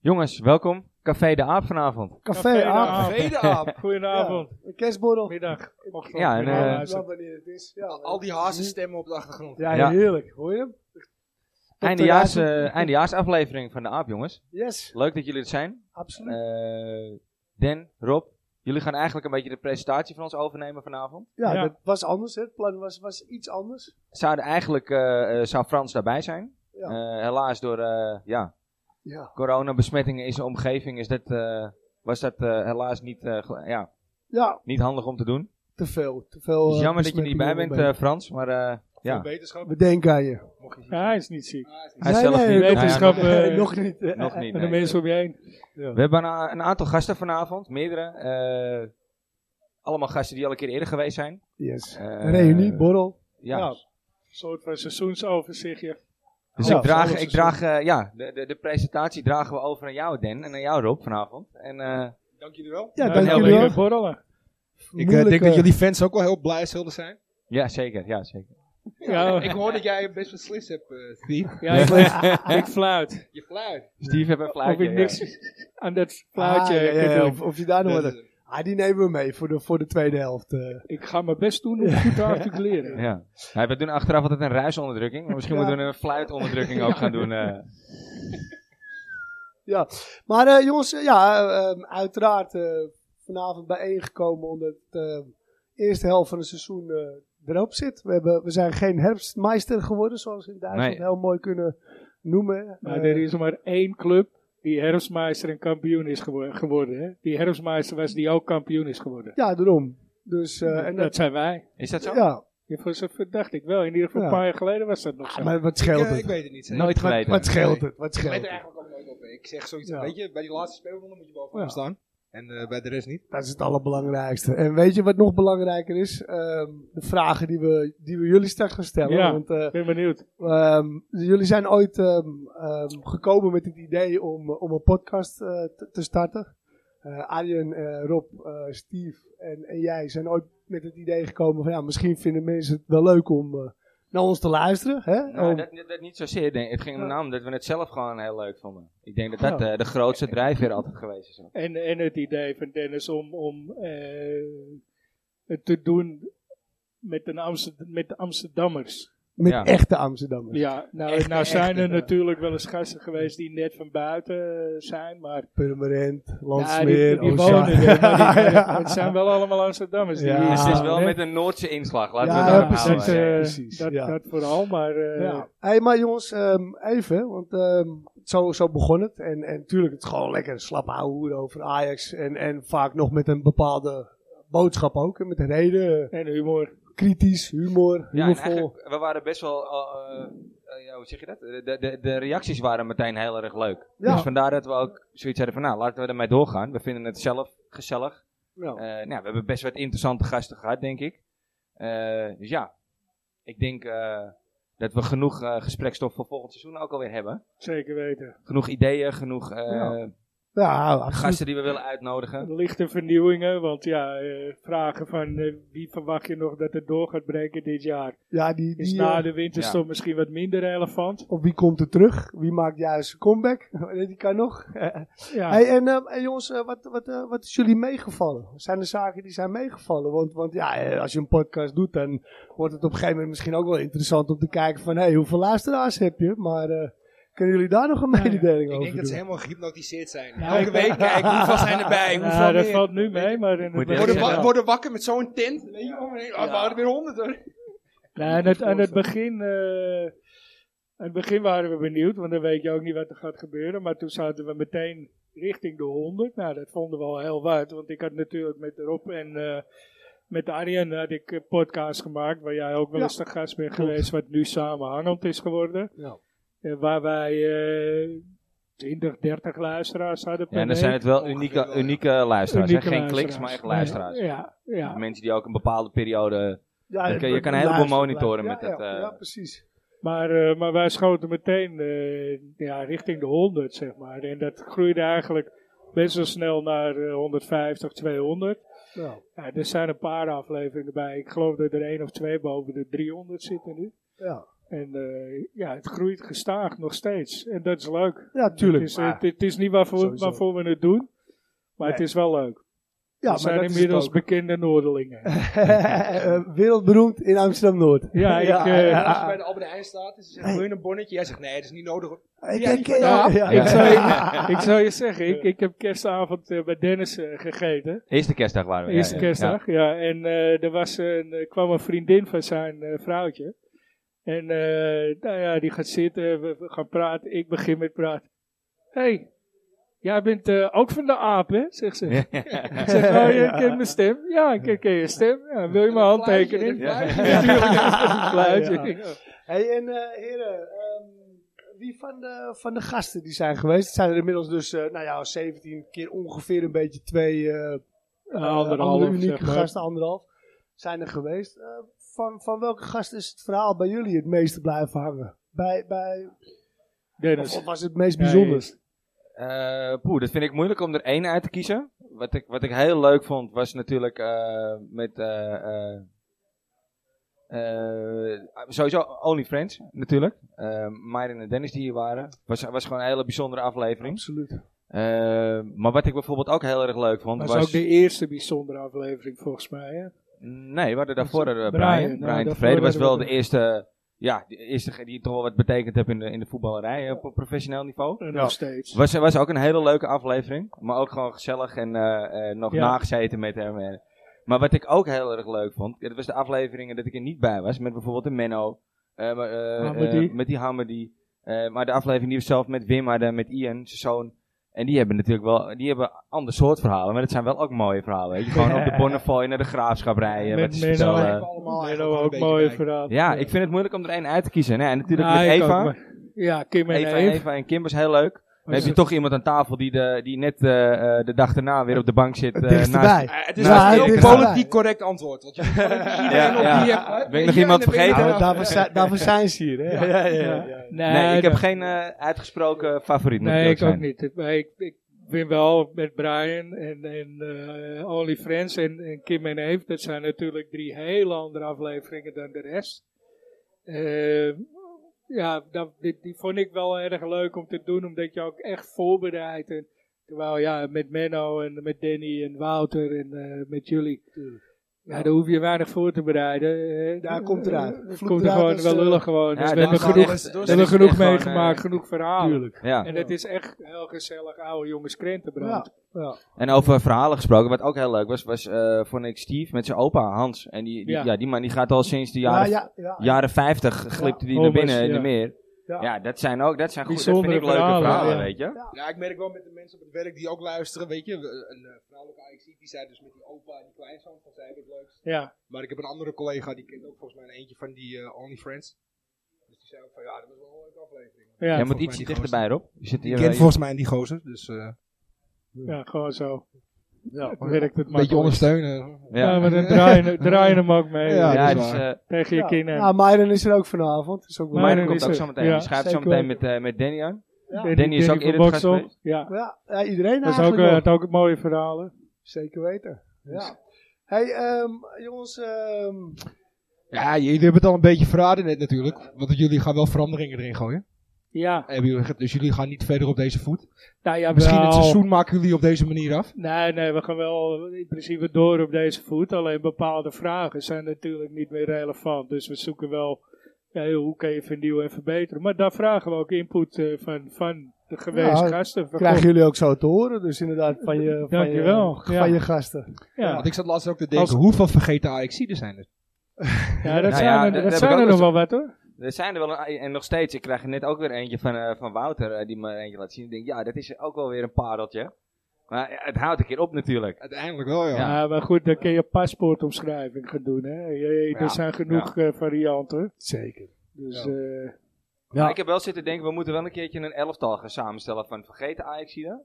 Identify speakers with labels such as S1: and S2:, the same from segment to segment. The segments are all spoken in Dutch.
S1: Jongens, welkom. Café de Aap vanavond.
S2: Café Aap.
S3: Café de Aap.
S4: Goedenavond,
S2: Een kerstborrel.
S4: middag, ochtend.
S1: Ja, en, eh,
S2: Ik weet wel wanneer het is. Ja,
S3: Al die hazenstemmen op de achtergrond.
S2: Ja,
S1: Ja.
S2: heerlijk. Hoor je hem?
S1: Eindejaars,
S2: terrassen.
S1: eh, eindejaarsaflevering van de Aap, jongens.
S2: Yes,
S1: Leuk dat jullie er zijn.
S2: absoluut.
S1: Eh Dan, Rob, jullie gaan eigenlijk een beetje de presentatie van ons overnemen vanavond.
S2: ja,
S4: ja.
S2: dat was anders. hè. Het plan was, was iets anders.
S1: Zouden eigenlijk, eh, eh, zou Frans daarbij zijn.
S2: Ja.
S1: Eh, helaas door eh, ja,
S2: Ja,
S1: coronabesmettingen in zijn omgeving is dat, eh, was dat eh, helaas niet, eh, gel- ja,
S2: ja
S1: niet handig om te doen.
S2: te veel. Te veel
S1: Het is
S2: eh,
S1: jammer dat je er niet bij
S2: besmettingen
S1: bent,
S2: erbij.
S1: eh, Frans, maar eh, ja.
S3: Veel Wetenschap.
S2: We denken aan je.
S3: Mocht je
S4: Ja, hij is niet ziek.
S1: Hij is zelf niet.
S2: nog
S4: Wetenschap,
S2: niet. Nou
S4: eh,
S2: nog niet. eh,
S1: nog niet.
S4: En de
S1: nee.
S4: mensen om je heen.
S1: We hebben een, een aantal gasten vanavond, meerdere. eh, allemaal gasten die al een keer eerder geweest zijn.
S2: Yes.
S1: Eh,
S2: Reunie, borrel.
S1: Ja.
S4: Nou, een soort van seizoensoverzichtje.
S1: Dus
S2: Ja,
S1: ik draag,
S2: volgend
S1: ik draag eh, ja, de, de, de presentatie dragen we over aan jou, Den, en aan jou, Rob, vanavond. En eh,
S3: Dank jullie wel.
S2: Ja,
S4: Nou,
S2: dank
S4: heel
S2: jullie wel.
S4: lekker borrelen.
S5: Ik eh,
S2: Moeilijk,
S5: denk
S2: eh,
S5: dat jullie fans ook wel heel blij zullen zijn.
S1: ja, zeker, ja, zeker.
S4: Ja,
S3: Ik hoor dat jij best beslist hebt, eh, Steve.
S4: ja, ik, ik fluit.
S3: Je fluit.
S1: Steve heeft een
S4: Of
S1: fluitje.
S4: ik niks
S1: ja.
S4: aan dat
S2: ah,
S4: fluitje
S2: ja, ja,
S4: kan
S2: ja,
S4: doen.
S2: of, of je daar nog
S3: Dat
S2: wat...
S3: is hem.
S2: Ah, die nemen we mee voor de, voor de tweede helft. eh.
S4: Ik ga mijn best doen om goed te articuleren.
S1: Ja. Ja, we doen achteraf altijd een ruisonderdrukking, maar misschien
S2: Ja.
S1: moeten we een fluitonderdrukking ook gaan doen. eh.
S2: Ja, maar eh, jongens, eh, ja, eh, ehm, uiteraard eh, vanavond bijeengekomen omdat de eerste helft van het seizoen eh, erop zit. We, hebben, we zijn geen herfstmeister geworden, zoals we in Duitsland
S1: Nee.
S2: heel mooi kunnen noemen.
S4: Maar
S2: Eh,
S4: er is maar één club die herfstmeister en kampioen is gewo- geworden. Hè? Die herfstmeister was die ook kampioen is geworden.
S2: Eh, ja, daarom. Dus, eh, en
S4: en dat zijn wij.
S1: Is dat zo?
S2: ja,
S4: Ja, voor zover dacht ik wel. In ieder geval
S2: Ja.
S4: een paar jaar geleden was dat nog zo.
S2: maar wat
S3: Ik,
S2: scheelt
S3: eh, ik
S2: het?
S3: weet het niet. zeker.
S1: Nooit
S2: Wat,
S1: geweten.
S2: wat scheelt het? Wat
S3: Ik
S2: scheelt
S3: weet er
S2: het?
S3: eigenlijk ook nooit op. Ik zeg zoiets,
S2: Ja.
S3: weet je, bij die laatste speelronde moet je bovenaan
S2: Ja.
S3: staan. En eh, bij de rest niet.
S2: Dat is het allerbelangrijkste. En weet je wat nog belangrijker is? Ehm, de vragen die we, die we jullie straks gaan stellen.
S4: Ja.
S2: Want eh,
S4: Ik ben benieuwd.
S2: Ehm, jullie zijn ooit ehm, ehm, gekomen met het idee om, eh, om een podcast eh, te, te starten. Eh Arjen, eh, Rob, eh, Steve en, en jij zijn ooit met het idee gekomen van ja, misschien vinden mensen het wel leuk om eh, naar ons te luisteren. Hè?
S1: Nou,
S2: Om-
S1: dat, dat niet zozeer. denk ik. Het ging me
S2: Oh. Ja.
S1: naam dat we het zelf gewoon heel leuk vonden. Ik denk dat dat
S2: Ja.
S1: eh, de grootste drijfveer altijd geweest is.
S4: En, en het idee van Dennis om, om eh, het te doen met, een Amsterdam, met de Amsterdammers.
S2: met
S1: ja.
S2: echte Amsterdammers.
S4: Ja, nou,
S3: Echt,
S4: nou
S3: echt,
S4: zijn er
S3: eh,
S4: natuurlijk wel eens gasten geweest die net van buiten eh, zijn, maar
S2: Purmerend,
S4: ja, die,
S2: Landsmeer,
S4: die
S2: Oostzaan.
S4: wonen er. maar die-
S2: Ja.
S4: Het zijn wel allemaal Amsterdammers. Die,
S2: Ja.
S1: Dus het is wel
S4: hè?
S1: met een Noordse inslag, laten
S2: Ja,
S1: we dat
S2: precies.
S1: houden.
S4: eh,
S2: precies,
S4: dat,
S2: ja.
S4: dat vooral, maar eh,
S2: Ja. Hey, maar jongens, ehm, even, want ehm, zo, zo begon het. En, en natuurlijk, het is gewoon lekker slap houden over Ajax. En, en vaak nog met een bepaalde boodschap ook. En met een reden, eh,
S4: en humor.
S2: kritisch, humor,
S1: Ja, en
S2: humorvol.
S1: eigenlijk, we waren best wel, eh, eh, eh, ja, hoe zeg je dat? De, de, de reacties waren meteen heel erg leuk.
S2: Ja.
S1: Dus vandaar dat we ook zoiets hadden van, nou, laten we ermee doorgaan. We vinden het zelf gezellig.
S2: Ja.
S1: Eh, nou, we hebben best wat interessante gasten gehad, denk ik. Eh, dus ja, ik denk eh, dat we genoeg eh, gesprekstof voor volgend seizoen ook alweer hebben.
S4: Zeker weten.
S1: Genoeg ideeën, genoeg eh,
S2: Ja. ja, absoluut.
S1: gasten die we willen uitnodigen.
S4: Lichte vernieuwingen, want ja, eh, vragen van eh, wie verwacht je nog dat het door gaat breken dit jaar?
S2: Ja, die,
S4: Is
S2: die,
S4: na
S2: eh,
S4: de winterstop misschien wat minder relevant.
S2: of wie komt er terug? Wie maakt juist zijn comeback? Nee, die kan nog.
S4: Ja,
S2: Hey, en, ehm, en jongens, eh, wat, wat, eh, wat is jullie meegevallen? Zijn er zaken die zijn meegevallen? Want, want ja, eh, als je een podcast doet, dan wordt het op een gegeven moment misschien ook wel interessant om te kijken van, hé, hey, hoeveel luisteraars heb je? Maar eh, kunnen jullie daar nog een
S4: Nou ja,
S2: mededeling
S3: Ik
S2: over
S3: denk dat ze
S2: doen?
S3: helemaal gehypnotiseerd zijn.
S4: Nou,
S3: Elke
S4: ik ben-
S3: week kijk, hoeveel zijn erbij?
S4: Nou,
S3: Hoeveel
S4: dat
S3: meer?
S4: valt nu mee, maar in het
S1: Moet je
S4: begin
S3: Worden,
S1: Ja.
S3: wa-
S4: wel.
S3: worden wakker met zo'n tent. Weet je, oh, nee, oh, we hadden weer honderd hoor.
S4: Nou, aan, het, aan het begin, eh, aan het begin waren we benieuwd, want dan weet je ook niet wat er gaat gebeuren. Maar toen zaten we meteen richting de 100. Nou, dat vonden we al heel wat, want ik had natuurlijk met Rob en eh, met Arjen had ik een podcast gemaakt, waar jij ook wel
S2: Ja.
S4: eens de gast bent
S2: Klopt.
S4: geweest, wat nu samenhangend is geworden.
S2: Ja.
S4: Eh, waar wij eh 20, 30 luisteraars hadden per
S1: Ja, en dan
S4: week.
S1: zijn het wel
S3: Ongeveer
S1: unieke,
S3: wel, ja.
S1: unieke luisteraars. hè?
S4: Unieke
S1: Geen
S4: luisteraars.
S1: kliks, maar echt luisteraars.
S4: Ja, ja, ja.
S1: Mensen die ook een bepaalde periode
S2: Ja,
S1: je kan- je
S2: eh,
S1: kan een heleboel
S2: luister-
S1: monitoren
S2: luister-
S1: met
S2: ja,
S1: dat,
S2: Ja,
S1: eh.
S2: ja, precies.
S4: Maar, eh, maar wij schoten meteen eh, ja, richting de 100, zeg maar. En dat groeide eigenlijk best wel snel naar eh, 150, 200.
S2: Ja.
S4: Ja, er zijn een paar afleveringen bij. Ik geloof dat er één of twee boven de 300 zitten nu.
S2: Ja.
S4: En eh, ja, het groeit gestaag nog steeds. En dat is leuk.
S2: Ja, tuurlijk.
S4: Het is, eh,
S2: maar-
S4: het, het is niet waarvoor,
S2: Sowieso.
S4: waarvoor we het doen, maar het is wel leuk.
S2: ja,
S4: we zijn
S2: dat is
S4: inmiddels
S2: het ook.
S4: bekende Noorderlingen.
S2: Eh, Wereldberoemd in Amsterdam-Noord.
S4: Ja, ik,
S2: ja,
S4: eh,
S2: ja,
S3: Als je
S2: ja.
S3: bij de Albert Heijn staat en ze zeggen, wil je een bonnetje? Jij zegt, nee, dat is niet nodig. hoor."
S2: Ik-
S3: Ja,
S2: ik-
S3: ik-
S2: ja, ja,
S3: ja,
S4: ik, zou
S2: ja.
S4: je, ik zou je zeggen, ik, ik heb kerstavond eh, bij Dennis eh, gegeten.
S1: Eerste kerstdag waren we. ja,
S4: Eerste
S1: ja,
S4: kerstdag, ja. En eh, er was een, er kwam een vriendin van zijn eh, vrouwtje. En eh, nou ja, die gaat zitten, we, we gaan praten. Ik begin met praten. hey, jij bent eh, ook van de aap, hè? Zegt ze.
S1: Ja.
S4: Ik zeg, oh, je kent mijn stem? Ja, ik ken je stem. Ja, wil je mijn handtekening?
S3: Ja.
S4: Natuurlijk, dat is een fluitje.
S2: Ja. Hey, en eh, heren, ehm, wie van de, van de gasten die zijn geweest? Het zijn er inmiddels dus, eh, nou ja, 17 keer ongeveer een beetje twee eh
S4: Nou,
S2: eh,
S4: anderhalf,
S2: andere unieke
S4: zeg maar.
S2: gasten, anderhalf, zijn er geweest. Eh, van, van welke gast is het verhaal bij jullie het meeste blijven hangen? Bij, bij, of,
S4: Dennis.
S2: of was het het meest
S4: Ja,
S2: bijzonder?
S1: Eh, poeh, dat vind ik moeilijk om er één uit te kiezen. Wat ik, wat ik heel leuk vond was natuurlijk eh, met. eh, eh, eh, sowieso Only Friends natuurlijk. Eh Myron en Dennis die hier waren. Was, was gewoon een hele bijzondere aflevering.
S2: Absoluut.
S1: Eh, maar wat ik bijvoorbeeld ook heel erg leuk vond
S4: Dat
S1: was.
S4: was ook de eerste bijzondere aflevering volgens mij. Hè?
S1: Nee, we hadden daarvoor
S4: Dat is-
S1: eh,
S4: Brian,
S1: Brian.
S4: ja,
S1: Brian
S4: daarvoor
S1: Tevreden
S4: hadden
S1: was
S4: we
S1: wel
S4: ook
S1: de
S4: een-
S1: eerste. Ja, de eerste die toch wel wat betekend heeft in de, in de voetballerij eh, op professioneel niveau.
S4: En Nog steeds.
S1: Was, was ook een hele leuke aflevering. Maar ook gewoon gezellig en eh, eh, nog
S4: Ja.
S1: nagezeten met hem. eh. maar wat ik ook heel erg leuk vond, dat was de afleveringen dat ik er niet bij was. Met bijvoorbeeld de Menno. eh, maar, eh,
S4: Hamadi.
S1: eh, met die Hamadi. Eh, maar de aflevering die we zelf met Wim hadden, met Ian, zijn zoon. En die hebben natuurlijk wel, die hebben ander soort verhalen. Maar dat zijn wel ook mooie verhalen. Weet je? Gewoon op de Bonnefoy naar de Graafschap rijden.
S4: Met
S1: wat ze
S4: Menno.
S1: vertellen.
S4: Ja,
S3: Allemaal
S4: Nee,
S3: eigenlijk wel
S4: dat was
S3: een
S4: ook
S3: beetje
S4: mooi
S3: bij.
S4: verhaal.
S1: Ja, ik vind het moeilijk om er één uit te kiezen. Nee, en natuurlijk
S4: Ja,
S1: met
S4: ik ook,
S1: Eva.
S4: maar- Ja, Kim en
S1: Eva,
S4: Eva.
S1: en Eva en Kim was heel leuk. Dan heb je toch iemand aan tafel die, de, die net eh, eh, de dag daarna weer op de bank zit. eh,
S2: Dichterbij.
S3: Eh, het is
S1: Nou,
S3: wel een
S1: hij
S3: heel
S1: is erbij.
S3: politiek corect antwoord. Want je moet iedereen
S1: Ja,
S3: op
S1: ja.
S3: die app, hè?
S1: Ben ik nog
S3: Ja,
S1: iemand
S3: en dan ben je er
S1: vergeten?
S2: Nou,
S3: wel.
S2: daarvoor, zijn- daarvoor zijn ze hier, hè? Ja, ja, ja.
S1: Nee, ik heb geen eh, uitgesproken favoriet. moet
S4: Nee,
S1: eerlijk
S4: ik ook
S1: zijn.
S4: niet. Het- maar Ik, ik ben wel met Brian en, en eh, Only Friends en, en Kim en Eve. Dat zijn natuurlijk drie hele andere afleveringen dan de rest. Eh, ja, dat, die, die vond ik wel erg leuk om te doen, omdat je ook echt voorbereidt. En, terwijl ja, met Menno en met Danny en Wouter en eh, met jullie. Ja, daar hoef je weinig voor te bereiden. eh.
S2: Daar komt eruit.
S4: Het
S2: Vloed
S4: komt er
S2: eruit
S4: gewoon,
S2: als,
S4: we
S2: eh,
S4: lullen gewoon.
S1: Ja,
S4: Dus we
S1: dat
S4: hebben
S1: is
S4: genoeg,
S1: echt- dat
S4: we hebben
S1: is
S4: genoeg
S1: echt gewoon,
S4: meegemaakt,
S1: eh,
S4: genoeg verhalen.
S2: Tuurlijk.
S1: Ja.
S4: En het is echt heel gezellig oude jongens krentenbrood.
S2: Ja.
S1: En over verhalen gesproken, wat ook heel leuk was, was eh vond ik Steve met zijn opa Hans. En die, die, ja.
S4: Ja.
S1: die man die gaat al sinds de
S2: Ja,
S1: jaren,
S2: ja, ja.
S1: jaren 50 glipte die
S4: Ja.
S1: naar binnen
S4: Homeless,
S1: in de
S4: ja.
S1: meer.
S2: Ja.
S1: Ja. dat zijn ook, dat zijn goed, dat vind
S4: Bijzondere
S1: ik leuke verhalen,
S4: verhalen,
S2: ja.
S1: weet je.
S3: Ja, ik merk wel met de mensen op het werk die ook luisteren, weet je. we- Een eh, vrouwelijke AXI, die zei dus met die opa en die kleinzoon van zij het leukst.
S4: Ja.
S3: Maar ik heb een andere collega, die kent ook volgens mij een eentje van die eh, Only Friends. Dus die zei ook van, ja, dat was wel een leuke aflevering.
S4: Ja,
S1: Jij
S4: ja,
S1: moet
S3: volgens mij
S1: ietsje
S3: die
S1: dichterbij, Rob. Je zit
S3: Die
S1: hier,
S3: kent
S1: eh,
S3: volgens mij die gozer, dus... eh,
S4: gewoon zo.
S2: Ja.
S4: Werkt het
S5: Een beetje
S4: makkelijk.
S5: ondersteunen.
S4: Ja,
S1: ja.
S4: maar dan draaien, draaien hem ook mee.
S5: Ja,
S1: Ja,
S5: dat is
S1: dus, eh,
S4: Tegen je
S2: ja.
S4: kinderen.
S2: Ja, Myron is er ook vanavond. Is ook wel-
S1: Myron
S4: Myron
S1: komt
S4: is
S1: ook
S4: er.
S1: zo meteen.
S4: Ja,
S1: die schuift zo
S2: zeker
S1: meteen met, eh, met Danny aan.
S4: Danny,
S1: Danny is ook
S4: van
S1: eerder het
S4: Boksel.
S1: gast
S4: Ja.
S2: Ja, ja, iedereen
S4: Dat is ook,
S2: eigenlijk
S4: eh,
S2: wel.
S4: had ook mooie verhalen.
S2: Zeker weten. Ja. Hey, ehm, jongens, ehm,
S5: Ja, jullie hebben het al een beetje verraden net natuurlijk. Want jullie gaan wel veranderingen erin gooien.
S4: Ja,
S5: Hebben jullie ge- Dus jullie gaan niet verder op deze voet.
S4: nou ja,
S5: Misschien
S4: wel-
S5: het seizoen maken jullie op deze manier af.
S4: Nee, nee, we gaan wel in principe door op deze voet. Alleen bepaalde vragen zijn natuurlijk niet meer relevant. Dus we zoeken wel, ja, hoe kan je vernieuwen en verbeteren. Maar daar vragen we ook input eh, van, van de gewezen
S2: Ja,
S4: gasten. Van,
S2: Nou, krijgen jullie ook zo te horen. Dus inderdaad, van je, van je,
S4: Dankjewel,
S2: van
S4: ja.
S2: je gasten.
S4: ja.
S5: Want ik zat laatst ook te denken,
S4: Als-
S5: hoeveel vergeten AXI er zijn er? Nou
S4: Ja, dat
S1: Nou ja,
S4: zijn er,
S1: dat
S4: dat
S1: heb ik
S4: zijn
S1: ook
S4: er
S1: wel
S4: nog wel wat hoor.
S1: Er zijn er wel, een- en nog steeds, ik krijg er net ook weer eentje van, eh, van Wouter, eh, die me eentje laat zien. Ik denk, ja, dat is ook wel weer een pareltje. Maar eh, het houdt een keer op natuurlijk.
S5: Uiteindelijk
S2: Oh,
S5: wel, ja.
S4: Ja. maar goed, dan kun je paspoortomschrijving gaan doen. Hè. Je-
S1: Ja,
S4: Er zijn genoeg eh, varianten.
S2: Zeker.
S4: Dus
S1: Ja.
S4: eh,
S1: Maar ik heb wel zitten denken, we moeten wel een keertje een elftal gaan samenstellen van vergeten Ajaxiden.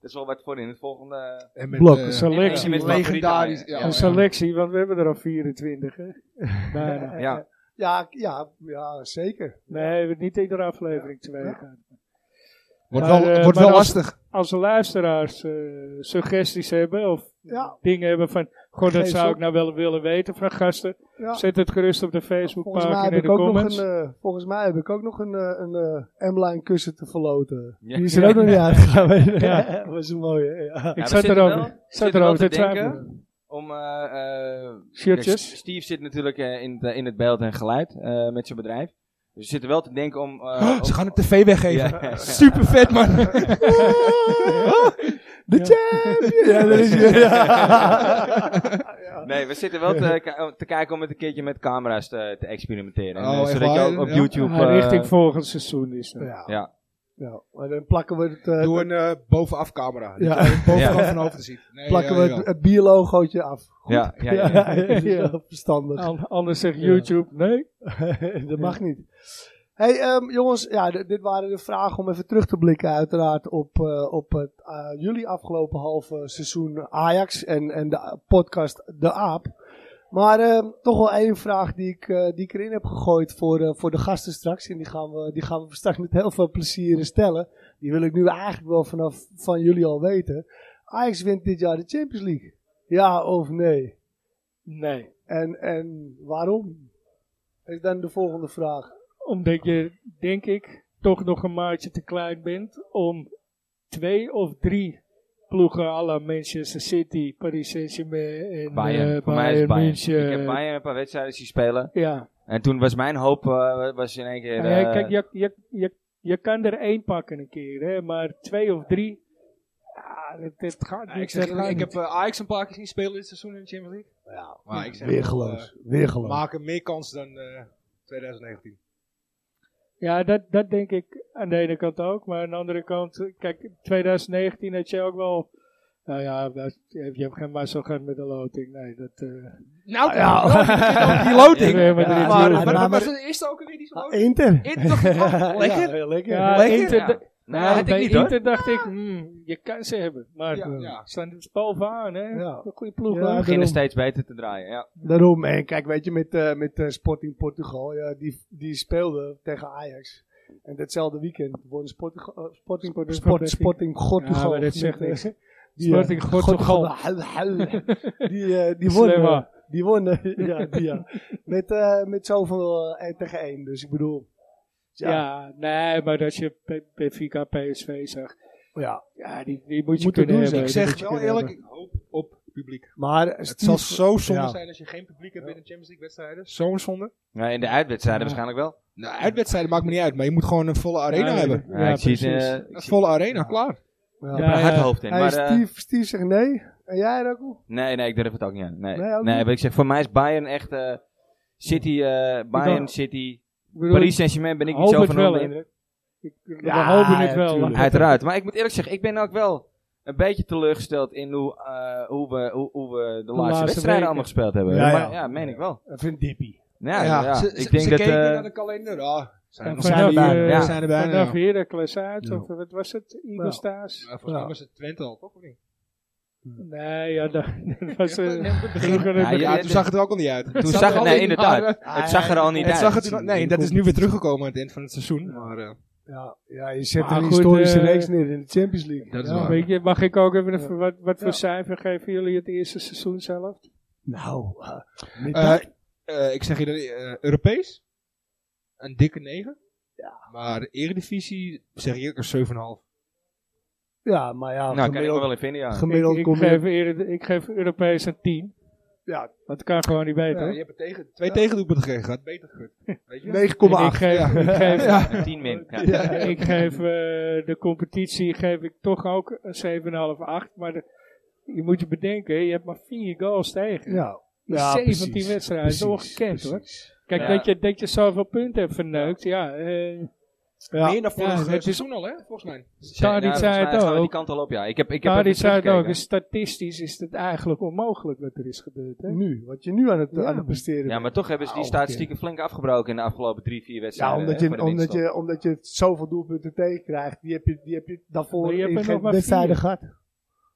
S1: Dat is wel wat voor in het volgende...
S5: En met,
S2: Blok,
S5: eh,
S4: een
S1: en- en
S4: selectie.
S1: met
S4: hoor.
S1: favorieten.
S5: legendarisch, ja.
S1: Ja,
S4: Een selectie, want we hebben er al 24. Hè. Bijna.
S1: ja.
S2: Eh, Ja, ja, ja, zeker.
S4: Nee, we- niet iedere aflevering twee gaan.
S5: wordt
S4: Maar,
S5: wel,
S4: eh,
S5: wordt
S4: maar
S5: wel
S4: als-
S5: lastig.
S4: Als de luisteraars eh, suggesties hebben of
S2: Ja,
S4: dingen hebben van... Goh, dat
S2: Geef
S4: zou
S2: op.
S4: ik nou wel willen weten van gasten.
S2: Ja.
S4: Zet het gerust op de
S2: Volgens mij,
S4: Facebookpagina
S2: heb
S4: in
S2: ik
S4: de
S2: ook nog een,
S4: comments.
S2: eh, volgens mij heb ik ook nog een, eh, een eh, M-line kussen te verloten.
S1: Ja.
S2: Die is er ook nog niet uitgegaan.
S4: Ja.
S2: ja. was een mooie. Ja.
S4: ik zat
S1: we zitten wel-
S4: erover,
S1: we
S4: zat
S1: zitten wel
S4: erover te
S1: te denken.
S4: twijfelen.
S1: Om, eh, eh,
S4: Shirtjes?
S1: ja, S- Steve zit natuurlijk eh, in, het- in het beeld en geluid eh, met zijn bedrijf. Dus we zitten wel te denken om... eh, om-
S5: Oh, Ze gaan het tv weggeven.
S1: Ja.
S5: Super vet, man.
S2: De
S4: Ja.
S2: champion! Ja, dat is hij. Ja.
S1: Nee, we zitten wel te, ki- te kijken om het een keertje met camera's te, te experimenteren.
S5: Oh,
S1: Eh,
S5: echt
S1: zodat je
S5: waar?
S1: ook op
S5: Ja.
S1: YouTube...
S4: Ah,
S1: eh,
S4: richting volgend seizoen is dat.
S2: Ja.
S1: Ja.
S2: Ja, maar dan plakken we het, eh,
S5: Doe
S3: Doe een eh, bovenafcamera.
S2: Ja.
S3: Dat je het Bovenaf
S1: Ja.
S3: van over te zien.
S5: Nee,
S2: plakken
S5: ja,
S2: we
S5: jawel.
S2: het, het bierlogootje af. Goed.
S1: Ja, ja, ja.
S2: ja, ja, verstandig.
S4: An- anders zegt YouTube, nee.
S2: dat mag niet. Hey ehm, jongens, ja, d- dit waren de vragen om even terug te blikken uiteraard op, eh, op het, eh, jullie afgelopen halve seizoen Ajax en, en de podcast De Aap. Maar ehm, toch wel één vraag die ik, eh, die ik erin heb gegooid voor, eh, voor de gasten straks. En die gaan, we, die gaan we straks met heel veel plezier stellen. Die wil ik nu eigenlijk wel vanaf van jullie al weten. Ajax wint dit jaar de Champions League. Ja of nee?
S4: Nee.
S2: En, en waarom? Is dan de volgende vraag.
S4: Omdat je, denk ik, toch nog een maatje te klein bent om twee of drie ploegen à la Manchester City, Paris Saint-Germain en
S1: Bayern.
S4: eh,
S1: Voor mij is het Bayern.
S4: München.
S1: Ik heb Bayern een paar wedstrijden zien spelen.
S4: Ja,
S1: En toen was mijn hoop eh, was in één keer...
S4: Nou ja,
S1: eh,
S4: kijk, je, je, je, je kan er één pakken een keer, hè, maar twee of drie, ja, het, het gaat
S3: Ja,
S4: niet.
S3: ik, zeg,
S4: het
S3: eerlijk,
S4: gaat
S3: ik
S4: niet.
S3: heb eh, Ajax een paar keer zien spelen dit seizoen in de Champions League.
S2: Ja,
S3: Maar ik zeg wel,
S2: weergeloos.
S3: eh,
S2: weergeloos.
S3: maken meer kans dan eh, 2019.
S4: Ja, dat, dat denk ik aan de ene kant ook. Maar aan de andere kant, kijk, 2019 had je ook wel. Nou ja, dat- je hebt- je hebt geen massa gehad met de loting. Nee, dat. eh
S3: Nou,
S2: ja.
S3: die loting.
S4: Ja, maar er
S3: maar,
S4: is die-
S3: maar,
S2: maar-
S3: dat
S2: maar-
S3: was de eerste ook alweer die zo
S2: Ah,
S4: Oh,
S3: loting.
S2: Inter.
S3: Inter dacht ik, oh, lekker.
S2: Ja, heel lekker.
S4: Ja,
S2: Lekker.
S4: Inter-
S1: Ja.
S4: de-
S1: Nou,
S4: nou,
S3: had ik
S4: bij
S3: niet, hoor.
S4: Inter dacht ik, hmm, je kan ze hebben. Maar
S3: Ja,
S4: ja,
S3: ja.
S4: staan dus bovenaan, hè?
S2: Ja.
S4: Een goede ploeg.
S2: Ja,
S4: hoor.
S1: beginnen
S2: daarom.
S1: steeds beter te draaien. Ja.
S2: Daarom, en kijk, weet je, met, eh, met eh, Sporting Portugal, ja, die, die speelde tegen Ajax. En datzelfde weekend won Sporting, eh, Sporting,
S4: Sporting-
S2: Sport, Sporting
S4: Ja,
S2: Portugal.
S4: maar dit zegt
S2: Met, eh,
S4: niks.
S2: die, eh,
S4: Sporting Portugal.
S2: Die, eh, die won.
S4: Slim,
S2: eh,
S4: hoor.
S2: die won, eh, ja, die, ja. Met, eh, met zoveel eh, één tegen één. Dus ik bedoel,
S4: Ja. nee, maar dat je P- Benfica PSV zag.
S2: ja.
S4: Ja, die, die moet je
S2: Moet het
S4: kunnen
S2: doen,
S4: hebben.
S3: Ik
S4: die
S3: zeg
S4: moet je
S3: wel
S4: kunnen
S3: eerlijk,
S4: hebben.
S3: ik hoop op publiek.
S2: Maar eh,
S3: Het
S2: Steve-
S3: zal zo zonde
S2: ja.
S3: zijn als je geen publiek hebt binnen Champions League wedstrijden. Zo'n zonde.
S1: Ja, in de uitwedstrijden waarschijnlijk wel.
S3: Nou, uitwedstrijden maakt me niet uit, maar je moet gewoon een volle arena
S4: Ja,
S3: hebben.
S1: Ja, ik zie het,
S4: precies.
S1: eh, ik
S3: Een
S1: zie
S3: volle arena, klaar.
S2: Ja.
S1: het mijn
S4: Ja, ja.
S1: hardhoofd in.
S2: Hey,
S1: Maar, eh,
S2: Steve, Steve zegt nee. En jij, Rocco?
S1: nee, nee, ik durf het ook niet aan. Nee,
S2: Nee,
S1: nee,
S2: ook niet?
S1: maar ik zeg, voor mij is Bayern echt... eh, City, eh, Bayern,
S4: ook.
S1: City...
S4: Ik bedoel,
S1: Paris Saint-Germain ben ik niet
S4: hoop
S1: zo
S4: het
S1: van
S4: wel,
S1: onder de
S4: hè.
S1: indruk.
S4: Ik, we
S2: Ja,
S4: hopen het wel.
S2: tuurlijk.
S1: Uiteraard. Maar ik moet eerlijk zeggen, ik ben ook wel een beetje teleurgesteld in hoe, eh, hoe, we, hoe, hoe we de, laatste,
S4: laatste
S1: wedstrijden
S4: weken.
S1: allemaal gespeeld hebben.
S2: Ja,
S1: Ja,
S2: ja.
S1: maar, ja meen ik wel.
S2: Ik vind Dippy.
S1: Ja, ja,
S5: Ja,
S1: ja.
S3: Ze,
S1: ik
S3: ze-
S1: denk
S3: ze
S1: dat...
S3: keken
S1: eh,
S3: naar de kalender. Ah, zijn
S4: En
S3: er nog-
S4: vanaf,
S5: zijn er bijna,
S4: eh,
S1: ja.
S5: zijn er bijna,
S4: vanaf
S5: ja.
S4: Heracles uit,
S2: Ja.
S4: of eh, wat was het? Igestaas?
S3: Ja, volgens mij
S2: Ja.
S3: was het Twente al, toch? Of niet?
S4: Nee, ja, dat, dat was... eh,
S3: Ja, het begin.
S4: vroeger het
S1: Ja,
S4: begin.
S1: ja,
S3: Ja, toen zag het er ook al niet uit.
S1: Toen zag het... Nee, inderdaad. Het zag er al niet
S3: Het
S1: uit.
S3: zag het, er- nee, dat is nu weer teruggekomen aan het eind van het seizoen. Maar, eh,
S2: Ja, ja, je zet
S4: Maar
S2: een
S4: goed,
S2: historische
S4: eh,
S2: reeks neer in de Champions League.
S3: Dat is
S2: Ja.
S3: waar.
S4: Weet je, mag ik ook even... een-
S2: Ja.
S4: Wat, wat voor
S2: Ja.
S4: cijfer geven jullie het eerste seizoen zelf?
S2: Nou, eh, met
S3: eh,
S2: dat-
S3: eh, ik zeg je Europees. Een dikke 9. Maar de Eredivisie zeg ik een 7,5.
S2: ja, maar ja,
S1: Nou, kan ik me
S2: gemiddeld,
S1: wel in vinden, ja.
S2: gemiddeld
S4: ik, ik,
S2: kom je...
S4: geef eerder, ik geef Europees een 10.
S2: Ja,
S4: Want het kan gewoon niet
S3: Ja,
S4: beter.
S3: je hebt er tegen, twee tegendoelpunten gekregen, gaat beter goed. Weet je?
S2: 9,8.
S4: En ik geef,
S2: ja.
S4: ik geef,
S1: Een 10 min. Ja.
S4: ik geef eh, de competitie geef ik toch ook een 7,5, 8. Maar de- je moet je bedenken, je hebt maar 4 goals tegen.
S2: Ja,
S4: In
S2: ja
S4: 17
S2: precies.
S4: wedstrijden, dat is
S2: Precies,
S4: ongekend hoor.
S2: precies.
S4: Kijk,
S1: Ja.
S4: dat, je, dat je zoveel punten hebt verneukt, ja. eh
S2: Ja,
S3: Meer dan vorig
S4: dat is-
S3: seizoen al, hè? Volgens mij.
S4: Tadic
S1: Ja,
S4: zei
S1: volgens mij
S4: het
S1: gaan we die
S4: ook.
S1: kant al op, ja. Ik heb, ik heb
S4: Tadic
S1: even
S4: zei het ook.
S1: teruggekeken.
S4: en Statistisch is het eigenlijk onmogelijk wat er is gebeurd. Hè?
S2: nu, wat je nu aan het,
S4: Ja. Nou,
S2: aan het presteren
S1: Ja,
S2: bent.
S1: maar toch hebben ze die
S2: Ja,
S1: statistieken flink afgebroken in de afgelopen drie, vier wedstrijden.
S2: Ja, omdat
S1: hè, voor
S2: je,
S1: de
S2: omdat,
S1: winst
S2: je, omdat je zoveel doelpunten tegenkrijgt, die heb je, die heb je daarvoor
S4: Maar je hebt
S2: in
S4: er
S2: geen
S4: nog maar
S2: wedstrijden
S4: vier.
S2: gehad.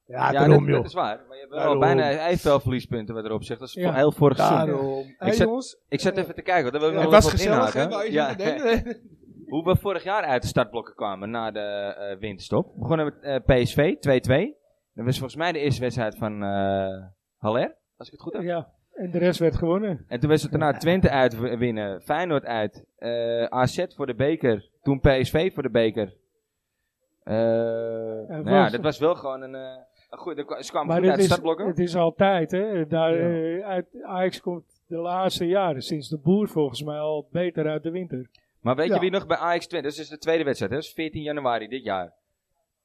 S2: Ja,
S1: dan. ja,
S2: daarom
S1: dat,
S2: joh.
S1: dat is waar. Maar je hebt wel
S2: Daarom.
S1: bijna hij heeft wel verliespunten wat erop zegt. Dat is
S4: Ja.
S1: heel vorig seizoen.
S2: Daarom.
S1: Ik
S2: Hey,
S1: zet-
S2: jongens.
S1: Ik zat even te kijken, want daar wil
S3: het
S1: ik
S3: was
S1: nog wel
S3: gezellig,
S1: wat
S3: hè?
S1: inhaken.
S3: wou je
S1: Ja.
S3: zeggen? Nee, nee.
S1: Hoe we vorig jaar uit de startblokken kwamen na de eh, winststop. We begonnen met eh, PSV 2-2. Dat was volgens mij de eerste wedstrijd van eh Haller. Als ik het goed heb.
S4: Ja, en de rest werd gewonnen.
S1: En toen was het daarna Twente uit w- winnen, Feyenoord uit, eh, AZ voor de beker, toen PSV voor de beker. Eh, nou ja,
S4: was-
S1: dat was wel gewoon een, eh een goede, ze kwamen
S4: Maar
S1: goed
S4: dit
S1: uit de
S4: is,
S1: startblokken.
S4: het is altijd, hè. Daar, eh, uit, Ajax komt de laatste jaren, sinds de boer volgens mij, al beter uit de winter.
S1: Maar weet je
S2: Ja.
S1: wie nog bij Ajax Twente, dat is de tweede wedstrijd, hè? dat is 14 januari dit jaar.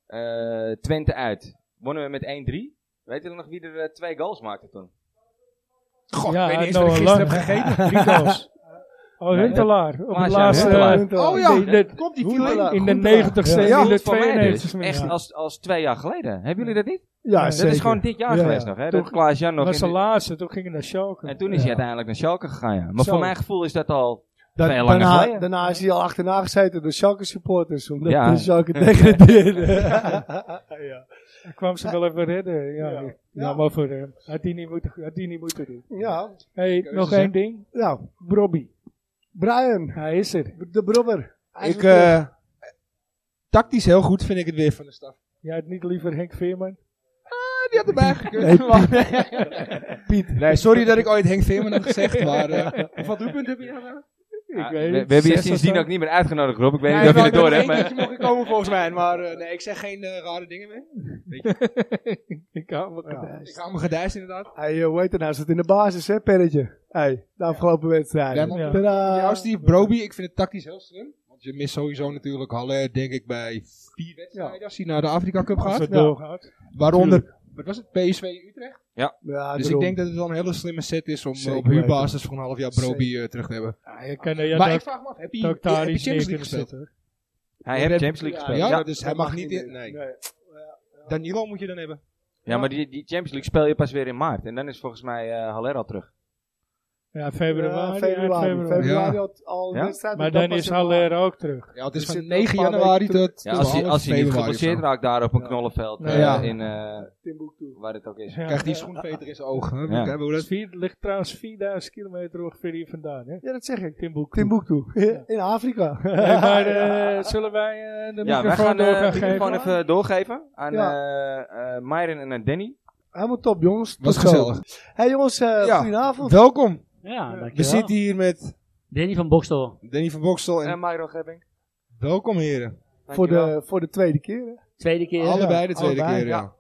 S1: Eh, Twente uit, wonnen we met 1-3. Weet je nog wie er eh, twee goals maakte toen?
S3: God, ik
S4: ja,
S3: weet niet eens
S4: Noah
S3: wat ik gisteren heb
S4: Lang.
S3: gegeten.
S4: Drie goals. Oh,
S1: Nee,
S4: Huntelaar. Op
S1: Klaas
S4: het
S1: Jan
S4: laatste...
S1: Huntelaar.
S4: eh,
S3: Oh ja,
S4: Nee, dit-
S3: komt die
S2: Huntelaar.
S3: Tila.
S4: in
S2: goed gedaan.
S4: de 90ste
S2: Ja,
S4: en
S2: ja,
S4: in de
S1: voor mij
S4: 92ste.
S1: dus. Echt
S4: minuut.
S1: als, als twee jaar geleden. Hebben jullie dat niet?
S2: Ja,
S4: Dat
S1: Dat
S2: zeker.
S1: is gewoon dit jaar
S2: Ja,
S1: geweest
S2: ja.
S1: nog, hè?
S4: Toen-
S1: Dat Klaas Jan nog
S4: Dat
S1: in
S4: was de
S1: de-
S4: laatste, toen ging hij naar Schalke.
S1: En toen is hij uiteindelijk naar Schalke gegaan, Ah, ja. Maar
S4: Zo.
S1: voor mijn gevoel is dat al...
S2: Da-
S1: Veel langer
S2: daarna,
S1: geleden.
S2: daarna is hij al achterna gezeten door Schalke supporters. Omdat
S1: Ja.
S2: de Schalke degradeerde.
S4: ja. Hij kwam ze wel even redden. Ja,
S2: Ja.
S4: Jammer voor hem. eh, Had hij niet moeten, had hij niet moeten doen.
S2: ja,
S4: Hey, nog één ding.
S2: nou,
S4: Brobby.
S2: Brian,
S4: Hij is er.
S2: de brobber. Hij is
S3: Ik,
S2: weer terug.
S3: eh, tactisch heel goed vind ik het weer van de staf. Ah,
S4: Jij had niet liever Henk Veerman.
S3: Die had erbij gekund.
S2: Piet.
S3: Nee, sorry dat ik ooit Henk Veerman heb gezegd, maar... eh, hoeveel doelpunten heb je gedaan?
S4: nou? Ik weet
S1: Ja, we,
S4: niet,
S1: we hebben je
S4: zes of
S1: sindsdien
S4: zo.
S1: ook niet meer uitgenodigd, Rob. Ik weet
S3: Ja,
S1: niet of je
S3: wel,
S1: het
S3: ik ben
S1: door
S3: er
S1: hebt. maar-
S3: eentje mocht ik komen volgens mij, maar eh, nee, ik zeg geen eh, rare dingen meer.
S4: Ik hou me
S2: Ja.
S3: Ik hou me gedijst inderdaad.
S2: Hij, eh, hoe heet het nou, zat in de basis, hè, Perretje? Hey, de afgelopen wedstrijd.
S3: Ja, man.
S4: Ja.
S2: Tadaa.
S3: Ja, Steve Broby, ik vind het tactisch heel slim. Want je mist sowieso natuurlijk Haller, denk ik, bij vier wedstrijden als hij naar de Afrika Cup
S4: als
S3: gaat.
S4: het
S2: Ja.
S4: doorgaat.
S3: Waaronder, wat was het, PSV Utrecht?
S2: Ja,
S3: Dus ik
S2: daarom.
S3: denk dat het wel een hele slimme set is om eh,
S2: Zeker
S3: op
S2: weten.
S3: huurbasis voor een half jaar Broby eh, terug te hebben.
S4: Ja, je kan, eh, ja,
S3: maar
S4: dat-
S3: ik vraag me af, heb je, heb
S4: dat
S3: je
S4: daar
S3: Champions
S4: iets neer
S3: League
S4: kunnen
S3: gespeeld?
S4: zitten.
S1: Hij heeft Champions League
S2: Ja,
S1: gespeeld.
S3: Ja,
S1: Ja, ja.
S3: dus hij mag niet in. Nee. Danilo moet je dan hebben.
S1: maar die, die Champions League speel je pas weer in maart. En dan is volgens mij eh, Haller al terug.
S4: Ja,
S2: Ja,
S4: februari. ja,
S2: februari.
S4: februari.
S2: Februari had al
S1: Ja?
S2: een wedstrijd.
S4: Maar
S2: dat
S4: dan
S2: was
S4: is
S2: in
S4: Haller ook terug.
S3: Ja, het is
S2: Er
S3: van
S2: zit
S3: 9
S2: nog een paar
S3: januari
S2: weken
S3: tot
S1: Ja, als hij,
S3: half
S1: als hij niet
S3: februari of zo.
S1: geblesseerd raakt daar op een
S2: Ja.
S1: knollenveld.
S4: Ja.
S1: eh,
S3: Ja.
S1: In, eh,
S2: Timbuktu.
S1: waar het ook is.
S4: Ja.
S3: Krijgt die schoenveter in zijn oog. Hè?
S1: Ja.
S3: Kijk, hoe dat-
S4: Het vier- ligt trouwens 4000 kilometer ongeveer hier vandaan. Hè?
S2: Ja, dat zeg ik.
S4: Timbuktu.
S2: Timbuktu. In Afrika.
S4: Nee, maar eh, zullen wij eh, de
S1: Ja, wij
S4: microfoon
S1: gaan
S4: door
S1: eh,
S4: gaan
S1: de
S4: geven?
S1: microfoon even doorgeven aan
S2: Ja.
S1: eh, eh, Myron en aan Danny.
S2: Helemaal top, jongens.
S3: Was
S2: Tot zo.
S3: gezellig.
S2: Hey jongens, eh
S3: Ja.
S2: goedenavond.
S3: Welkom.
S6: Ja, dankjewel.
S3: We zitten hier met
S6: Danny van Bokstel.
S3: Danny van Boksel. En
S1: En Myron Gebbing.
S3: welkom heren.
S2: voor, de, voor de tweede keer. hè.
S6: Tweede keer.
S3: Allebei de tweede
S2: allebei,
S3: keer. Ja.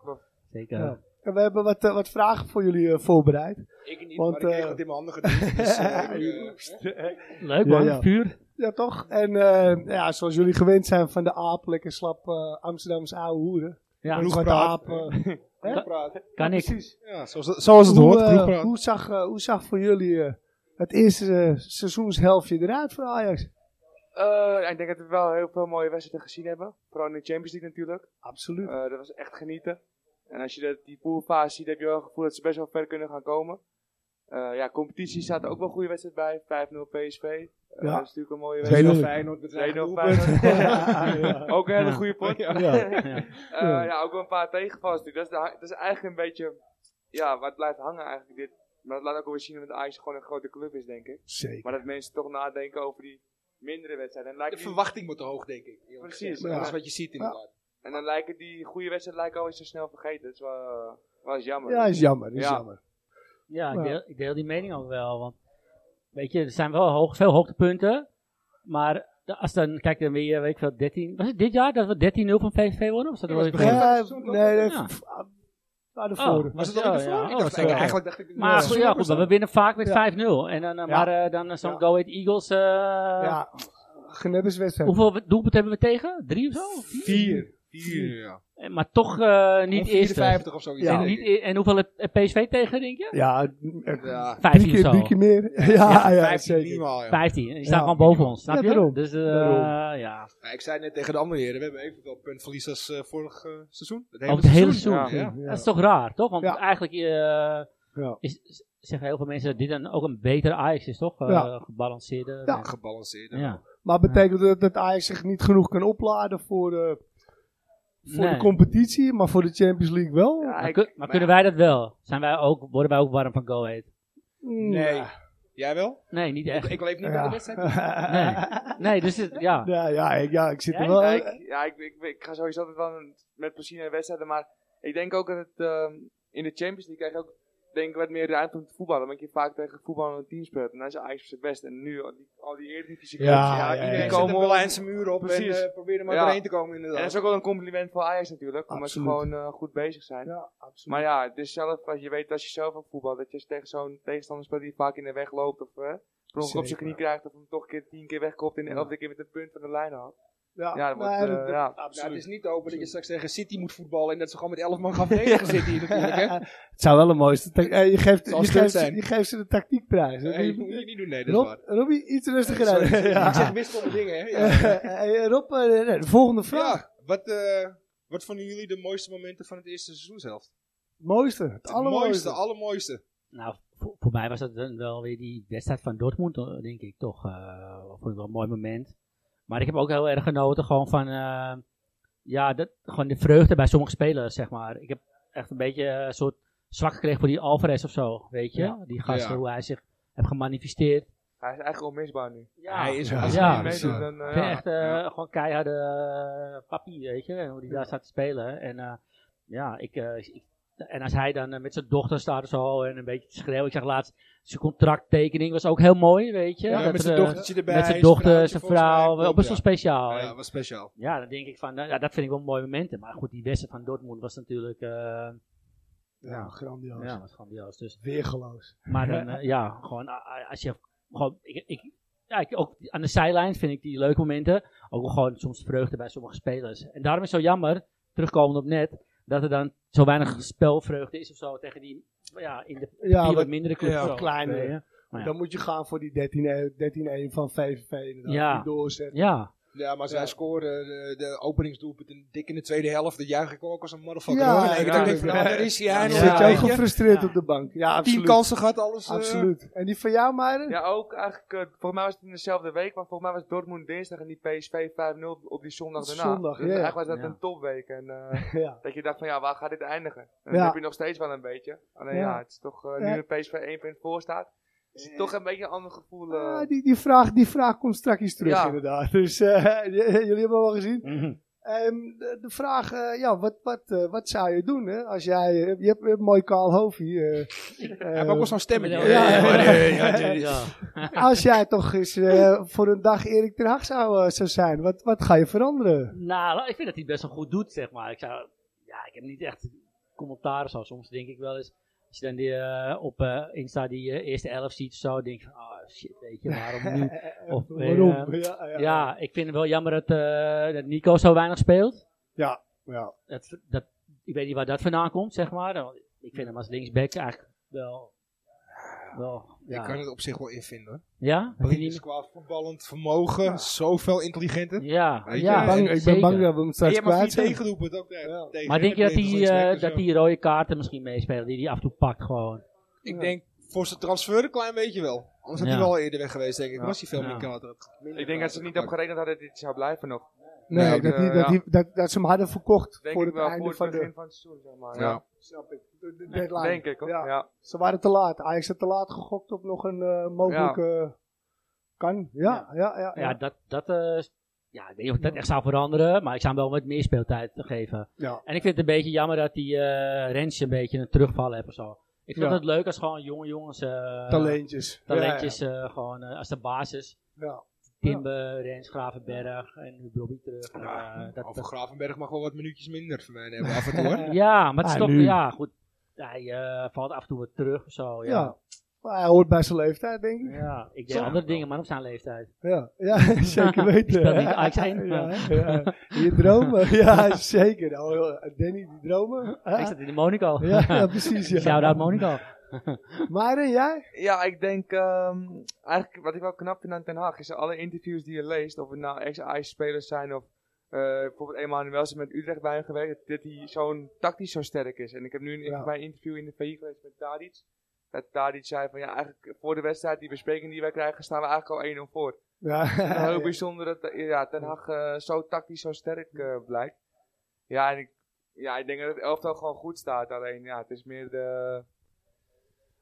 S6: Zeker.
S2: Ja. En we hebben wat, eh, wat vragen voor jullie eh, voorbereid.
S3: Ik niet,
S2: Want, maar ik kreeg eh, het
S3: in mijn Dus, eh, handen gedaan.
S6: Leuk
S2: Ja,
S6: man,
S2: ja.
S6: puur.
S2: Ja, toch? En eh, ja, zoals jullie gewend zijn van de aap, lekker slap eh Amsterdamse ouwe hoeren.
S6: Ja.
S2: Vroeg wat de
S3: Kroegpraat.
S2: aap. eh,
S6: Kan ik.
S2: precies.
S3: Ja, zoals, zoals het hoort.
S2: hoe, eh,
S3: kroegpraat.
S2: hoe, zag, eh, hoe zag voor jullie eh, het eerste eh, seizoenshelftje eruit voor Ajax?
S7: Eh, ik denk dat we wel heel veel mooie wedstrijden gezien hebben. Vooral in de Champions League natuurlijk.
S2: Absoluut.
S7: Eh, dat was echt genieten. En als je dat, die poolfase ziet, heb je wel het gevoel dat ze best wel ver kunnen gaan komen. Eh, ja, competitie staat er ook wel een goede wedstrijd bij. 5-0 PSV. Eh,
S2: Ja.
S7: Dat is natuurlijk een mooie wedstrijd.
S2: 2-0
S7: 2-0 Feyenoord. ook een hele goede pot. Ja.
S6: Ja.
S7: Eh, ja, ook wel een paar tegenvallers. natuurlijk. Dat is, de, dat is eigenlijk een beetje ja, wat blijft hangen eigenlijk. Dit. Maar dat laat ook wel weer zien dat Ajax gewoon een grote club is, denk ik.
S2: Zeker.
S7: Maar dat mensen toch nadenken over die mindere wedstrijden. En
S3: De
S7: lijkt niet-
S3: verwachting moet te hoog, denk ik. eerlijk
S7: Precies,
S3: gezegd.
S2: ja.
S3: Dat is wat je ziet inderdaad.
S7: En dan lijken die goede wedstrijden lijken alweer zo snel vergeten. Dat is wel, eh, wel eens jammer.
S2: Ja, is jammer. Is
S7: Ja.
S2: jammer.
S6: Ja,
S2: Ja.
S6: Nou, ik deel, ik deel die mening ook wel. Want weet je, er zijn wel hoog, veel hoogtepunten. Maar da- als dan, kijk dan weer, weet ik veel, 13. Was het dit jaar dat we 13-0 van VVV wonnen? Of zat er wel
S3: Ja, dat
S6: weer-
S3: begin van het
S2: Ja,
S3: seizoen toch?
S2: nee, nee.
S6: Ja.
S2: f- ah, Naar de voren.
S3: Was het
S6: Oh,
S3: al in de vorige?
S6: ja.
S3: Ik
S6: Oh,
S3: dacht,
S6: zo.
S3: ik- eigenlijk dacht ik...
S6: Maar goed, ja, goed, maar we winnen vaak met
S2: Ja.
S6: 5-0. En dan, eh, maar eh, dan eh, zo'n
S2: Ja.
S6: Go Ahead Eagles. eh,
S2: Ja, genepperswedstrijd.
S6: Hoeveel doelpunten hebben we tegen? Drie of zo?
S3: Vier. Oh, Vier, ja.
S6: Eh, Maar toch eh, niet eerst.
S3: 54 of zoiets.
S2: Ja.
S6: En,
S3: denk
S6: niet,
S3: ik.
S6: e- en hoeveel heb heb PSV tegen, denk je?
S2: Ja, eh,
S3: Ja,
S2: drie
S6: 15
S2: keer,
S6: of
S2: drie
S6: zo.
S2: keer meer. Ja, ja,
S3: 15
S2: zeker.
S3: minimaal, ja.
S6: 15. En die
S2: Ja,
S6: staan gewoon boven
S2: minimaal.
S6: ons, snap
S2: Ja,
S6: je?
S2: daarom.
S6: Dus eh,
S2: Daarom.
S6: ja.
S3: Ja, ik zei net tegen de andere heren, we hebben evenveel puntverlies als eh, vorig eh, seizoen. Het
S6: Over het hele
S7: seizoen,
S3: Ja,
S6: Dat is toch raar, toch? Want
S2: Ja.
S6: eigenlijk eh,
S2: Ja.
S6: is, z- zeggen heel veel mensen dat dit dan ook een betere Ajax is, toch? Eh,
S2: Ja.
S6: Gebalanceerde.
S2: Ja.
S3: Gebalanceerd.
S6: Ja.
S3: Ja.
S2: Maar betekent dat dat Ajax zich niet genoeg kan opladen voor, eh, voor
S6: Nee.
S2: de competitie, maar voor de Champions League wel?
S7: Ja,
S6: Maar,
S7: ik-
S6: kun- maar kunnen wij dat wel? Zijn wij ook, worden wij ook warm van Go Ahead?
S7: Mm.
S3: Nee. Jij wel?
S6: Nee, niet echt.
S3: Ik leef niet bij
S2: Ja.
S3: de wedstrijd.
S6: Nee, nee dus het, ja.
S2: Ja, ja, ik, ja, ik zit er
S6: Jij?
S2: wel.
S7: Ja, ik, ja, ik, ik, ik ga sowieso altijd wel een- met plezier naar wedstrijden. Maar ik denk ook dat het ehm, in de Champions League krijg je ook denk ik wat meer ruimte om te voetballen. Want je vaak tegen voetballende teams speelt. En dan is Ajax het best. En nu al die, al die
S3: Dus
S7: eredivisie clubs.
S5: Ja,
S7: die
S5: ja,
S3: Iedereen
S5: ja.
S3: zet
S7: komen
S3: een
S7: op.
S3: Berlijnse muur op
S7: Precies.
S3: en eh probeer er maar
S7: Ja.
S3: doorheen te komen
S7: En dat
S3: inderdaad.
S7: is ook wel een compliment voor Ajax natuurlijk. Omdat ze
S2: Absoluut.
S7: gewoon eh, goed bezig zijn.
S2: Ja, absoluut.
S7: Maar ja, het is zelf, als je weet als je zelf ook voetbal, dat je als je tegen zo'n tegenstander speelt die vaak in de weg loopt of eh, per ongeluk op zijn
S2: Zeker.
S7: knie krijgt of hem toch een keer tien keer wegkopt en de elfde keer met een punt van de lijn haalt. Ja, dat wordt,
S2: nee,
S7: eh,
S2: dat-
S7: ja.
S3: Ja, Nou, het is
S2: absoluut.
S3: niet open dat je straks tegen City moet voetballen en dat ze gewoon met 11 man gaan verdedigen City natuurlijk. Hè?
S2: Het zou wel een mooiste. tac- eh, je, geeft,
S3: Zal
S2: je,
S3: stuk
S2: geeft, ze-
S3: zijn.
S2: je geeft ze de tactiekprijs. hè.
S3: Nee, dat moet je niet doen, nee, dat is
S2: Rob,
S3: waar.
S2: Robbie, iets rustiger
S3: Sorry,
S2: uit. Ja.
S3: Ik zeg wisselende dingen, hè? Ja.
S2: Eh, eh, Rob, eh, nee, de volgende vraag.
S3: Ja, wat, eh, wat vonden jullie de mooiste momenten van het eerste seizoenshelft?
S2: Mooiste. Het
S3: Het mooiste,
S2: allermooiste.
S3: allermooiste.
S6: Nou, voor, voor mij was dat dan wel weer die wedstrijd van Dortmund, eh, denk ik toch. eh vond ik wel een mooi moment. Maar ik heb ook heel erg genoten gewoon van, eh, ja, dat, gewoon de vreugde bij sommige spelers, zeg maar. Ik heb echt een beetje eh, een soort zwak gekregen voor die Alvarez of zo, weet je. Die gast,
S3: Ja.
S6: hoe hij zich heeft gemanifesteerd.
S7: Hij is eigenlijk onmisbaar nu.
S6: Ja,
S3: Hij is
S6: ja.
S3: als
S6: Ja.
S3: hij meedoet,
S7: Meedoen,
S3: dan-
S7: dan, eh,
S6: Ik vind
S7: ja.
S6: echt eh, gewoon keiharde uh, papi, weet je, hoe die daar staat te spelen. En eh, ja, ik, eh, ik- en als hij dan eh, met zijn dochter staat zo en een beetje te schreeuwen. Ik zag laatst, zijn contracttekening was ook heel mooi, weet je.
S3: Ja,
S6: Dat
S3: met
S6: er,
S3: zijn
S6: eh,
S3: dochtertje erbij.
S6: Met zijn dochter,
S3: vrouwtje
S6: zijn
S3: volgens mij,
S6: vrouw, eh,
S3: klopt,
S6: wel best wel
S3: ja.
S6: speciaal.
S3: Ja,
S6: Ja,
S3: dat was speciaal.
S6: dan denk ik van, nou, ja, dat vind ik wel mooie momenten. Maar goed, die wedstrijd van Dortmund was natuurlijk, eh
S2: Ja, grandioos.
S6: ja, was grandioos. Dus
S2: Weergeloos.
S6: maar dan, eh, ja, gewoon a- a- als je gewoon, ik, ik, ja, ik, ook aan de zijlijn vind ik die leuke momenten ook wel gewoon soms vreugde bij sommige spelers. En daarom is het zo jammer, terugkomend op net, dat er dan zo weinig spelvreugde is of zo tegen die, ja, in de
S2: Ja,
S6: die wat
S2: wat,
S6: mindere clubs.
S2: ja,
S6: zo.
S2: kleinere.
S6: Ja, ja.
S2: dan moet je gaan voor die 13-1 13-1 van VVV inderdaad.
S6: Ja.
S2: Die doorzet.
S6: Ja,
S3: Ja, maar als
S2: Ja.
S3: wij scoren eh, de, de openingsdoelpunt in, dik in de tweede helft, dan juich ik ook als een motherfucker.
S2: Ja,
S3: hoor. Nee, ik
S7: ja.
S3: denk ik van, nou, daar is hij.
S2: Ja,
S3: hij
S2: dan zit
S3: nog,
S2: je ook
S3: weet je.
S2: gefrustreerd
S6: Ja.
S2: op de bank. Ja, absoluut.
S3: Tien kansen gehad, alles. eh,
S2: Absoluut. En die van jou, Meijden?
S7: Ja, ook eigenlijk, eh, volgens mij was het in dezelfde week, want volgens mij was Dortmund dinsdag en die PSV 5-0 op die zondag daarna.
S2: Zondag,
S7: dus
S2: ja, ja.
S7: eigenlijk was
S6: Ja.
S7: dat een topweek. En eh,
S2: Ja.
S7: dat je dacht van ja, waar gaat dit eindigen?
S2: Ja.
S7: En dat heb je nog steeds wel een beetje. Alleen
S2: Ja.
S7: ja, het is toch, eh,
S2: Ja.
S7: nu de PSV 1 punt voor staat, is het toch een beetje een ander gevoel. eh.
S2: Ah, die, die, vraag, die vraag komt straks terug,
S7: Ja.
S2: inderdaad. Dus eh, j- jullie hebben hem wel gezien.
S7: Mhm.
S2: Ehm, de, de vraag, eh, ja, wat, wat, eh, wat zou je doen hè, als jij. eh, je, hebt, je hebt een mooi kaal hoofd hier.
S3: Hij heeft ook wel zo'n stemmetje.
S6: Ja,
S2: eh, ja, ja.
S6: ja.
S2: als jij toch eens eh, voor een dag Erik ten Hag zou, eh, zou zijn, wat, wat ga je veranderen?
S6: Nou, ik vind dat hij het best wel goed doet, zeg maar. Ik zou, ja, ik heb niet echt commentaar of zo. Soms denk ik wel eens, als je dan die, eh, op eh, Insta die eh, eerste elf ziet of zo, denk ik van, oh shit, weet je, waarom nu? Of, eh,
S2: Waarom? Ja, ja.
S6: ja, ik vind het wel jammer dat, eh, dat Nico zo weinig speelt.
S2: Ja, ja.
S6: Dat, dat, ik weet niet waar dat vandaan komt, zeg maar. Want Ik vind hem als linksback eigenlijk wel... wel
S3: Ik
S6: ja.
S3: kan het op zich wel invinden. hoor.
S6: ja? Vind je
S3: Alleen is
S6: niet-
S3: qua voetballend vermogen zoveel intelligenter.
S6: Ja,
S3: Weet je,
S6: ja,
S3: en
S2: Bang, ik ben
S6: zeker.
S2: bang dat we hem
S3: En
S2: straks
S3: je mag
S2: kwijt
S3: niet
S2: zijn.
S3: tegenroepen. Dat, eh,
S2: Ja.
S3: tegen,
S6: Maar denk je dat
S3: Dan
S6: die,
S3: ben gewoon
S6: eh,
S3: linksback
S6: dat
S3: of zo.
S6: die rode kaarten misschien meespelen, die hij af en toe pakt gewoon?
S3: Ik denk voor zijn transfer een klein beetje wel. Anders had
S6: Ja.
S3: hij wel al eerder weg geweest, denk ik.
S7: Ja.
S3: Was hij veel
S6: Ja.
S3: meer kaart had.
S7: ik denk dat ze het niet op gerekend hadden dat dit zou blijven nog.
S2: Nee,
S3: Nee,
S2: dat,
S7: eh,
S2: die, dat,
S7: ja.
S2: die- dat, dat ze hem hadden verkocht
S7: Denk
S2: voor
S7: ik
S2: het
S7: wel
S2: einde
S7: voor het
S2: van
S7: begin
S2: de.
S7: van het seizoen, zeg maar.
S3: Ja.
S7: Ja.
S2: Snap ik. De, de deadline.
S7: Denk ik hoor.
S2: Ja.
S7: Ja.
S2: Ze waren te laat. Ajax had te laat gegokt op nog een eh, mogelijke. Kan. Ja, ja, ja.
S6: Ja, dat, dat eh, ja, ik weet niet of dat echt zou veranderen, maar ik zou hem wel wat meer speeltijd geven.
S2: Ja.
S6: En ik vind het een beetje jammer dat die eh Rensje een beetje een terugval heeft of zo. Ik vind
S2: Ja.
S6: het leuk als gewoon jonge jongens, eh,
S2: Talentjes.
S6: talentjes eh, gewoon eh, als de basis.
S2: Ja, ja.
S6: Timber, Rens, Gravenberg en nu Robbie terug. En, eh, dat,
S3: Over Gravenberg mag wel wat minuutjes minder van mij hebben af en toe. hoor.
S6: ja, maar het is
S2: Ah,
S6: toch,
S2: nu.
S6: ja, goed. Hij eh, valt af en toe wat terug of zo.
S2: Ja.
S6: Ja, ja.
S2: Maar hij hoort bij zijn leeftijd, denk ik.
S6: ik deed andere dingen, maar op zijn leeftijd.
S2: Ja, ja zeker weten.
S6: Die speelt niet Ajax één.
S2: Ja, ja. Je dromen. Ja, zeker. Oh, Danny, die dromen.
S6: Ik
S2: Ja,
S6: zat in de Monaco.
S2: ja, precies.
S6: Shout-out
S2: Ja.
S6: Monaco.
S2: Maar en jij?
S7: Ja, ik denk ehm, eigenlijk wat ik wel knap vind aan Den Haag is dat alle interviews die je leest, of het nou ex-IJs-spelers zijn of eh bijvoorbeeld Emanuel is met Utrecht bij hem gewerkt, dat hij zo'n tactisch zo sterk is. En ik heb nu een,
S2: Ja.
S7: bij een interview in de VI gelezen met Tadic, dat Tadic zei van ja, eigenlijk voor de wedstrijd, die bespreking die wij krijgen, staan we eigenlijk al 1-0 voor.
S2: Ja,
S7: Ja, heel bijzonder dat eh, ja, Den Haag eh, zo tactisch zo sterk eh, blijkt. Ja, en ik, ja, ik denk dat het elftal gewoon goed staat. Alleen, ja, het is meer de...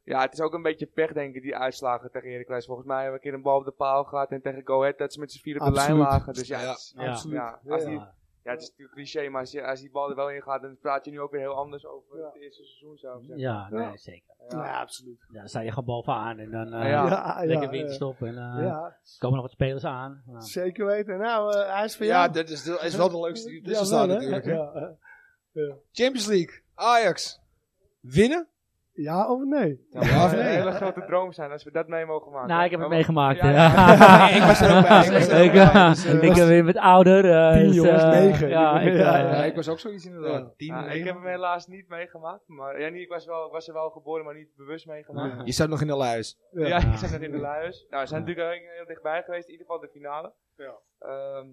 S7: Ja, het is ook een beetje pech, denk ik, die uitslagen tegen Heracles. Volgens mij hebben we een keer een bal op de paal gehad en tegen Go Ahead dat ze met z'n vier op de lijn
S2: Absoluut.
S7: lagen. Dus ja,
S3: Ja,
S7: het is-
S6: ja.
S7: ja, als die, Ja, het is natuurlijk cliché, maar als, je, als die bal er wel in gaat, dan praat je nu ook weer heel anders over
S2: Ja.
S7: het eerste seizoen, zou ik zeggen.
S6: Ja, nee,
S2: Ja.
S6: zeker.
S2: Ja, absoluut.
S6: Ja, dan sta je gewoon bovenaan en dan eh
S7: Ja,
S2: ja,
S6: lekker
S2: ja,
S6: winst op. En eh,
S2: ja. Ja,
S6: er komen nog wat spelers aan. Nou,
S2: zeker weten. Nou, eh, hij is voor
S3: Ja,
S2: jou.
S3: dat is, dat is wel de leukste die
S2: Ja,
S3: tussen staat
S2: wel, hè?
S3: natuurlijk. hè.
S2: Ja, eh.
S3: Champions League, Ajax. Winnen?
S2: ja of nee?
S7: Ja, maar
S3: Ja,
S7: het zou
S3: nee.
S7: een hele grote droom zijn als we dat mee mogen maken.
S6: nou, ik heb het
S7: Maar-
S6: meegemaakt.
S7: Ja,
S6: hè.
S7: ja.
S3: Ik was er ook bij, ik was er ook
S6: Ik,
S3: bij,
S6: eh,
S3: dus, eh,
S6: Ik ben weer wat ouder. eh,
S2: Tien
S6: dus,
S2: jongens,
S6: eh,
S2: negen.
S6: Ja, ik, eh,
S2: Ja,
S3: Ja, ik was ook zoiets inderdaad.
S2: Ja.
S3: Tien,
S7: Ja, ik
S3: negen.
S7: heb hem helaas niet meegemaakt. Maar, ja, niet, ik was, wel, ik was er wel geboren, maar niet bewust meegemaakt.
S3: Je zat nog in de luis.
S2: Ja.
S7: Ja, ik zat net in de luis. Nou, we zijn natuurlijk heel, heel dichtbij geweest. In ieder geval de finale.
S2: Ja.
S7: Ehm,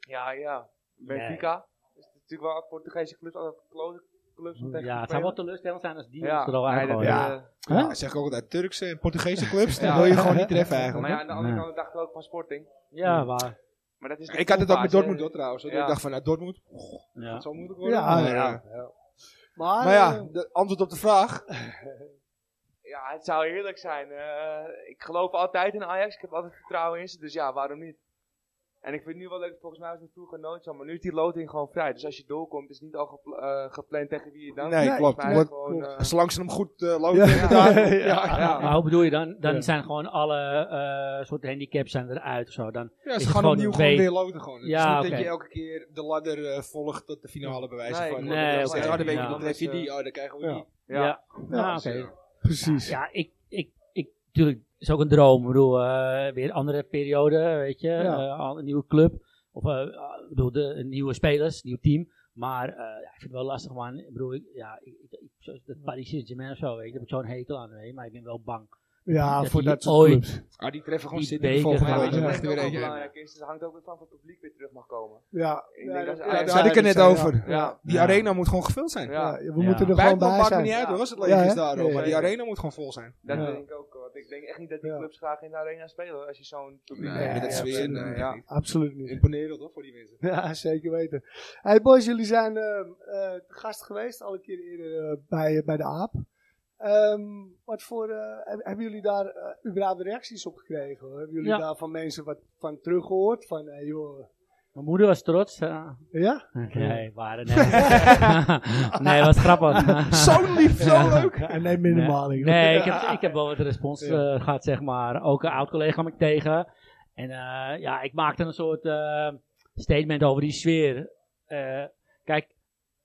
S7: ja, ja. Benfica. Dat is natuurlijk wel Portugese clubs, altijd klote clubs. om tegen
S6: Ja,
S7: te
S6: het zou wel
S7: spelen.
S6: teleurstellend zijn als die
S7: Ja,
S6: ons er al
S7: nee,
S6: aan
S7: dat,
S6: gooien.
S7: eh,
S3: Ja, dat zeg ik ook altijd Turkse en Portugese clubs.
S7: Ja.
S3: Dus Die wil je gewoon niet treffen
S7: Maar
S3: eigenlijk.
S7: ja, aan de andere
S6: Ja.
S7: kant dacht ik ook van Sporting.
S6: Ja, waar.
S7: Maar dat is de
S3: Ik had het ook
S7: poolfase,
S3: met Dortmund
S7: hè.
S3: hoor, trouwens. hoor.
S7: Ja.
S3: Ik dacht van, nou, Dortmund.
S6: Ja.
S3: Dat zal moeilijk worden.
S2: Ja,
S3: Maar,
S2: ja.
S3: eh,
S2: Maar,
S3: Maar ja,
S2: eh,
S3: de antwoord op de vraag.
S7: Ja, het zou heerlijk zijn. Eh, ik geloof altijd in Ajax. Ik heb altijd vertrouwen in ze. Dus ja, waarom niet? En ik vind nu wel leuk, volgens mij was het vroeger nooit zo. Maar nu is die loting gewoon vrij. Dus als je doorkomt, is het niet al gepla- eh, gepland tegen wie je dan.
S3: Nee,
S2: Nee,
S3: klopt.
S7: Maar
S3: Wordt-
S7: gewoon, eh,
S3: Zolang ze hem goed eh
S2: Ja.
S3: lopen. Ja.
S7: ja, ja.
S6: Maar hoe bedoel je dan? Dan
S2: Ja.
S6: zijn gewoon alle eh soort handicaps zijn eruit of zo. Dan,
S3: Ja,
S6: Is
S3: ze
S6: het
S3: gaan
S6: gewoon
S3: opnieuw
S6: een
S3: gewoon
S6: B?
S3: weer loten. Gewoon. Het
S6: Ja,
S3: is niet
S6: oké.
S3: dat je elke keer de ladder eh, volgt tot de finale bewijzen
S7: Nee,
S3: van.
S7: ik-
S6: Nee,
S3: Ja,
S6: oké.
S3: ja, dan weet je,
S6: Ja.
S3: dan tref je die, oh, dan krijgen we
S2: Ja.
S3: die.
S6: ja.
S7: Ja.
S6: Ah, oké.
S3: zo.
S2: precies.
S6: Ja, ik, ik, ik, natuurlijk, is ook een droom. Ik bedoel, eh, weer een andere periode, weet je.
S2: Ja.
S6: eh, al een nieuwe club. Of, eh, ah, ik bedoel, de, nieuwe spelers, nieuw team. Maar eh, ja, ik vind het wel lastig, man. Ik bedoel, ik, ja, ik, ik- ik- zoals dat Paris Saint-Germain of zo, weet je. Daar heb ik zo'n hekel aan, weet je. Maar ik ben wel bang.
S2: Ja,
S6: Dat
S2: voor
S6: die
S2: dat soort
S6: ooit-
S2: clubs.
S3: Ah, die treffen gewoon
S6: Die
S3: zitten.
S6: beker
S3: Volgende
S6: gaan
S3: week.
S7: maar dat
S3: Dan
S6: we-
S7: is
S3: krijgt er
S7: ook
S3: weer
S7: wel
S3: eentje.
S7: belangrijk is. Het hangt ook weer van of het publiek weer terug mag komen.
S2: Ja,
S7: Ik denk dat-
S3: Ja,
S7: Ja,
S3: daar had ik het net
S2: ja.
S3: over.
S7: Ja.
S3: Die arena moet gewoon gevuld zijn.
S7: Ja,
S2: Ja, we
S6: Ja.
S2: moeten er gewoon
S3: Maakt
S2: bij
S3: maakt me
S2: zijn.
S3: niet uit hoor, als het leeg
S2: Ja, hè?
S3: is daarom.
S2: Ja,
S3: Maar
S2: ja.
S3: die arena moet gewoon vol zijn.
S7: dat
S2: Ja.
S7: denk ik ook. Want ik denk echt niet dat die
S2: Ja.
S7: clubs graag in de arena spelen. Als je zo'n publiek
S3: Nee,
S2: Nee,
S3: dat is weer
S2: absoluut
S3: een,
S2: niet.
S3: eh, ja.
S2: Absoluut niet.
S3: imponerend hoor, voor die mensen.
S2: Ja, zeker weten. Hey boys, jullie zijn ehm, eh, te gast geweest, al een keer eerder eh, bij, bij de AAP. Ehm, wat voor, eh, heb- hebben jullie daar eh, überhaupt reacties op gekregen? hoor? Hebben jullie
S6: Ja.
S2: daar van mensen wat van teruggehoord? Van, hey, joh.
S6: Mijn moeder was trots. eh.
S2: Ja?
S6: Nee, waren nee. nee, was grappig.
S3: Zo lief, zo leuk!
S2: Ja, neem me in de maling.
S6: Nee, ik heb, ik heb wel wat respons eh, gehad, zeg maar. Ook een oud-collega kwam ik tegen. En eh, ja, ik maakte een soort eh, statement over die sfeer. Eh, kijk,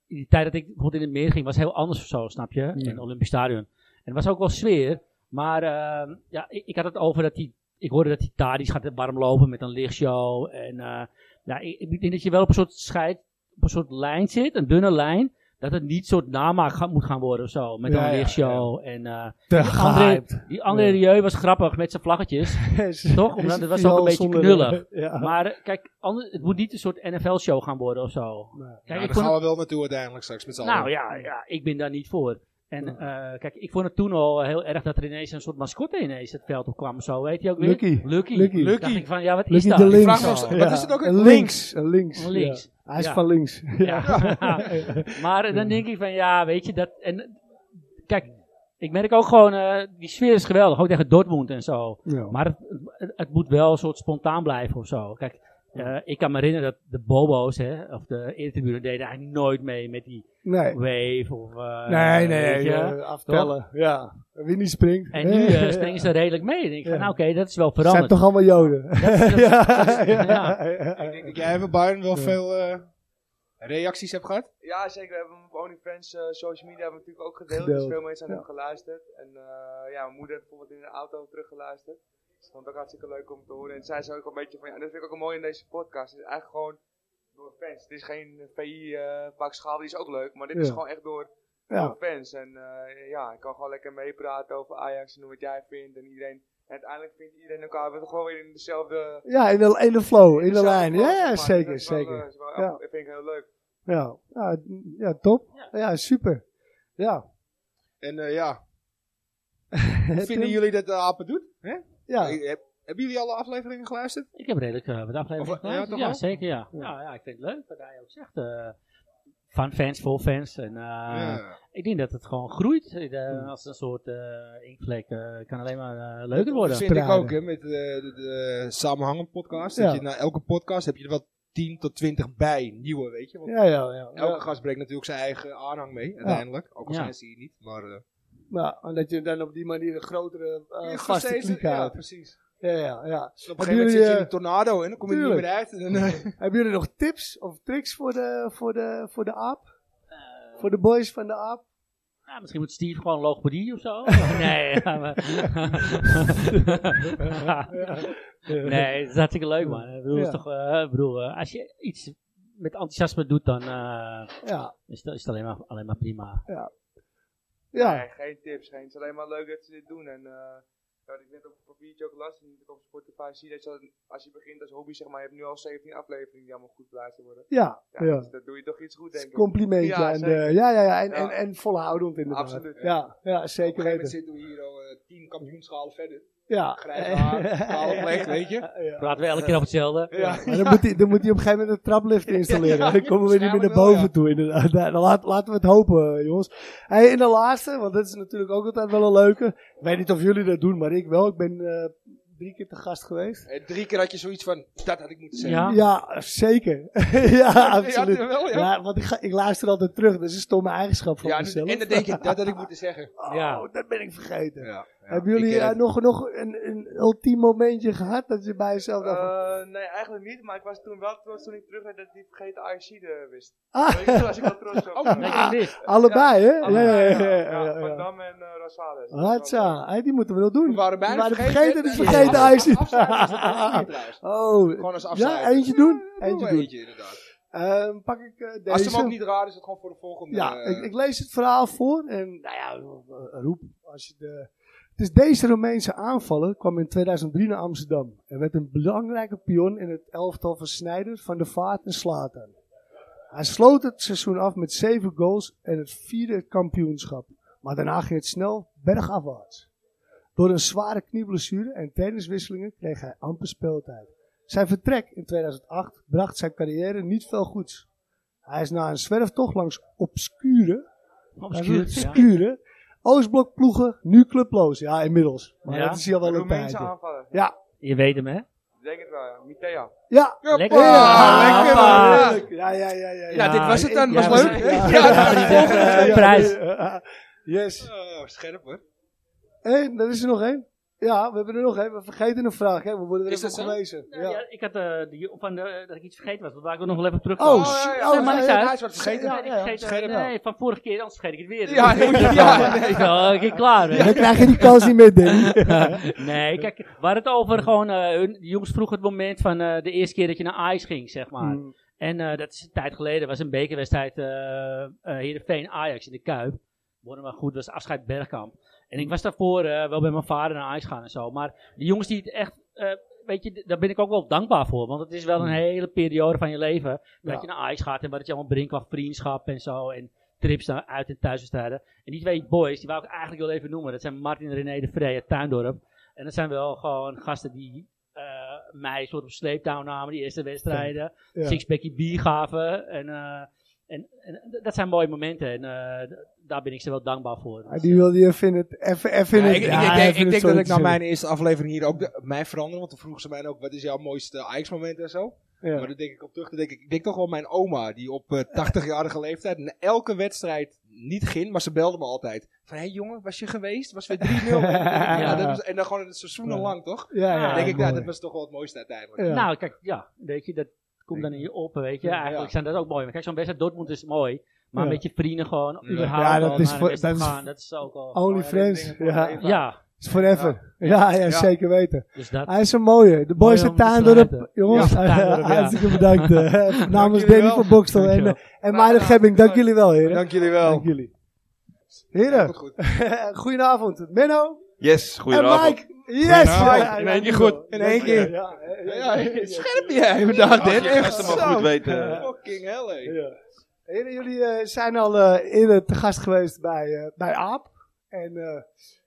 S6: die tijd dat ik bijvoorbeeld in het meer ging, was heel anders of zo, snap je? In het Olympisch Stadion. En het was ook wel sfeer. Maar eh, ja, ik, ik had het over dat die... Ik hoorde dat die Tadis gaat warm lopen met een lichtshow. En eh, ja, ik, ik denk dat je wel op een soort scheid... Op een soort lijn zit, een dunne lijn. Dat het niet soort namaak gaat- moet gaan worden of zo. Met
S2: Ja, ja,
S6: een
S2: ja.
S6: lichtshow en... eh,
S2: te
S6: André, die André Rieu was grappig met zijn vlaggetjes. Toch? Omdat het was ook een beetje knullig.
S2: Ja.
S6: Maar eh, kijk, ander- het moet niet een soort NFL-show gaan worden of zo.
S2: Nee.
S6: Kijk,
S3: Ja,
S6: ik
S3: daar
S6: vond
S3: gaan we wel naartoe uiteindelijk straks met z'n allen.
S6: nou ja, ja, ik ben daar niet voor. En eh, kijk, ik vond het toen al heel erg dat er ineens een soort mascotte ineens het veld op kwam. Zo, weet je ook weer?
S2: Lucky.
S6: Lucky.
S2: Lucky.
S6: Dacht ik van, ja, wat
S2: Lucky
S6: is dat?
S2: de
S3: Ik
S2: Links.
S3: vraag me af, wat is het ook?
S2: Een links. Een links.
S6: Van links.
S2: ja. Hij is
S6: Ja.
S2: van links.
S6: Ja. maar eh, dan denk ik van ja, weet je dat. En eh, kijk, ik merk ook gewoon, eh, die sfeer is geweldig. Ook tegen Dortmund en zo.
S2: Ja.
S6: Maar het, het, het moet wel een soort spontaan blijven of zo. Kijk, eh, ik kan me herinneren dat de Bobo's, hè, of de Eertribune, deden eigenlijk nooit mee met die
S2: Nee.
S6: wave. Of, eh,
S2: Nee, nee,
S6: weet
S2: nee.
S6: je.
S2: eh, aftellen. Ja. Wie niet springt.
S6: En nu eh, springen ze redelijk mee. Dan denk ik van,
S2: Ja.
S6: nou, oké, dat is wel
S2: Het zijn
S6: veranderd.
S2: toch allemaal Joden? ja,
S6: ja.
S2: ja.
S3: Ik denk dat jij hebben Bayern wel veel eh, reacties hebt gehad.
S7: Ja, zeker. We hebben hem op OnlyFans, eh, social media hebben we natuurlijk ook gedeeld.
S2: Gedeeld,
S7: Dus veel mensen hebben
S2: ja.
S7: geluisterd. En eh, ja, mijn moeder heeft bijvoorbeeld in de auto teruggeluisterd. Dus ik vond het ook hartstikke leuk om te horen. En zij zei ook een beetje van, ja, en dat vind ik ook mooi in deze podcast. Het is eigenlijk gewoon door fans. Het is geen PI-pak schaal, die is ook leuk. Maar dit is
S2: Ja.
S7: gewoon echt door,
S2: Ja.
S7: door fans. En eh, ja, ik kan gewoon lekker meepraten over Ajax en hoe wat jij vindt. En iedereen, en uiteindelijk vindt iedereen elkaar. We zijn gewoon weer in dezelfde...
S2: Ja, in de, in de flow, in de
S7: dezelfde
S2: lijn. Ja,
S7: flow, zeg
S2: ja,
S7: maar. Dat
S2: zeker,
S7: is wel, eh,
S2: zeker.
S7: is wel-
S2: Ja.
S7: Dat vind ik heel leuk.
S2: Ja, ja, ja top. Ja, super. Ja.
S3: En eh, ja,
S2: Tim?
S3: hoe vinden jullie dat de apen doet? Hè?
S2: Ja,
S3: Ik- heb- hebben jullie alle afleveringen geluisterd?
S6: Ik heb redelijk eh, wat afleveringen
S3: Of, ja,
S6: geluisterd.
S3: toch
S6: Ja,
S3: wel?
S6: zeker, ja.
S2: Ja.
S6: Ja. ja. ik vind het leuk wat hij ook zegt. eh, van fans, voor fans. En, eh,
S3: Ja.
S6: Ik denk dat het gewoon groeit. eh, Als een soort eh inkvlek eh, kan alleen maar eh, leuker worden.
S3: Dat vind ik
S2: Praten.
S3: ook hè, met eh, de, de Samenhangen eh, podcast.
S2: Ja.
S3: Dat je na elke podcast heb je er wel 10 tot 20 bij nieuwe, weet je. Want
S2: Ja, ja, ja.
S3: elke gast brengt natuurlijk zijn eigen aanhang mee, uiteindelijk. Ook al
S6: Ja.
S3: zijn ze hier niet. Maar eh,
S2: Ja, en dat je dan op die manier een grotere
S3: je
S2: eh
S3: hebt
S2: gasten
S3: steeds-
S2: kliek
S3: Ja,
S2: houdt.
S3: precies.
S2: Ja, ja, ja.
S3: Dus op een
S2: Hebben
S3: gegeven moment
S2: jullie,
S3: zit je in
S2: eh,
S3: een tornado en dan kom je er niet meer
S2: tuurlijk.
S3: uit. En dan, eh,
S2: Hebben jullie nog tips of tricks voor de, voor de, voor de aap? Voor de boys van de aap?
S6: Nou, misschien moet Steve gewoon logopedie of zo. nee, ja, maar- nee, het is hartstikke leuk man. Ik bedoel, het is
S2: Ja.
S6: toch, eh, ik bedoel, eh, als je iets met enthousiasme doet, dan eh,
S2: Ja,
S6: is dat, is het alleen, maar, alleen maar prima.
S2: ja.
S7: Nee, geen tips. Geen. Het is alleen maar leuk dat ze dit doen. En eh, ja, wat ik net op een papiertje ook las, en ik op Spotify zie dat je dat- als je begint als hobby, zeg maar, je hebt nu al 17 afleveringen die allemaal goed plaatsen worden.
S2: Ja,
S7: Ja,
S2: ja.
S7: Dus dat doe je toch iets goed,
S2: Het is
S7: denk
S2: een
S7: ik.
S2: Complimentje
S7: Ja,
S2: aan de,
S7: zeker.
S2: ja, ja, ja. En,
S7: Ja.
S2: En, en volhoudend inderdaad.
S7: Absoluut.
S2: Ja, ja
S3: Op een
S2: zeker
S3: gegeven moment
S2: weten.
S3: zitten we hier al eh, tien kampioenschalen verder.
S2: Ja.
S3: Grijs haar, kaal vlecht, weet je.
S2: Ja.
S6: Praten we elke keer over hetzelfde.
S3: Ja.
S2: Maar dan, moet hij, dan moet hij op een gegeven moment een traplift installeren. dan komen we niet meer naar
S3: waarschijnlijk wel,
S2: boven
S3: ja.
S2: toe inderdaad. Nou, dan laat, laten we het hopen, eh, jongens. Hey, en de laatste, want dat is natuurlijk ook altijd wel een leuke. Ik weet niet of jullie dat doen, maar ik wel. Ik ben eh, drie keer te gast geweest.
S3: Eh, drie keer had je zoiets van, dat had ik moeten zeggen.
S6: Ja.
S2: Ja, zeker. ja, absoluut.
S3: Ja, wel, ja.
S2: Ja, want ik, ga, ik luister altijd terug. Dat is een stomme eigenschap van
S3: Ja,
S2: mezelf.
S3: en dan denk je, dat had ik moeten zeggen.
S2: Oh,
S6: Ja.
S2: dat ben ik vergeten.
S3: Ja,
S2: Hebben jullie
S3: ik, eh,
S2: eh, nog, nog een, een ultiem momentje gehad dat je bij jezelf dacht... van,
S7: Eh, nee, eigenlijk niet, maar ik was toen wel trots toen ik terug werd dat ik die vergeten Aishide wist.
S2: ah,
S7: Weet je, Daar was ik wel
S3: Oh,
S7: trots op.
S6: Nee,
S2: Ah,
S6: ik wist.
S2: allebei, hè?
S7: Allebei,
S2: ja, ja, ja.
S7: ja,
S2: ja, ja.
S7: Van Dam en eh Rosales.
S2: Hatsa, hey, die moeten we nog
S3: We
S2: doen.
S3: waren bijna
S2: waren
S3: vergeten.
S2: vergeten,
S3: Ja,
S2: dus vergeten
S3: af-
S2: ijs.
S3: afsluiten is het ook niet, trouwens.
S2: Oh,
S3: Gewoon als afsluiter.
S2: ja, eentje doen.
S3: Doe
S2: Eentje
S3: maar
S2: doen.
S3: eentje, inderdaad.
S2: Ehm, pak ik eh, deze.
S3: Als ze hem ook niet raden, is het gewoon voor de volgende.
S2: Ja,
S3: eh,
S2: ik, ik lees het verhaal voor en nou ja, eh, roep als je de... Het is Dus deze Romeinse aanvaller kwam in 2003 naar Amsterdam en werd een belangrijke pion in het elftal van Sneijder, Van der Vaart en Slatan. Hij sloot het seizoen af met zeven goals en het vierde kampioenschap, maar daarna ging het snel bergafwaarts. Door een zware knieblessure en trainerswisselingen kreeg hij amper speeltijd. Zijn vertrek in 2008 bracht zijn carrière niet veel goeds. Hij is na een zwerftocht langs obscure,
S6: Obscuur, ja.
S2: obscure Oostblok ploegen, nu clubloos. Ja, inmiddels. Maar
S6: Ja.
S2: dat is hier al
S7: Wel
S2: een
S7: Roemeense
S2: tijdje.
S7: aanvallen.
S6: Je weet hem, hè?
S7: Ik denk het wel, ja. Mitea.
S2: Ja,
S6: Lekker.
S2: Ja,
S3: lekker,
S6: Hoppa.
S3: man.
S2: leuk. Ja, ja, ja, ja.
S3: Ja, dit was het dan.
S6: Ja,
S3: Was
S6: we
S3: leuk.
S6: zijn-
S3: hè?
S6: ja, we gaan
S3: Ja,
S6: niet zeggen,
S3: volgende.
S6: eh, prijs.
S2: Yes.
S3: Oh, Scherp hoor.
S2: Hé, daar is er nog één. Ja, we hebben er nog één. We vergeten een vraag, hè. We worden er
S3: Is
S2: even op
S3: dat zo?
S2: gewezen.
S6: Ja,
S2: Ja.
S6: ja, ik had eh, die, van de, dat ik iets vergeten was. Dat waar ik nog wel even op terug
S2: Oh,
S6: kwam.
S2: shit.
S3: ja,
S2: Oh,
S6: Nee, maar
S2: ja,
S6: niks
S2: ja,
S6: uit.
S2: ja,
S3: Hij is wat vergeten.
S6: Nee, ik vergeet, eh,
S3: Scherp nou.
S6: nee, van vorige keer, anders vergeet ik het weer.
S3: Ja, nee, ja,
S6: Ik ben al een keer klaar.
S2: Dan
S6: hè.
S2: krijg je die kans niet meer, Danny.
S6: nee, kijk, we hadden het over gewoon, eh, hun, de jongens vroegen het moment van eh, de eerste keer dat je naar Ajax ging, zeg maar.
S2: Hmm.
S6: En eh, dat is een tijd geleden, was een bekerwedstrijd eh eh, Heerenveen-Ajax in de Kuip. Worden maar goed, was afscheid Bergkamp. En ik was daarvoor eh, wel bij mijn vader naar Ajax gaan en zo. Maar de jongens die het echt, eh, weet je, d- daar ben ik ook wel dankbaar voor. Want het is wel
S3: Hmm.
S6: een hele periode van je leven dat
S2: Ja.
S6: je naar Ajax gaat en wat het je allemaal brengt qua vriendschap en zo. En trips naar uit- en thuiswedstrijden. En die twee boys, die wou ik eigenlijk wel even noemen. Dat zijn Martin en René de Vrij uit Tuindorp. En dat zijn wel gewoon gasten die eh, mij soort op sleeptouw namen, die eerste wedstrijden
S2: Ja.
S6: sixpackje bier gaven. En, eh, en, en d- dat zijn mooie momenten. En eh, d- daar ben ik ze wel dankbaar voor.
S2: Ah, Die wilde je even in het... Even, even in
S3: Ja,
S2: het
S3: ik, ik,
S2: ja,
S3: ik
S2: even
S3: denk,
S2: in
S3: ik
S2: het
S3: denk dat ik na
S2: zonnetje
S3: mijn eerste aflevering hier ook de, mij veranderen. Want toen vroegen ze mij ook, wat is jouw mooiste Ajax-moment en zo.
S2: zitten.
S3: Maar dan denk ik op terug, dan denk ik, ik denk toch wel mijn oma. Die op eh, 80-jarige leeftijd na elke wedstrijd niet ging, maar ze belde me altijd. Van, hé jongen, was je geweest? Was weer 3-0. ja. dat was, en dan gewoon het seizoen lang, toch?
S2: Ja, ja,
S6: Ah,
S2: ja,
S3: Dan denk ik,
S2: mooi.
S3: nou, dat was toch wel het mooiste uiteindelijk.
S2: Ja.
S6: Nou, kijk, ja, weet je, dat komt dan in je op, weet je.
S2: Ja,
S6: Eigenlijk
S3: ja.
S6: zijn dat ook mooi. Maar kijk, zo'n wedstrijd Dortmund is mooi. Maar
S2: Ja.
S6: met je vrienden gewoon,
S3: Ja.
S6: überhaupt
S2: Ja, dat
S6: gewoon
S2: is
S6: naar een
S2: voor-
S6: wedstrijd
S2: dat is
S6: gaan. Dat is ook al...
S2: Only Friends. Ja,
S6: Ja,
S2: is forever. Ja, ja, zeker weten.
S6: dus dat...
S2: Hij is een mooie. De boys
S6: Mooi
S2: van
S6: om te
S2: Tuindorp.
S6: sluiten.
S2: Jongens,
S6: Ja, van Tuindorp, ja.
S2: hartstikke bedankt. eh, namens Danny
S3: wel.
S2: van Bokstel en,
S6: Dankjewel.
S2: eh, en Maarten Gebbing. Dank jullie wel, heren.
S3: Dank jullie wel.
S2: Dank jullie.
S3: Ja,
S2: Heren,
S3: goed.
S2: goedenavond. Menno
S1: Yes,
S2: en
S1: goedenavond.
S2: Mike. Yes!
S3: Goedenavond.
S2: Ja,
S3: In
S2: ja,
S3: één keer
S2: dankjewel.
S3: goed. In één keer.
S2: Ja, ja, ja,
S3: Ja,
S2: ja, ja, ja.
S3: scherp jij inderdaad,
S1: Als
S3: Dan.
S1: je
S3: Echt
S1: gasten maar
S3: zo.
S1: goed weten.
S2: Ja.
S3: Fucking hell, hé.
S2: Ja. Heren, jullie eh, zijn al eh, eerder te gast geweest bij, eh, bij AAP. En eh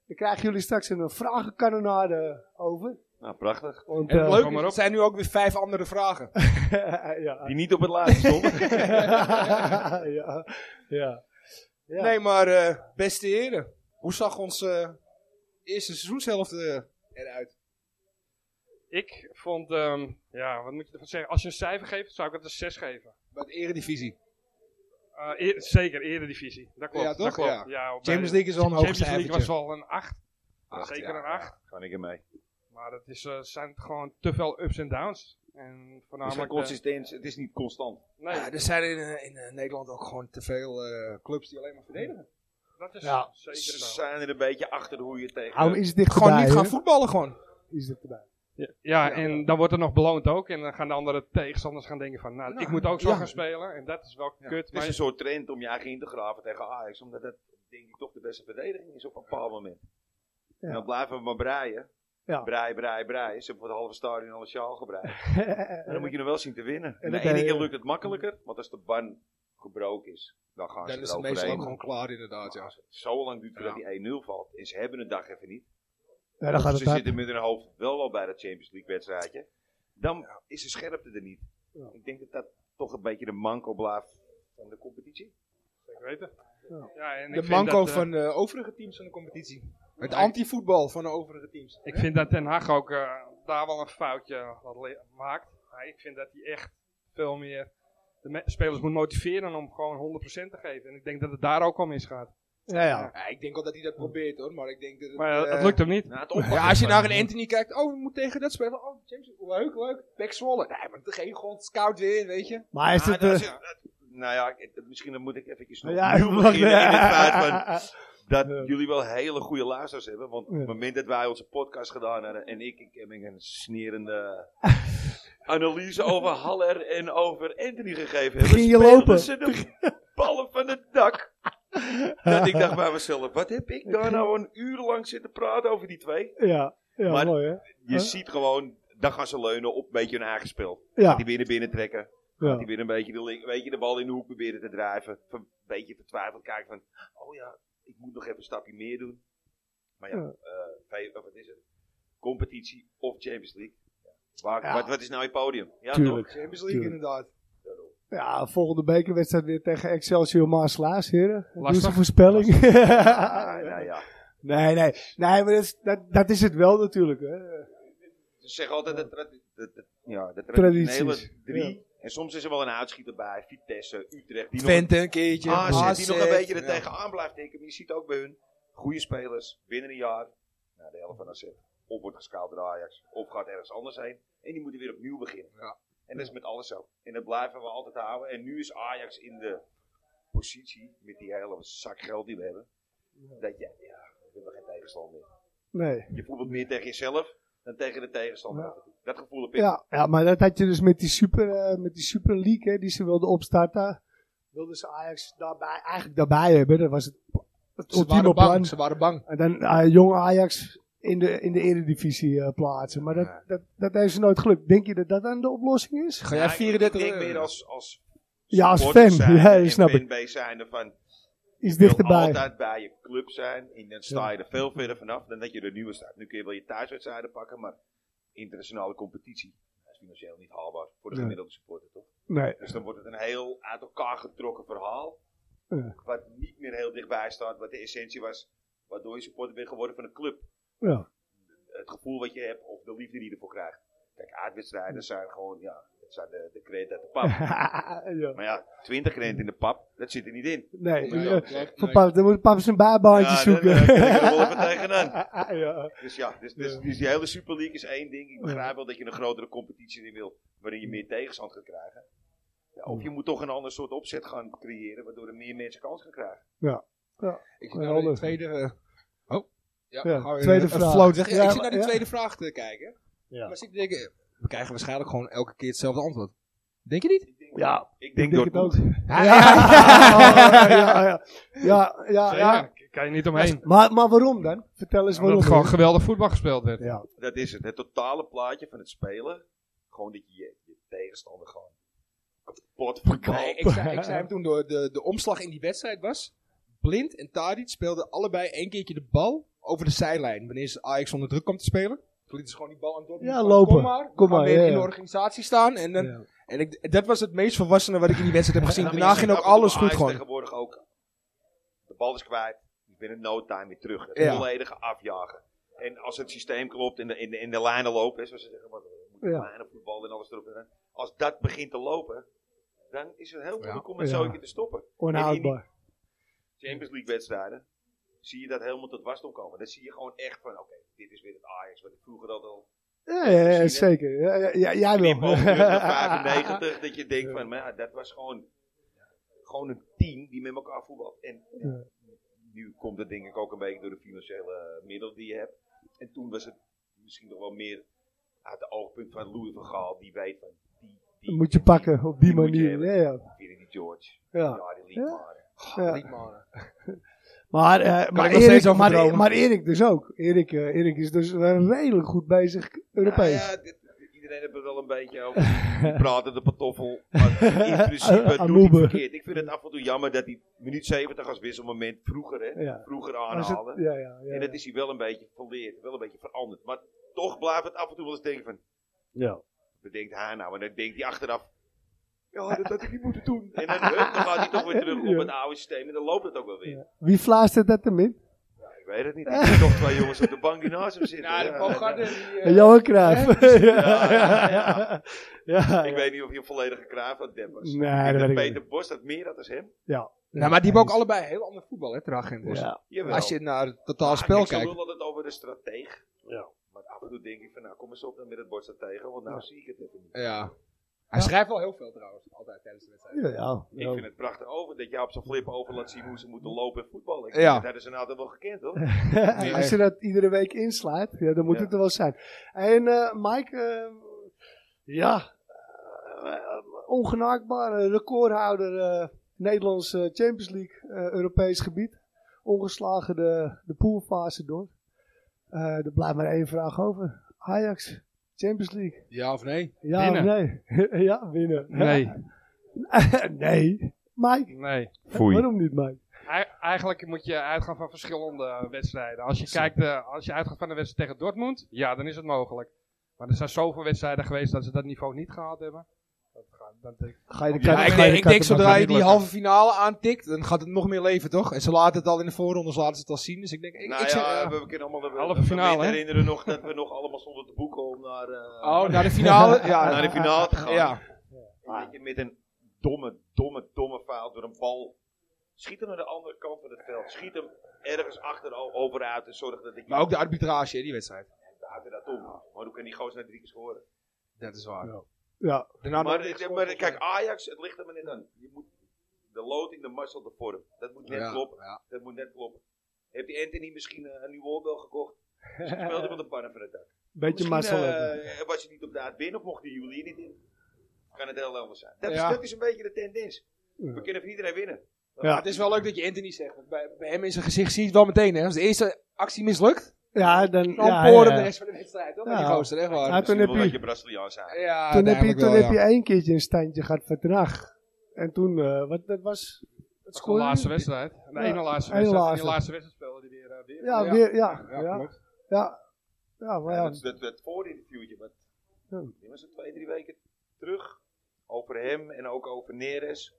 S2: dan krijgen jullie straks een vragenkanonade over.
S1: Nou, prachtig.
S2: Want,
S3: En
S2: eh,
S3: het
S1: Kom
S3: leuke
S1: maar
S3: is,
S1: op.
S3: er zijn nu ook weer vijf andere vragen.
S2: ja.
S1: Die niet op het laatste stond.
S2: ja, ja. Ja.
S3: Nee, maar eh, beste heren, hoe zag ons eh, eerste seizoenshelft eh, eruit?
S8: Ik vond, ehm, ja, wat moet je ervan zeggen? Als je een cijfer geeft, zou ik het een 6 geven.
S3: Bij de Eredivisie.
S8: Eh, eer- zeker, eredivisie. Dat klopt.
S3: Ja, toch?
S8: Dat klopt.
S3: Ja.
S8: op- bij-
S3: Champions League is wel een hoog
S8: Champions League was
S3: cijfertje.
S8: wel een 8.
S3: Acht,
S8: zeker
S3: ja,
S8: een 8.
S1: Gaan ik ermee.
S8: Maar dat is, eh, zijn gewoon te veel ups en downs. En voornamelijk... eh,
S1: het is niet constant.
S8: nee,
S3: Ja, er zijn in, eh, in eh, Nederland ook gewoon te veel eh, clubs die alleen maar verdedigen.
S8: dat is
S2: Ja.
S8: zeker zo.
S1: er een beetje achter hoe je tegen...
S2: Hou hem iets dichterbij.
S3: Gewoon niet gaan
S2: hè?
S3: voetballen gewoon.
S2: Iets dichterbij.
S8: Ja, en dan wordt er nog beloond ook. En dan gaan de andere tegenstanders gaan denken van, nou,
S3: Ja,
S8: ik moet ook zo
S3: ja.
S8: gaan spelen. En dat is wel kut.
S9: Het is
S8: Maar
S9: een soort trend om je eigen in te graven tegen Ajax. Omdat dat denk ik toch de beste verdediging is op een bepaald moment.
S2: Ja.
S9: En dan blijven we maar breien.
S2: Ja.
S9: Breien, breien, breien. Ze hebben voor het halve stadion al een sjaal gebreid. En dan moet je nog wel zien te winnen. En de
S2: dat
S9: ene
S2: deed-
S9: keer lukt het makkelijker. Want als de ban gebroken is, dan gaan
S3: Dan
S9: ze
S3: is
S9: er
S3: het meestal ook
S9: overheen.
S3: gewoon klaar inderdaad, ja.
S9: Maar Zo lang duurt het voordat die 1-0 valt. En ze hebben een dag even niet.
S2: ja, dan
S9: Of
S2: gaat
S9: ze
S2: het hard.
S9: zitten met hun hoofd wel wel bij dat Champions League wedstrijdje. Dan is de scherpte er niet. Ik denk dat dat toch een beetje de manco blijft van de competitie.
S8: ik weet het.
S2: Ja.
S8: Ja, en ik
S3: De
S8: vind
S3: manco
S8: dat, eh,
S3: van de overige teams van de competitie. Het anti-voetbal van de overige teams.
S8: Ik vind dat Ten Hag ook eh, daar wel een foutje eh, wat le- maakt. Maar ik vind dat hij echt veel meer de me- spelers moet motiveren om gewoon 100% te geven. En ik denk dat het daar ook al misgaat.
S2: Ja, ja.
S3: Ja, ik denk wel dat hij dat probeert hoor, maar ik denk dat het,
S8: Maar eh, het
S3: eh,
S8: lukt hem niet.
S9: Nou, het
S3: Ja, als je naar een Anthony kijkt, oh, we moeten tegen dat spelen. Oh, James, leuk, leuk. Pek Zwolle. Nee, maar dan geef je gewoon scout weer, weet je.
S2: Maar is
S9: Ah,
S2: het...
S9: dat
S2: eh,
S9: is- dat- nou ja, ik- dat- misschien dan moet ik eventjes nog
S2: ja,
S9: opnieuw
S2: wacht,
S9: beginnen in het feit van
S2: ja.
S9: dat
S2: Ja.
S9: jullie wel hele goede luisteraars hebben. Want op
S2: Ja.
S9: het moment dat wij onze podcast gedaan hebben en ik, ik heb een snerende analyse over Haller en over Anthony gegeven hebben.
S2: Ging je
S9: speelden
S2: lopen?
S9: ze de ballen van het dak. Dat ik dacht bij mezelf, wat heb ik daar nou een uur lang zitten praten over die twee?
S2: Ja, ja
S9: Maar-
S2: mooi hè.
S9: Je
S2: Huh?
S9: ziet gewoon, dan gaan ze leunen op een beetje hun eigen spel.
S2: Ja,
S9: Die winnen binnentrekken.
S2: ja.
S9: Die weer een beetje de, link- een beetje de bal in de hoek proberen te drijven. Ver- Een beetje vertwijfeld kijken van, oh ja, ik moet nog even een stapje meer doen. Maar ja,
S2: Ja.
S9: eh, vijf- of wat is het? Competitie of Champions League. Waar,
S2: Ja.
S9: Wat, wat is nou je podium? Ja,
S2: Tuurlijk.
S9: toch?
S3: Champions League
S2: Tuurlijk.
S3: inderdaad.
S2: Ja, volgende bekerwedstrijd weer tegen Excelsior Maaslaas, heren. Doe
S8: Lastig.
S2: ze voorspelling.
S9: Ah, nou ja.
S2: nee, nee. Nee, maar dat is, dat, dat is het wel natuurlijk. Hè.
S9: Ze zeggen altijd dat, dat, dat, dat- ja, dat
S2: Tradities.
S9: traditionele drie. En soms is er wel een uitschieter bij. Vitesse, Utrecht. Die
S3: Twente een keertje.
S9: nog, AZ, die nog een
S3: AZ,
S9: beetje er
S3: ja.
S9: tegenaan blijft tikken. Maar je ziet ook bij hun. Goede spelers. Binnen een jaar. Nou, de helft van AZ. Of wordt gescout door Ajax. Of gaat ergens anders heen. En die moeten weer opnieuw beginnen.
S3: Ja.
S9: En dat is met alles zo. En dat blijven we altijd houden. En nu is Ajax in de positie. Met die hele zak geld die we hebben. Dat je, ja, we hebben geen tegenstander meer.
S2: Nee.
S9: Je voetbalt meer tegen jezelf. Dan tegen de tegenstander.
S2: Ja.
S9: Dat gevoel heb ik.
S2: Ja, ja, maar dat had je dus met die Super, eh, met die super League hè, die ze wilden opstarten. Wilden ze Ajax daarbij, eigenlijk daarbij hebben. Dat was het, het
S3: Ze waren
S2: ultieme plan.
S3: bang, ze waren bang.
S2: En dan eh, jong Ajax in de, in de eredivisie eh, plaatsen. Maar dat,
S9: Ja.
S2: dat, dat heeft ze nooit gelukt. Denk je dat dat dan de oplossing is?
S3: Ga jij
S9: Ja, ik-
S3: 34
S9: Ik denk meer
S3: euro?
S9: als, als
S2: Ja, als
S9: supporter
S2: fan.
S9: zijn
S2: Ja,
S9: en
S2: snap ik.
S9: fanbase zijn ervan.
S2: Iets
S9: Je wil
S2: dichterbij.
S9: altijd bij je club zijn. En dan sta je er veel verder vanaf dan dat je er nieuwe staat. Nu kun je wel je thuiswedstrijden pakken, maar internationale competitie dat is financieel niet haalbaar voor de
S2: Nee.
S9: gemiddelde supporter, toch?
S2: Nee.
S9: Dus dan wordt het een heel uit elkaar getrokken verhaal.
S2: Ja.
S9: Wat niet meer heel dichtbij staat, wat de essentie was, waardoor je supporter bent geworden van een club.
S2: Ja.
S9: Het gevoel wat je hebt of de liefde die je ervoor krijgt. Kijk,
S2: Hm.
S9: aardwedstrijden zijn gewoon, ja, het zijn de, de kreet uit de pap.
S2: ja.
S9: Maar ja, 20 rent in de pap, dat zit er niet in.
S2: Nee.
S3: Nee,
S2: eh,
S3: klopt, nee.
S2: voor pap, dan moet pap zijn bijbaantje
S9: Ja,
S2: zoeken.
S9: daar, eh, kan ik er wel even tegenaan.
S2: ja.
S9: Dus ja, dus, dus,
S2: Ja.
S9: dus die hele Super League is één ding. Ik
S2: Ja. Hm.
S9: begrijp wel dat je een grotere competitie in wil, waarin je meer tegenstand gaat krijgen. Ja, of je moet toch een ander soort opzet gaan creëren, waardoor er meer mensen kans gaan krijgen.
S3: Ik
S2: Ja,
S3: zit naar de
S2: handig.
S3: tweede... eh, oh. Ja,
S2: Ja,
S3: gaan we
S2: tweede
S3: een- een
S2: vraag.
S3: float weg. Ja,
S2: Ja,
S3: ik zit naar de
S2: ja.
S3: tweede vraag te kijken.
S6: Ja.
S3: Maar ik zit te denken, we krijgen waarschijnlijk gewoon elke keer hetzelfde antwoord. Denk je niet?
S2: Ja,
S9: Ik
S2: ik
S9: denk,
S2: denk
S9: dat
S2: het ook. Ja, ja, ja, ja. ja, ja, ja.
S8: Ja, kan je niet omheen.
S2: Maar, maar waarom dan? Vertel eens
S8: Omdat
S2: waarom.
S8: het gewoon geweldig voetbal gespeeld werd.
S2: ja.
S9: dat is het. Het totale plaatje van het spelen. Gewoon dat je je, je tegenstander gewoon kapot
S3: Nee,
S9: verkoopt.
S3: ik zei, ik zei hem toen door de, de omslag in die wedstrijd was. Blind en Tadic speelden allebei één keertje de bal over de zijlijn. Wanneer ze Ajax onder druk kwam te spelen. Toen lieten ze gewoon die bal aan Dortmund.
S2: Ja,
S3: Van,
S2: lopen.
S3: Kom maar,
S2: Kom
S3: kom maar
S2: maar,
S3: weer
S2: ja,
S3: in de
S2: ja.
S3: organisatie staan. En, dan,
S2: Ja.
S3: en ik, dat was het meest volwassene wat ik in die wedstrijd heb gezien.
S9: Ja, maar
S3: Daarna
S9: je
S3: ging
S9: ziet
S3: ook
S9: af en toe
S3: alles goed
S9: Ajax
S3: gewoon.
S9: tegenwoordig ook. De bal is kwijt. Binnen no time weer terug. Het
S3: Ja.
S9: volledige afjagen. En als het systeem klopt en de, in de, in de lijnen lopen, hè, zoals ze zeggen, wat moet
S2: Ja.
S9: lijnen, voetbal en alles erop en aan. Als dat begint te lopen, dan is het heel moeilijk om het
S2: Ja.
S9: zo een keer te stoppen.
S2: Onhoudbaar.
S9: Champions League wedstrijden, zie je dat helemaal tot wasdom komen. Dan zie je gewoon echt van, oké, dit is weer het Ajax, wat ik vroeger dat al...
S2: Ja, ja, ja,
S9: Misschien, hè?
S2: zeker. Ja, ja, ja, jij
S9: knip
S2: wel.
S9: op, terug naar 95, dat je denkt van, maar ja, dat was gewoon, gewoon een team die met elkaar voetbalt. En ja,
S2: Ja.
S9: nu komt het denk ik ook een beetje door de financiële eh, middelen die je hebt. En toen was het misschien nog wel meer uit het oogpunt van Louis van Gaal, die weet van, die, die
S2: Moet je pakken op die
S9: Die moet je
S2: manier.
S9: hebben.
S2: Ja, ja.
S9: Vieren die George, ja,
S2: ja.
S9: die liep
S2: Ja.
S9: maar.
S2: ja.
S3: Niet, man.
S2: Maar, eh maar,
S3: ik nog steeds
S2: Erik,
S3: over
S2: maar,
S3: dromen.
S2: maar Erik dus ook. Erik, eh, Erik is dus wel redelijk goed bezig Europees.
S9: Nou ja, dit- iedereen heeft er wel een beetje over. Die pratende pantoffel. Maar in principe doet
S2: Amoebe.
S9: hij verkeerd. Ik vind het af en toe jammer dat hij minuut 70 als wisselmoment vroeger, hè,
S2: Ja.
S9: vroeger
S2: Maar is het-
S9: aanhaalde.
S2: ja, ja, ja,
S9: En dat
S2: ja.
S9: is hij wel een beetje verleerd, wel een beetje veranderd. Maar toch blijft het af en toe wel eens denken van,
S2: Ja.
S9: wat denkt hij nou? En dan denkt hij achteraf, ja, dat had ik niet moeten doen. En dan, hup, dan gaat hij toch weer terug op
S2: Ja.
S9: het oude systeem en dan loopt het ook wel weer.
S2: Wie fluistert dat hem in?
S9: Ik weet het niet. Ik zie toch twee jongens op de bank die naast hem zitten.
S3: Ja, de
S9: Ja,
S3: Bogarde, die... eh,
S2: Johan Cruijff. Ja,
S9: ja,
S2: ja.
S9: ja.
S2: Ja,
S9: Ik weet niet of hij een volledige graaf had, Deb was.
S2: Nee,
S9: Ik denk
S2: dat
S9: dat
S2: weet ik
S9: Peter Bos dat meer had als hem.
S2: Ja.
S3: Nou, maar die hebben ook allebei heel ander voetbal, hè, Trag en Bos.
S2: Ja.
S9: Jawel.
S3: Als je naar het totaal
S9: Ah,
S3: spel
S9: kijk, Ze
S3: kijkt.
S9: lullen altijd over de strateeg.
S2: Ja.
S9: Maar af en toe denk ik van, nou kom eens op dan met het bord strategen, want nou zie ik het even niet.
S3: Ja. Hij schrijft wel heel veel trouwens, altijd tijdens de wedstrijd.
S2: Ja, ja.
S9: Ik vind het prachtig over dat jij op zo'n flip over laat zien hoe ze moeten lopen en voetballen. Ik
S3: Ja.
S9: denk dat hebben ze nou altijd wel gekend hoor.
S2: Ja, Als je dat iedere week inslaat, ja, dan moet
S9: Ja.
S2: het er wel zijn. En eh, Mike, eh, ja, eh, ongenaakbare recordhouder eh, Nederlands eh, Champions League, eh, Europees gebied. Ongeslagen de, de poolfase door. Eh, er blijft maar één vraag over. Ajax, Champions League.
S3: Ja of nee?
S2: Ja of nee? ja, winnen.
S8: Nee,
S2: nee. Mike,
S8: nee.
S2: waarom niet Mike?
S8: Ei- Eigenlijk moet je uitgaan van verschillende eh, wedstrijden. Als je, kijkt, eh, als je uitgaat van de wedstrijd tegen Dortmund, ja, dan is het mogelijk. Maar er zijn zoveel wedstrijden geweest dat ze dat niveau niet gehaald hebben. Dat gaat, dat denk ik.
S2: Ga je de
S8: Ja,
S2: kat-
S3: ik
S2: ga
S3: denk,
S2: de
S3: ik
S2: kat
S3: denk
S2: op-
S3: zodra je
S8: niet
S3: die
S8: lukken.
S3: halve finale aantikt, dan gaat het nog meer leven, toch? En ze laten het al in de voorrondes laten ze het al zien. Dus ik denk, ik,
S9: nou
S3: ik zeg,
S9: ja,
S3: eh,
S9: we, we kunnen allemaal de
S8: Halve finale,
S9: We
S8: hè?
S9: herinneren nog dat we nog allemaal stonden te boeken om naar, eh,
S3: oh, naar de finale. ja,
S9: naar de finale te gaan.
S3: Ja.
S9: En dat je met een domme, domme, domme fout door een bal... Schiet hem naar de andere kant van het veld. Schiet hem ergens achter overuit en zorg dat ik...
S3: Maar ook de arbitrage in die wedstrijd.
S9: Buiten dat om. Maar hoe kan die gozer naar drie keer scoren?
S3: Dat is waar.
S2: Ja,
S3: Daarna nog
S9: maar,
S3: niks
S9: eh,
S3: gehoord,
S9: maar
S3: volgens
S9: kijk, Ajax, het ligt er maar net aan. Je moet de loting, de muscle, de vorm. Dat moet
S3: mij.
S9: net
S3: Ja,
S9: kloppen.
S3: ja.
S9: Dat moet net kloppen. Heeft die Anthony misschien eh, een nieuwe oorbel gekocht? Misschien speelde van de pannen van het dak.
S2: beetje
S9: Misschien,
S2: mazzel hebben.
S9: eh, was je niet op de aard binnen of mocht die juwelier niet in? Kan het heel anders zijn. Dat,
S3: Ja.
S9: is, dat is een beetje de tendens.
S2: Ja.
S9: We kunnen van iedereen winnen.
S2: Ja.
S3: Het is wel leuk dat je Anthony zegt. Want bij, bij hem in zijn gezicht zie je het wel meteen. Hè. Als de eerste actie mislukt,
S2: Ja, dan...
S3: dan
S2: ja,
S3: poren
S2: ja,
S3: de
S2: ja.
S3: rest van de wedstrijd. Toch?
S2: Ja.
S3: Met die gozer, echt waar.
S2: Ja, toen
S9: Misschien
S2: heb
S9: wel
S2: je-
S9: dat je Braziliaans aan.
S3: Ja,
S2: toen heb je,
S3: uiteindelijk
S2: toen
S3: wel,
S2: heb je één keertje een standje gehad van Den Haag. En toen, eh, wat, dat was... Het
S8: Dat is de laatste wedstrijd. De
S2: Ja,
S8: ene laatste
S2: ene
S8: wedstrijd. En
S2: laatste.
S8: die laatste wedstrijd speelde die weer. eh, weer.
S2: Ja,
S3: Ja.
S2: weer, ja. Ja,
S3: Ja,
S2: ja.
S3: klopt.
S2: ja. maar
S9: Ja,
S2: ja.
S9: dat, dat, dat voorinterviewtje, wat
S2: Ja.
S9: die was het twee, drie weken terug. Over hem en ook over Neres.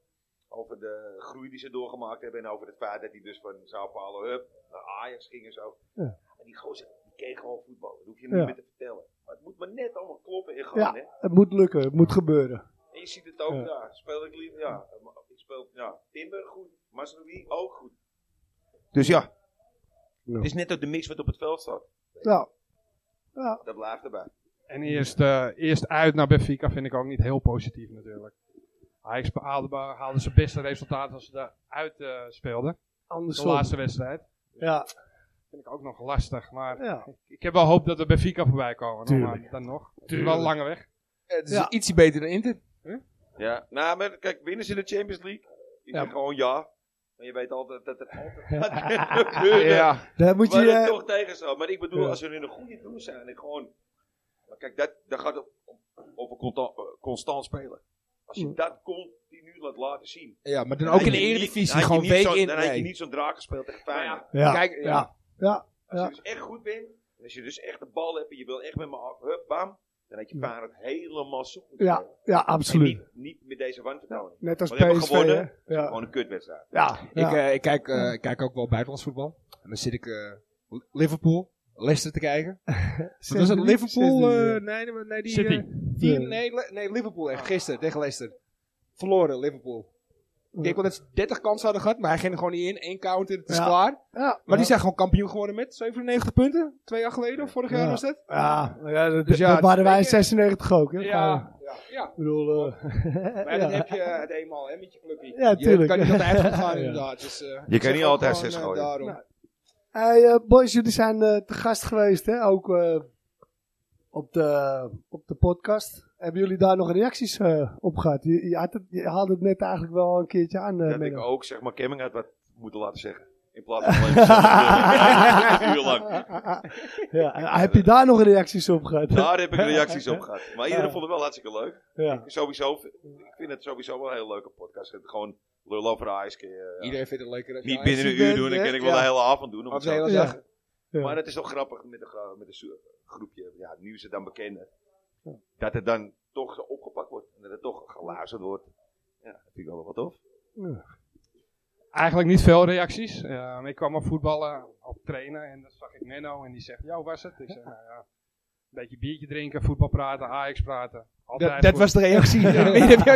S9: Over de groei die ze doorgemaakt hebben. En over het feit dat hij dus van Sao Paulo hup, naar Ajax ging en zo.
S2: Ja.
S9: Maar die gozer, die keek gewoon voetbal. Dat hoef je hem
S2: Ja.
S9: niet meer te vertellen. Maar het moet maar net allemaal kloppen en gaan,
S2: Ja.
S9: hè.
S2: Het moet lukken, het moet gebeuren.
S9: En je ziet het ook,
S2: Ja.
S9: ja. speel ik liever, ja. Ik speel, ja, Timber goed. Masrowi ook goed. Dus ja.
S2: Ja.
S9: Het is net ook de mix wat op het veld staat.
S2: Ja.
S9: Dat blijft erbij.
S8: En eerst, eh, eerst uit naar Benfica vind ik ook niet heel positief natuurlijk. Ajax behaalde, haalde zijn beste resultaat als ze daar uit eh, speelden. De
S2: Andersom.
S8: laatste wedstrijd. Dus
S2: Ja,
S8: Vind ik ook nog lastig. Maar
S2: ja.
S8: ik heb wel hoop dat we Benfica voorbij komen. Dan,
S2: Tuurlijk.
S8: maar dan nog. Het is wel een lange weg.
S3: Het is
S2: Ja.
S3: ietsie beter dan Inter.
S9: Ja, nou, maar kijk, winnen ze de Champions League? Ik
S2: Ja.
S9: zeg gewoon ja. Maar je weet altijd dat het altijd gaat gebeuren.
S2: Dan moet je...
S9: Maar het
S2: eh,
S9: toch tegen zo. Maar ik bedoel,
S2: Ja.
S9: als ze in een goede doen zijn en gewoon... Maar kijk, dat, dat gaat op- op- over conta- eh, constant spelen. Als je
S2: Mm.
S9: dat continu laat laten zien...
S3: Ja, maar dan
S9: dan
S3: ook
S9: had
S3: in de
S9: je niet- dan
S3: Eredivisie.
S9: had je
S3: Gewoon
S9: niet
S3: week
S9: zo'n-
S3: in.
S9: Dan had je
S3: Nee.
S9: niet zo'n draak gespeeld tegen Feyenoord.
S2: ja.
S3: Kijk, ja.
S9: Als
S2: Ja.
S9: je dus echt goed bent, en als je dus echt de bal hebt en je wil echt met me af, hup, bam... Dan had je
S2: Ja.
S9: Feyenoord helemaal zoek moeten
S2: Ja,
S9: spelen.
S2: ja,
S9: dus- En
S2: absoluut.
S9: niet, niet met deze wandvertoning.
S2: Net als
S9: Want we hebben
S2: PSV, hè.
S9: gewonnen.
S2: Ja.
S9: Gewoon een kutwedstrijd.
S2: Ja.
S3: Ik,
S2: ja.
S3: eh, ik, kijk, eh, ik kijk ook wel buitenlands voetbal. En dan zit ik eh, Liverpool. Leicester te kijken. Wat was
S2: Sydney,
S3: het? Liverpool?
S2: Sydney,
S3: eh,
S2: ja.
S3: nee, nee, nee, die...
S8: City.
S3: eh, die
S2: Ja. Ah.
S3: nee, Le- nee, Liverpool echt. Gisteren tegen Leicester. Verloren, Liverpool. Ik denk wel dat ze 30 kansen hadden gehad, maar hij ging er gewoon niet in. Eén counter, het is
S2: Ja.
S3: klaar.
S2: Ja,
S3: Maar die zijn gewoon kampioen geworden met 97 punten. Twee jaar geleden, of vorig jaar
S2: Ja.
S3: was dat?
S2: Ja, maar ja, dat,
S3: Dus ja,
S2: dat waren wij in
S3: weet je-
S2: 96 ook. Hè?
S3: Ja, ja, ja.
S2: Ik bedoel, eh,
S3: Maar
S2: Ja.
S3: dan heb je eh, het eenmaal hè, met je clubje.
S2: Ja,
S3: Je
S2: tuurlijk.
S3: kan niet altijd goed gaan
S2: Ja.
S3: inderdaad. Dus, eh, ik
S9: kan
S3: zeg
S9: niet
S3: ook
S9: altijd
S3: gewoon,
S9: zes
S3: eh,
S9: gooien.
S3: daarom.
S2: Nou. hey, eh, boys, jullie zijn eh, te gast geweest, hè? Ook eh, op, de, op de podcast. Hebben jullie daar nog reacties eh, op gehad? Je, je, had het, je haalde het net eigenlijk wel een keertje aan, eh
S9: Dat ik
S2: Menno.
S9: ook, zeg maar, Kemming had wat moeten laten zeggen. In plaats van alleen maar zeggen, een uur lang.
S2: Ja, eh, heb je daar nog reacties op gehad?
S9: Daar heb ik reacties op gehad. Maar iedereen vond het wel hartstikke leuk.
S2: Ja.
S9: Sowieso, ik vind het sowieso wel een hele leuke podcast. Het Gewoon lul over ijs. kun je, ja.
S3: Iedereen vindt het leuker. als je
S9: eh, Niet
S3: Ajax
S9: binnen een
S3: bent,
S9: uur doen, dan
S3: hè?
S9: kan ik wel
S3: Ja.
S9: de hele avond doen. Om
S3: Of
S9: het
S3: de
S9: zo te
S3: hele
S2: Ja.
S3: dag.
S2: Ja.
S9: Maar het is toch grappig met een, gro- met een zo- groepje ja, nieuws dan bekenden. Dat het dan toch zo opgepakt wordt. En dat het toch geluisterd wordt. Ja, dat vind ik wel wat tof.
S8: Eigenlijk niet veel reacties. Ehm, ik kwam op voetballen, op trainen en dan zag ik Menno en die zegt, jou was het? Ik zeg, nou ja, een beetje biertje drinken, voetbal praten, Ajax praten. Altijd
S3: Dat, dat
S8: goed.
S3: was de reactie.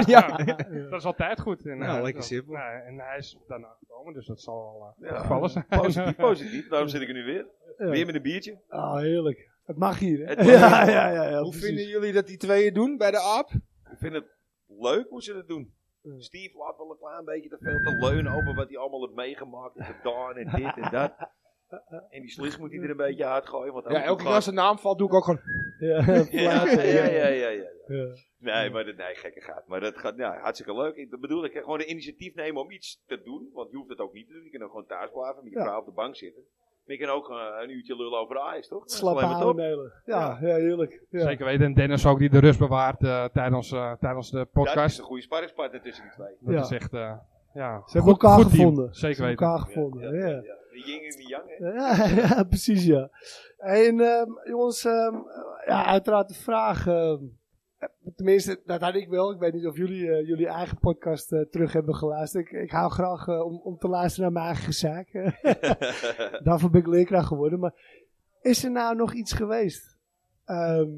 S8: Ja, dat is altijd goed. En,
S3: Nou,
S8: eh,
S3: lekker
S8: dat-
S3: simpel.
S8: nou, en hij is daarna gekomen, dus dat zal wel eh,
S9: Ja,
S8: gevallen zijn.
S9: Positief, positief. Daarom zit ik er nu weer. Weer met een biertje.
S2: Ah, heerlijk. Het mag hier, hè?
S9: Het mag
S2: ja,
S9: hier.
S2: ja, ja, ja,
S3: Hoe
S2: precies.
S3: vinden jullie dat die tweeën doen bij de aap?
S9: Ik vind het leuk hoe ze dat doen. Steve laat wel een klein beetje te veel te leunen over wat hij allemaal heeft meegemaakt. En gedaan en dit en dat. En die slis moet hij er een beetje hard gooien. Want
S3: Ja, elke keer als zijn naam valt, doe ik ook gewoon...
S2: Ja,
S9: Ja, ja,
S2: platen,
S9: ja, ja, ja, ja.
S2: Ja.
S9: Nee, maar dat, nee, gekke gaat. Maar dat gaat ja, hartstikke leuk. Ik dat bedoel, ik kan gewoon een initiatief nemen om iets te doen. Want je hoeft het ook niet te doen. Je kan ook gewoon thuis blijven, met je
S2: Ja.
S9: vrouw op de bank zitten. Maar je kan ook eh, een uurtje lullen over de ijs, toch? Dat is
S2: Slappe
S9: alleen maar top.
S2: houden. Ja, ja, heerlijk. Ja.
S8: Zeker weten. En Dennis ook, die de rust bewaart eh, tijdens, eh, tijdens de
S9: Dat is
S8: podcast.
S9: een goede sparringspartner tussen die twee.
S8: Dat
S2: Ja.
S8: is echt, eh, ja,
S2: Ze hebben elkaar
S8: team.
S2: gevonden.
S8: Zeker
S2: Ze hebben
S8: weten.
S2: elkaar gevonden, ja.
S9: De yin en de yang, hè.
S2: Ja, ja, precies ja. En ehm, jongens, ehm, ja, uiteraard de vraag. ehm, tenminste, dat had ik wel. Ik weet niet of jullie eh, jullie eigen podcast eh, terug hebben geluisterd. Ik, ik hou graag eh, om, om te luisteren naar mijn eigen zaak. Daarvoor ben ik leerkraar geworden. Maar is er nou nog iets geweest? Ehm,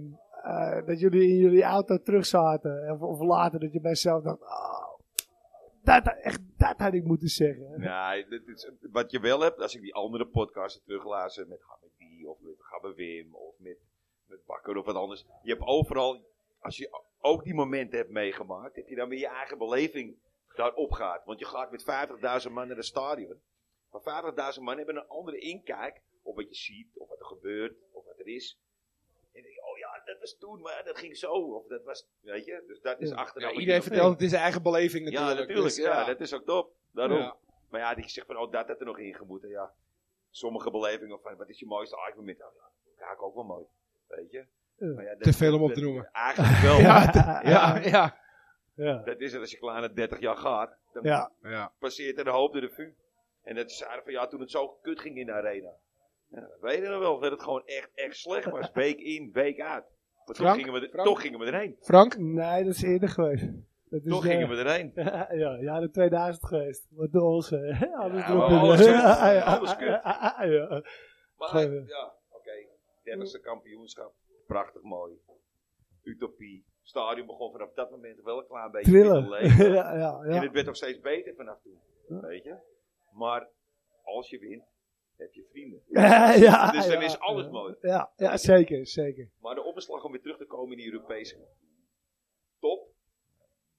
S2: eh, dat jullie in jullie auto terug zaten. Of, of later dat je bij jezelf dacht. "Oh, dat, echt, dat had ik moeten zeggen.
S9: Nee, dit is, wat je wel hebt, als ik die andere podcasten terugluister met Gabbe Die of met Gabbe Wim of met, met Bakker of wat anders. Je hebt overal, als je ook die momenten hebt meegemaakt, heb je dan weer je eigen beleving daarop gaat. Want je gaat met 50.000 man naar het stadion. Maar 50.000 man hebben een andere inkijk op wat je ziet, of wat er gebeurt, of wat er is. En dan denk je, oh ja, dat was toen, maar dat ging zo. Of dat was, weet je, dus dat is
S2: Ja.
S9: achteraf.
S3: Ja,
S9: wat je
S3: iedereen
S9: nog
S3: vertelt
S9: denkt.
S3: het in zijn eigen beleving natuurlijk.
S9: Ja, natuurlijk.
S3: Dus,
S9: ja. dat is ook top. Daarom.
S3: Ja.
S9: Maar ja, dat je zegt van, oh, dat had er nog in gemoeten, ja. Sommige belevingen van, wat is je mooiste argument? Nou, ja, dat raak ik ook wel mooi, weet je.
S2: Ja.
S9: Maar ja, dat-
S5: Te veel om op
S9: dat-
S5: te noemen.
S9: Eigenlijk wel.
S3: Ja, ja.
S2: ja.
S9: Dat is er als je kleine 30 jaar gaat, dan
S2: ja.
S9: passeert er een hoop de revue. En dat is van, ja, toen het zo kut ging in de arena. Ja, dat weet je nog wel, dat het gewoon echt, echt slecht was, week in, week uit. Maar toch
S3: Frank?
S9: gingen, we er-
S3: Frank?
S9: toch gingen we erheen.
S3: Frank?
S2: Nee, dat is eerder geweest. Dat is,
S9: Toch
S2: eh,
S9: gingen we erheen.
S2: ja, ja, de 2000 geweest. Wat de Olsen. hè? Alles
S9: Ja,
S2: erop
S9: maar
S2: en-
S9: alles kut.
S2: Ja, ja,
S9: Alles kut.
S2: ja, ja.
S9: Maar
S2: Gewoon, eh.
S9: ja, oké. 30ste kampioenschap. Prachtig mooi. Utopie. Stadion begon vanaf dat moment wel een klein beetje te
S2: Trillen.
S9: leven.
S2: Ja, ja,
S9: En
S2: ja.
S9: het werd nog steeds beter vanaf toen. Weet je? Maar als je wint, heb je vrienden.
S2: Ja, ja,
S9: dus dan
S2: ja.
S9: is alles mooi.
S2: eh, Ja, ja, zeker, zeker.
S9: Maar de opslag om weer terug te komen in die Europese top,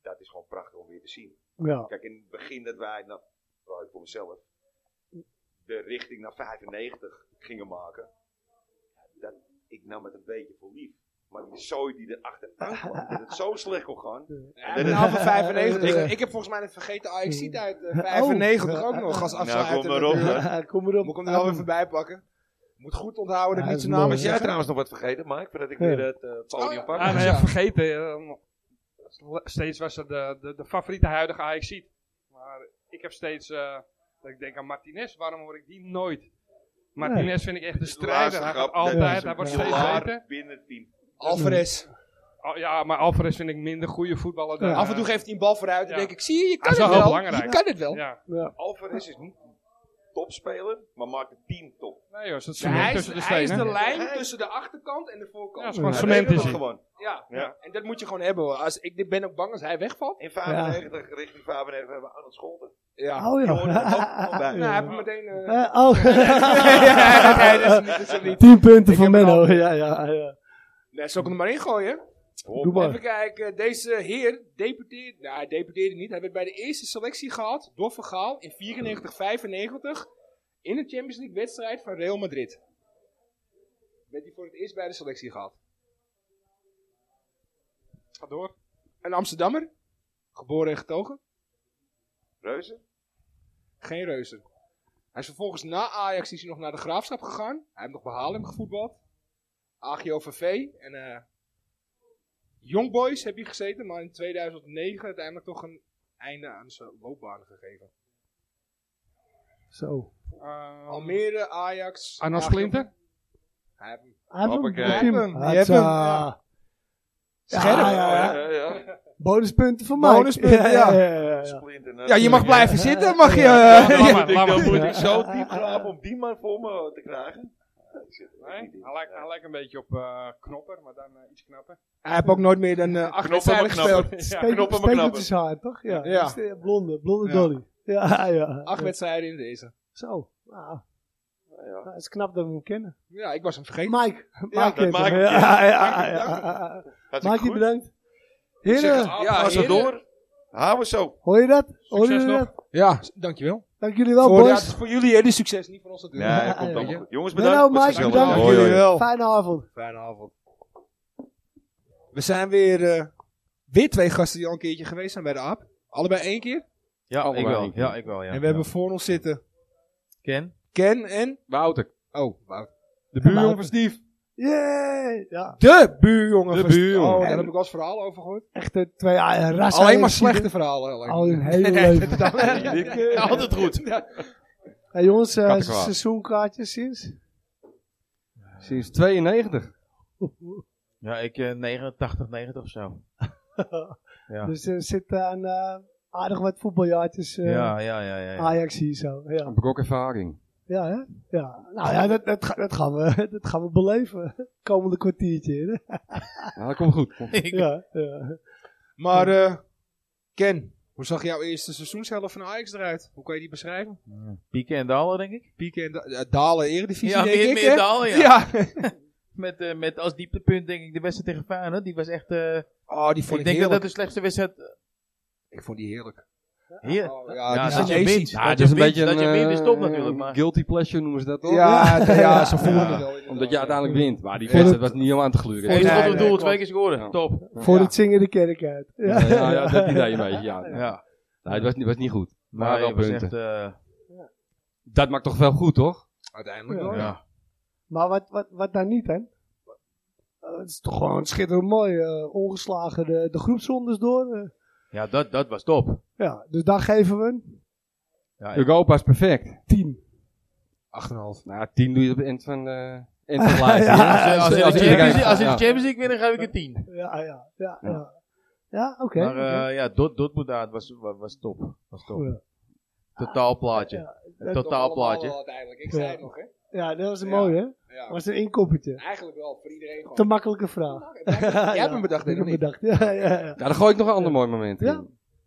S9: dat is gewoon prachtig om weer te zien.
S2: Ja,
S9: Kijk, in het begin dat wij, nou, vooral ik voor mezelf, de richting naar 95 gingen maken, dat, ik nam het een beetje voor lief. Maar die zooi die erachter aankwam, dat het zo slecht kon gaan.
S3: Ja,
S9: dat
S3: en
S9: is-
S3: nou van 95.
S2: Eh,
S3: Ik, ik heb volgens mij een vergeten AXC uit eh, 95 ook nog. Als afsluiter.
S9: Nou, kom maar op,
S3: natuurlijk.
S9: hè.
S2: Oh. kom maar op.
S3: Moet ik hem er wel weer voorbij pakken. Moet goed onthouden
S2: Ja,
S3: dat niet
S2: dat
S3: zijn
S2: is
S3: naam
S2: mooi,
S3: is.
S2: hè?
S9: Jij trouwens nog wat vergeten, Mike, voordat ik weer het eh, podium pak.
S8: Ah, nee, ja, vergeten. eh, steeds was dat de, de, de favoriete huidige ajax Maar ik heb steeds, eh, dat ik denk aan Martinez, waarom hoor ik die nooit? Martinez vind ik echt de
S9: is de
S8: strijder.
S9: laatste
S8: Hij
S9: grap.
S8: gaat altijd,
S2: Ja,
S8: hij wordt
S9: Wordt
S8: steeds beter.
S9: binnen het team.
S3: Alvarez.
S8: Al- ja, maar Alvarez vind ik minder goede voetballer dan...
S3: Af en toe
S8: eh,
S3: geeft hij een bal vooruit en
S8: Ja.
S3: denk ik, zie je, je kan
S8: Hij is
S3: het
S8: wel heel
S3: wel.
S8: belangrijk.
S3: Je kan het wel.
S8: ja.
S9: Alvarez is niet een topspeler, maar maakt het team top. Nee, joh, is dat
S3: Ja, hij,
S9: cement
S3: is,
S9: tussen de
S3: hij is de
S9: stenen?
S3: lijn tussen de achterkant en de voorkant.
S9: Ja, is gewoon
S3: Ja,
S9: cement
S3: dat
S9: is
S3: wel
S9: hij.
S10: Gewoon.
S3: Ja,
S10: Ja.
S3: ja, en dat moet je gewoon hebben hoor. Als, ik ik ben ook bang als hij wegvalt.
S10: In 95, richting 95 hebben we Arnold Scholten.
S3: Ja.
S2: Oh
S10: Die hoorde er ook nog
S2: ja.
S10: bij.
S3: Nou, hij heeft hem meteen... eh,
S2: Eh, oh.
S3: nee, dat is niet- dat is niet.
S2: 10 punten
S3: Ik
S2: voor
S3: heb hem
S2: Menno.
S3: al.
S2: Ja, ja, ja.
S3: Nee, zal ik hem er maar ingooien?
S2: Doe
S3: Even
S2: maar.
S3: kijken, deze heer deputeerde, nou hij deputeerde niet, hij werd bij de eerste selectie gehaald door Van Gaal in 94-95 in de Champions League wedstrijd van Real Madrid. Werd hij voor het eerst bij de selectie gehaald.
S9: Ga door.
S3: Een Amsterdammer, geboren en getogen,
S10: Reuzen?
S3: geen reuzen. Hij is vervolgens na Ajax is hij nog naar de Graafschap gegaan, hij heeft nog bij Haarlem gevoetbald. AGOVV en eh Young Boys heb hij gezeten, maar in 2009 uiteindelijk toch een einde aan zijn loopbaan gegeven.
S2: Zo.
S9: Eh,
S3: Almere, Ajax.
S9: Arnold
S3: AGO.
S9: Splinter?
S3: Hij heeft hem.
S2: Hij heeft
S10: Hoppakee.
S2: hem.
S3: Hij heeft hem, die
S2: Hatsa.
S3: hebben hem, ja.
S2: Ja, ja, ja.
S10: Ja, ja.
S2: Bonuspunten voor mij.
S3: Bonuspunten, ja.
S10: Splinter, nou,
S3: Ja, je mag blijven zitten, mag je.
S10: Ja,
S3: eh,
S10: dan
S9: maar,
S10: moet ik-
S9: laat maar.
S10: Dan moet ik zo diep graven om die man voor me te krijgen. Ik zit er
S9: Nee,
S10: niet in.
S9: hij lijkt, hij lijkt een beetje op eh, Knopper, maar dan eh, iets knapper.
S3: Hij heeft ook nooit meer dan eh acht
S10: Knoppen maar
S3: wedstrijden gespeeld.
S10: knappen.
S9: Ja,
S2: Steek-
S10: knoppen maar
S2: steek
S10: knappen.
S2: het is haar, toch? Ja.
S3: Ja.
S2: Dus, eh, Blonde, blonde
S3: Ja.
S2: Dolly. Ja, ja.
S3: Acht
S2: Ja.
S3: wedstrijden in deze.
S2: Zo. Nou,
S10: Nou ja.
S2: dat is knap dat we hem kennen.
S3: Ja, ik was hem vergeten.
S2: Mike. Mike
S10: dat
S2: kent hem.
S10: Mike,
S2: Ja, ja, ja, ja, ja.
S10: Hartstikke
S2: Mike,
S10: goed.
S2: bedankt. Heren,
S10: Ja, ga zo
S3: heren.
S10: door. Hou we zo.
S2: hoor je dat? Hoor je
S9: nog.
S2: dat?
S3: Ja, s- dankjewel.
S2: Dank jullie wel,
S3: voor, ja, het
S2: boys.
S3: is voor jullie, hè, de succes, niet voor ons natuurlijk.
S10: Nee, dat komt
S2: ja.
S10: allemaal goed. Jongens,
S2: Menno,
S10: bedankt. Was
S2: Mike,
S10: gezellig.
S2: bedankt.
S10: Hoi, hoi.
S3: wel.
S2: Fijne avond.
S3: Fijne avond. We zijn weer, eh, weer twee gasten die al een keertje geweest zijn bij de AAP. Allebei één keer.
S11: Ja, ik
S8: Allebei.
S11: wel. Ja, ik
S10: Oh,
S11: wel, ja.
S3: en we hebben voor ons zitten
S11: Ken?
S3: Ken en...
S8: Wouter.
S3: Oh, Wout.
S9: De buurjongen van Steve.
S2: Yay! Ja,
S3: De buurjongen
S8: De
S3: van St-
S8: buurjongen.
S3: Oh, daar heb ik wel eens verhaal over gehoord.
S2: echte twee eh, rassen.
S3: Alleen maar slechte verhalen. Alleen.
S2: Al Oh, een hele leven. eh,
S3: Altijd goed.
S2: Hey jongens, eh,
S8: Kattenkwaad.
S2: seizoenkaartjes sinds?
S8: Sinds 92.
S11: Ja, ik eh, 89, 90 of zo. Ja.
S2: Dus er zitten aan eh, aardig wat voetbaljaartjes eh,
S11: ja, ja, ja, ja. ja.
S2: Ajax hier zo. Ja,
S8: Heb ik ook ervaring.
S2: ja, hè? ja. Nou ja, dat, dat, ga- dat, gaan we, dat gaan we beleven. Komende kwartiertje. Hè?
S8: Ja, dat komt goed.
S2: Ja, ja.
S3: Maar eh, Ken, hoe zag jouw eerste seizoenshelft van Ajax eruit? Hoe kan je die beschrijven?
S11: Mm. Pieken en dalen, denk ik.
S3: Pieken en da- eh, dalen eredivisie
S11: Ja,
S3: denk
S11: meer,
S3: ik,
S11: meer
S3: hè?
S11: dalen, ja.
S3: Ja.
S11: Met, eh, met als dieptepunt, denk ik, de wedstrijd tegen Feyenoord. Die was echt... eh,
S3: Oh, die
S11: ik denk dat
S3: vond ik,
S11: dat
S3: heerlijk.
S11: de slechtste wedstrijd...
S3: Ik vond die heerlijk.
S11: Hier.
S3: Oh,
S11: Ja,
S3: ja,
S11: ja,
S3: die
S11: dat je
S3: Chinees.
S11: wint.
S8: Ja,
S11: dat,
S8: het
S11: je
S8: is een
S11: wint,
S8: beetje
S11: dat je
S8: een,
S11: wint is top
S8: eh,
S11: natuurlijk, maar...
S8: Guilty pleasure noemen ze dat toch?
S3: Ja, ja,
S2: Ja.
S3: zo voelde het
S8: Ja.
S3: wel. inderdaad.
S8: Omdat je uiteindelijk wint. Maar die
S2: Voor
S8: wedstrijd was niet om aan te gluren.
S11: Eén
S2: Nee,
S11: schot op
S2: nee,
S11: doel,
S2: klopt.
S11: twee keer scoren.
S8: Ja.
S11: Top.
S2: Voor
S3: Ja.
S2: het zingen de kerk uit. Ja.
S8: Ja, ja, ja, dat idee een beetje, ja.
S11: Ja.
S8: Nee, het was niet, was niet goed. Maar
S11: Maar
S8: wel
S11: het was
S8: punten.
S11: echt... eh,
S8: Dat maakt toch wel goed, toch?
S3: Uiteindelijk
S2: Ja.
S3: wel.
S11: ja.
S2: Maar wat, wat, wat daar niet, hè? Eh, het is toch gewoon schitterend mooi. eh, ongeslagen de, de groepsrondes door. eh.
S11: Ja, dat, dat was top.
S2: ja, dus daar geven we een
S11: Ja, ik-
S8: Europa is perfect.
S2: 10.
S3: 8,5.
S8: Nou, 10 doe je op het eind van de... Eind van de lijst.
S2: Ja,
S8: hè?
S11: Als je- als je de
S8: als je
S11: Champions
S8: kijkt-
S11: League- als je de
S8: ja.
S11: Champions League wint, dan geef ik een 10.
S2: Ja, ja, ja. Ja, ja oké.
S11: Maar eh,
S2: oké.
S11: ja, Dort- Dortmund daar was, was, was top. Was top.
S2: Goed.
S11: Totaalplaatje.
S2: Ja,
S11: Een
S3: Toch allemaal
S11: totaalplaatje.
S3: wel eh, Uiteindelijk. Ik zei
S2: Ja.
S3: het nog, hè?
S2: ja, dat was een
S3: Ja.
S2: mooie, hè? Dat
S3: Ja.
S2: was een inkoppertje.
S3: Eigenlijk wel, voor iedereen gewoon.
S2: Te makkelijke vraag.
S3: Jij
S2: Ja,
S3: hebt hem bedacht,
S2: ik
S3: denk
S2: heb
S3: ik. niet?
S2: bedacht. Ja, ja, ja.
S8: Ja, dan gooi ik nog een ander mooi moment in.
S2: Ja.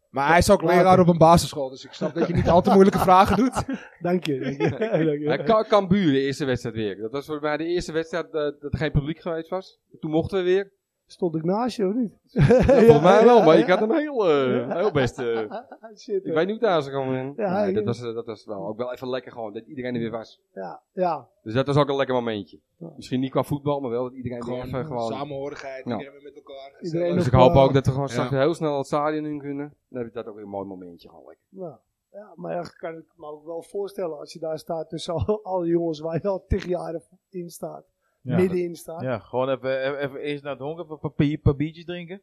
S3: Maar hij is ook leraar op een basisschool, dus ik snap dat je niet al te moeilijke vragen doet.
S2: Dank je. Dank je. Dank je.
S8: Ja, Ka- Cambuur, de eerste wedstrijd weer. Dat was voor mij de eerste wedstrijd eh, dat er geen publiek geweest was. Toen mochten we weer.
S2: Stond ik naast je of niet?
S8: Ja, volgens mij wel,
S2: ja,
S8: maar
S2: ja.
S8: ik had hem heel, eh, heel best. eh,
S2: Ah, shit,
S8: ik
S2: hoor.
S8: weet niet hoe daar ze komen in.
S2: Ja,
S8: Nee,
S2: ik-
S8: dat, was, eh, dat was wel ook wel even lekker gewoon, dat iedereen er weer was.
S2: Ja, ja.
S8: Dus dat was ook een lekker momentje.
S2: Ja.
S8: Misschien niet qua voetbal, maar wel dat iedereen weer even gewoon...
S3: samenhorigheid,
S8: Ja.
S3: iedereen weer met
S2: Iedereen eh,
S3: elkaar.
S8: Dus
S2: nog-
S3: gezellig.
S8: ik hoop ook dat we gewoon
S3: Ja.
S8: straks heel snel het stadion in kunnen. Dan heb je dat ook weer een mooi momentje gewoon lekker.
S2: Nou, ja, maar ja, kan ik me ook wel voorstellen als je daar staat tussen al, al die jongens waar je al tig jaar in staat.
S11: Ja,
S2: middenin staat. Ja.
S11: ja, gewoon even, even, even eerst naar het honken, even een paar, bier- paar biertjes drinken.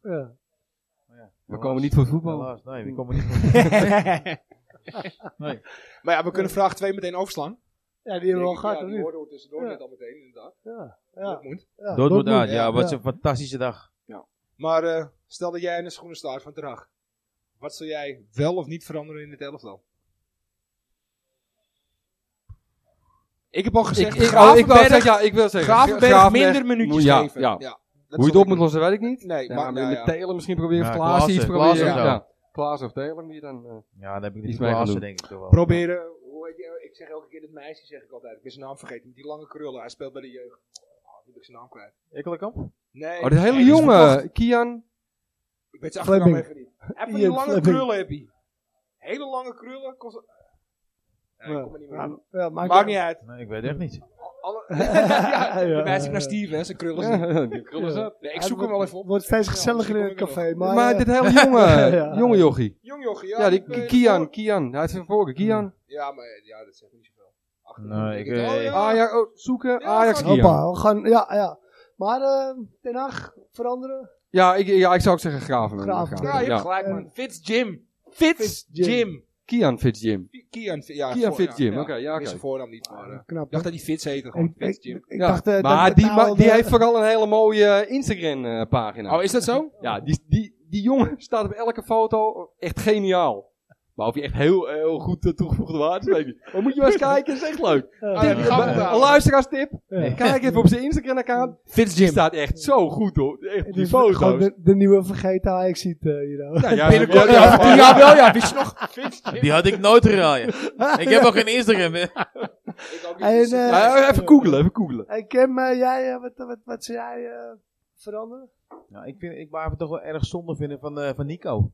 S8: We komen niet voor voetbal.
S11: Helaas, nee, we komen niet voor
S3: Maar ja, we kunnen vraag 2 meteen overslaan.
S2: Ja, die hebben we al gehad,
S3: Ja,
S2: of
S3: die
S2: niet?
S3: hoorden we tussendoor
S2: Ja.
S3: net al meteen, inderdaad.
S2: Ja,
S3: Dat
S2: ja.
S3: moet.
S2: ja
S11: Dortmund
S2: Dortmund,
S11: uit, ja, wat
S2: ja.
S11: een fantastische dag.
S3: Maar eh, stel dat jij in de schoenen staat van Ten Hag. Wat zou jij wel of niet veranderen in het elftal? Ik heb al gezegd,
S8: Ik, ik, oh, ik wil
S3: Gravenberg,
S8: zeggen, ja, ik wil zeggen.
S3: Gravenberg, minder minuutjes
S8: ja,
S3: geven.
S8: ja.
S3: dat
S8: Hoe je
S3: zal
S8: het op
S3: ik
S8: moet
S3: doen.
S8: lossen, weet ik niet.
S3: Nee,
S8: Ja,
S3: maar
S8: maar
S3: nou
S8: met
S3: ja.
S8: Telen misschien proberen,
S11: Ja,
S8: of Klaas
S11: Klaassen,
S8: iets proberen.
S11: Klaassen
S8: ja.
S11: of zo.
S8: ja. Klaas of Telen, die dan... eh,
S3: Oh,
S11: Ja, dan heb ik
S8: Iets
S11: niet
S8: mee gaan
S11: Klaassen,
S8: doen.
S11: denk ik toch wel.
S3: proberen. Hoe heet die- ik zeg elke keer dat meisje, zeg ik altijd. Ik ben zijn naam vergeten. Met die lange krullen. Hij speelt bij de jeugd. Oh, nu heb ik zijn naam kwijt.
S11: Ikkelenkamp?
S3: Nee.
S8: Oh, de hele
S3: nee, die is verkocht.
S8: jonge. Kian.
S3: Ik weet zijn achternaam
S2: Fleming.
S3: even niet. Hij heeft van die
S2: Ian
S3: lange
S2: Fleming.
S3: krullen, heb hij. Hele lange krullen. Kost... Ja, ik kom er niet meer op.
S2: Ja, maakt
S3: Maakt niet uit.
S11: Nee, ik weet echt niet.
S3: Alle... ja,
S2: Ja,
S3: die wijs ik
S2: ja.
S3: naar Steven, hè. Zijn krullen zijn.
S8: Die krullen zat.
S3: Nee, ik zoek hem wel even op.
S2: wordt steeds
S3: Ja,
S2: gezelliger in het
S3: misschien kom ik
S2: café. Maar,
S8: Maar
S2: eh,
S8: dit hele jonge,
S2: Ja.
S8: jonge jochie.
S3: Jong jochie, ja. eh,
S8: Ja, die
S3: ben-
S8: Kian, Kian. Hij is van voren, Kian.
S3: Ja, maar eh, ja, dat zegt niet zoveel. Achternaam,
S11: Nee, ik,
S3: denk het.
S11: eh,
S3: Oh, ja.
S8: Ajax, oh, zoeken,
S3: Ja,
S8: Ajax,
S3: gewoon-
S8: Kian.
S2: Hoppa, we gaan, ja, ja. Maar eh Den Haag veranderen.
S8: Ja, ik, ja, ik zou ook zeggen graven.
S2: Graven.
S3: Ja, je hebt
S8: Ja.
S3: gelijk, man. Fitz Jim. Fitz Jim.
S8: Kian Fitzjim.
S3: Kian, Fi- ja,
S8: Kian
S3: voor-
S8: Fitz Jim,
S3: ja,
S8: oké, ja,
S3: Ik wist
S8: oké.
S3: zijn voornaam niet, maar... eh,
S2: Knap.
S3: Ik
S2: hè?
S3: dacht dat hij Fitz heette, gewoon
S2: Ik,
S3: Fitz
S2: ik,
S3: Jim.
S2: ik
S8: Ja,
S2: dacht, eh, dat
S8: maar die, ma-
S2: betaalde-
S8: die heeft vooral een hele mooie Instagram-pagina.
S3: Oh, is dat zo?
S8: ja, die, die, die jongen staat op elke foto echt geniaal. Maar of je echt heel, heel goed eh, toegevoegde waarde is, weet ik niet. Maar moet je maar eens kijken, is echt leuk.
S3: Ah, ja, die gaan we
S8: Een
S3: betalen.
S8: luisteraarstip.
S2: Ja.
S8: Kijk even op zijn Instagram-account.
S3: Fitz
S8: Die
S3: Jim.
S8: staat echt zo goed, hoor. Echt
S2: Het
S8: die
S2: is gewoon
S8: foto's. Nou
S2: de, de nieuwe vergeten ajax ziet hier ook.
S8: Ja, ja,
S3: Binnenkort,
S8: ja,
S3: ja,
S8: ja.
S3: tien jaar wel, ja, wist je nog? Fitz Jim.
S11: Die had ik nooit geraaien. ik heb nog geen Instagram. hè.
S3: Ik ook niet.
S2: En,
S3: Fitz Jim.
S2: eh,
S8: Ja, Nou, even googelen, even googelen.
S2: Hey Kim, eh, jij, eh, wat, wat, wat zou jij eh, veranderen?
S11: Nou, ik, vind, ik blijf het toch wel erg zonde vinden van, eh, van Nico.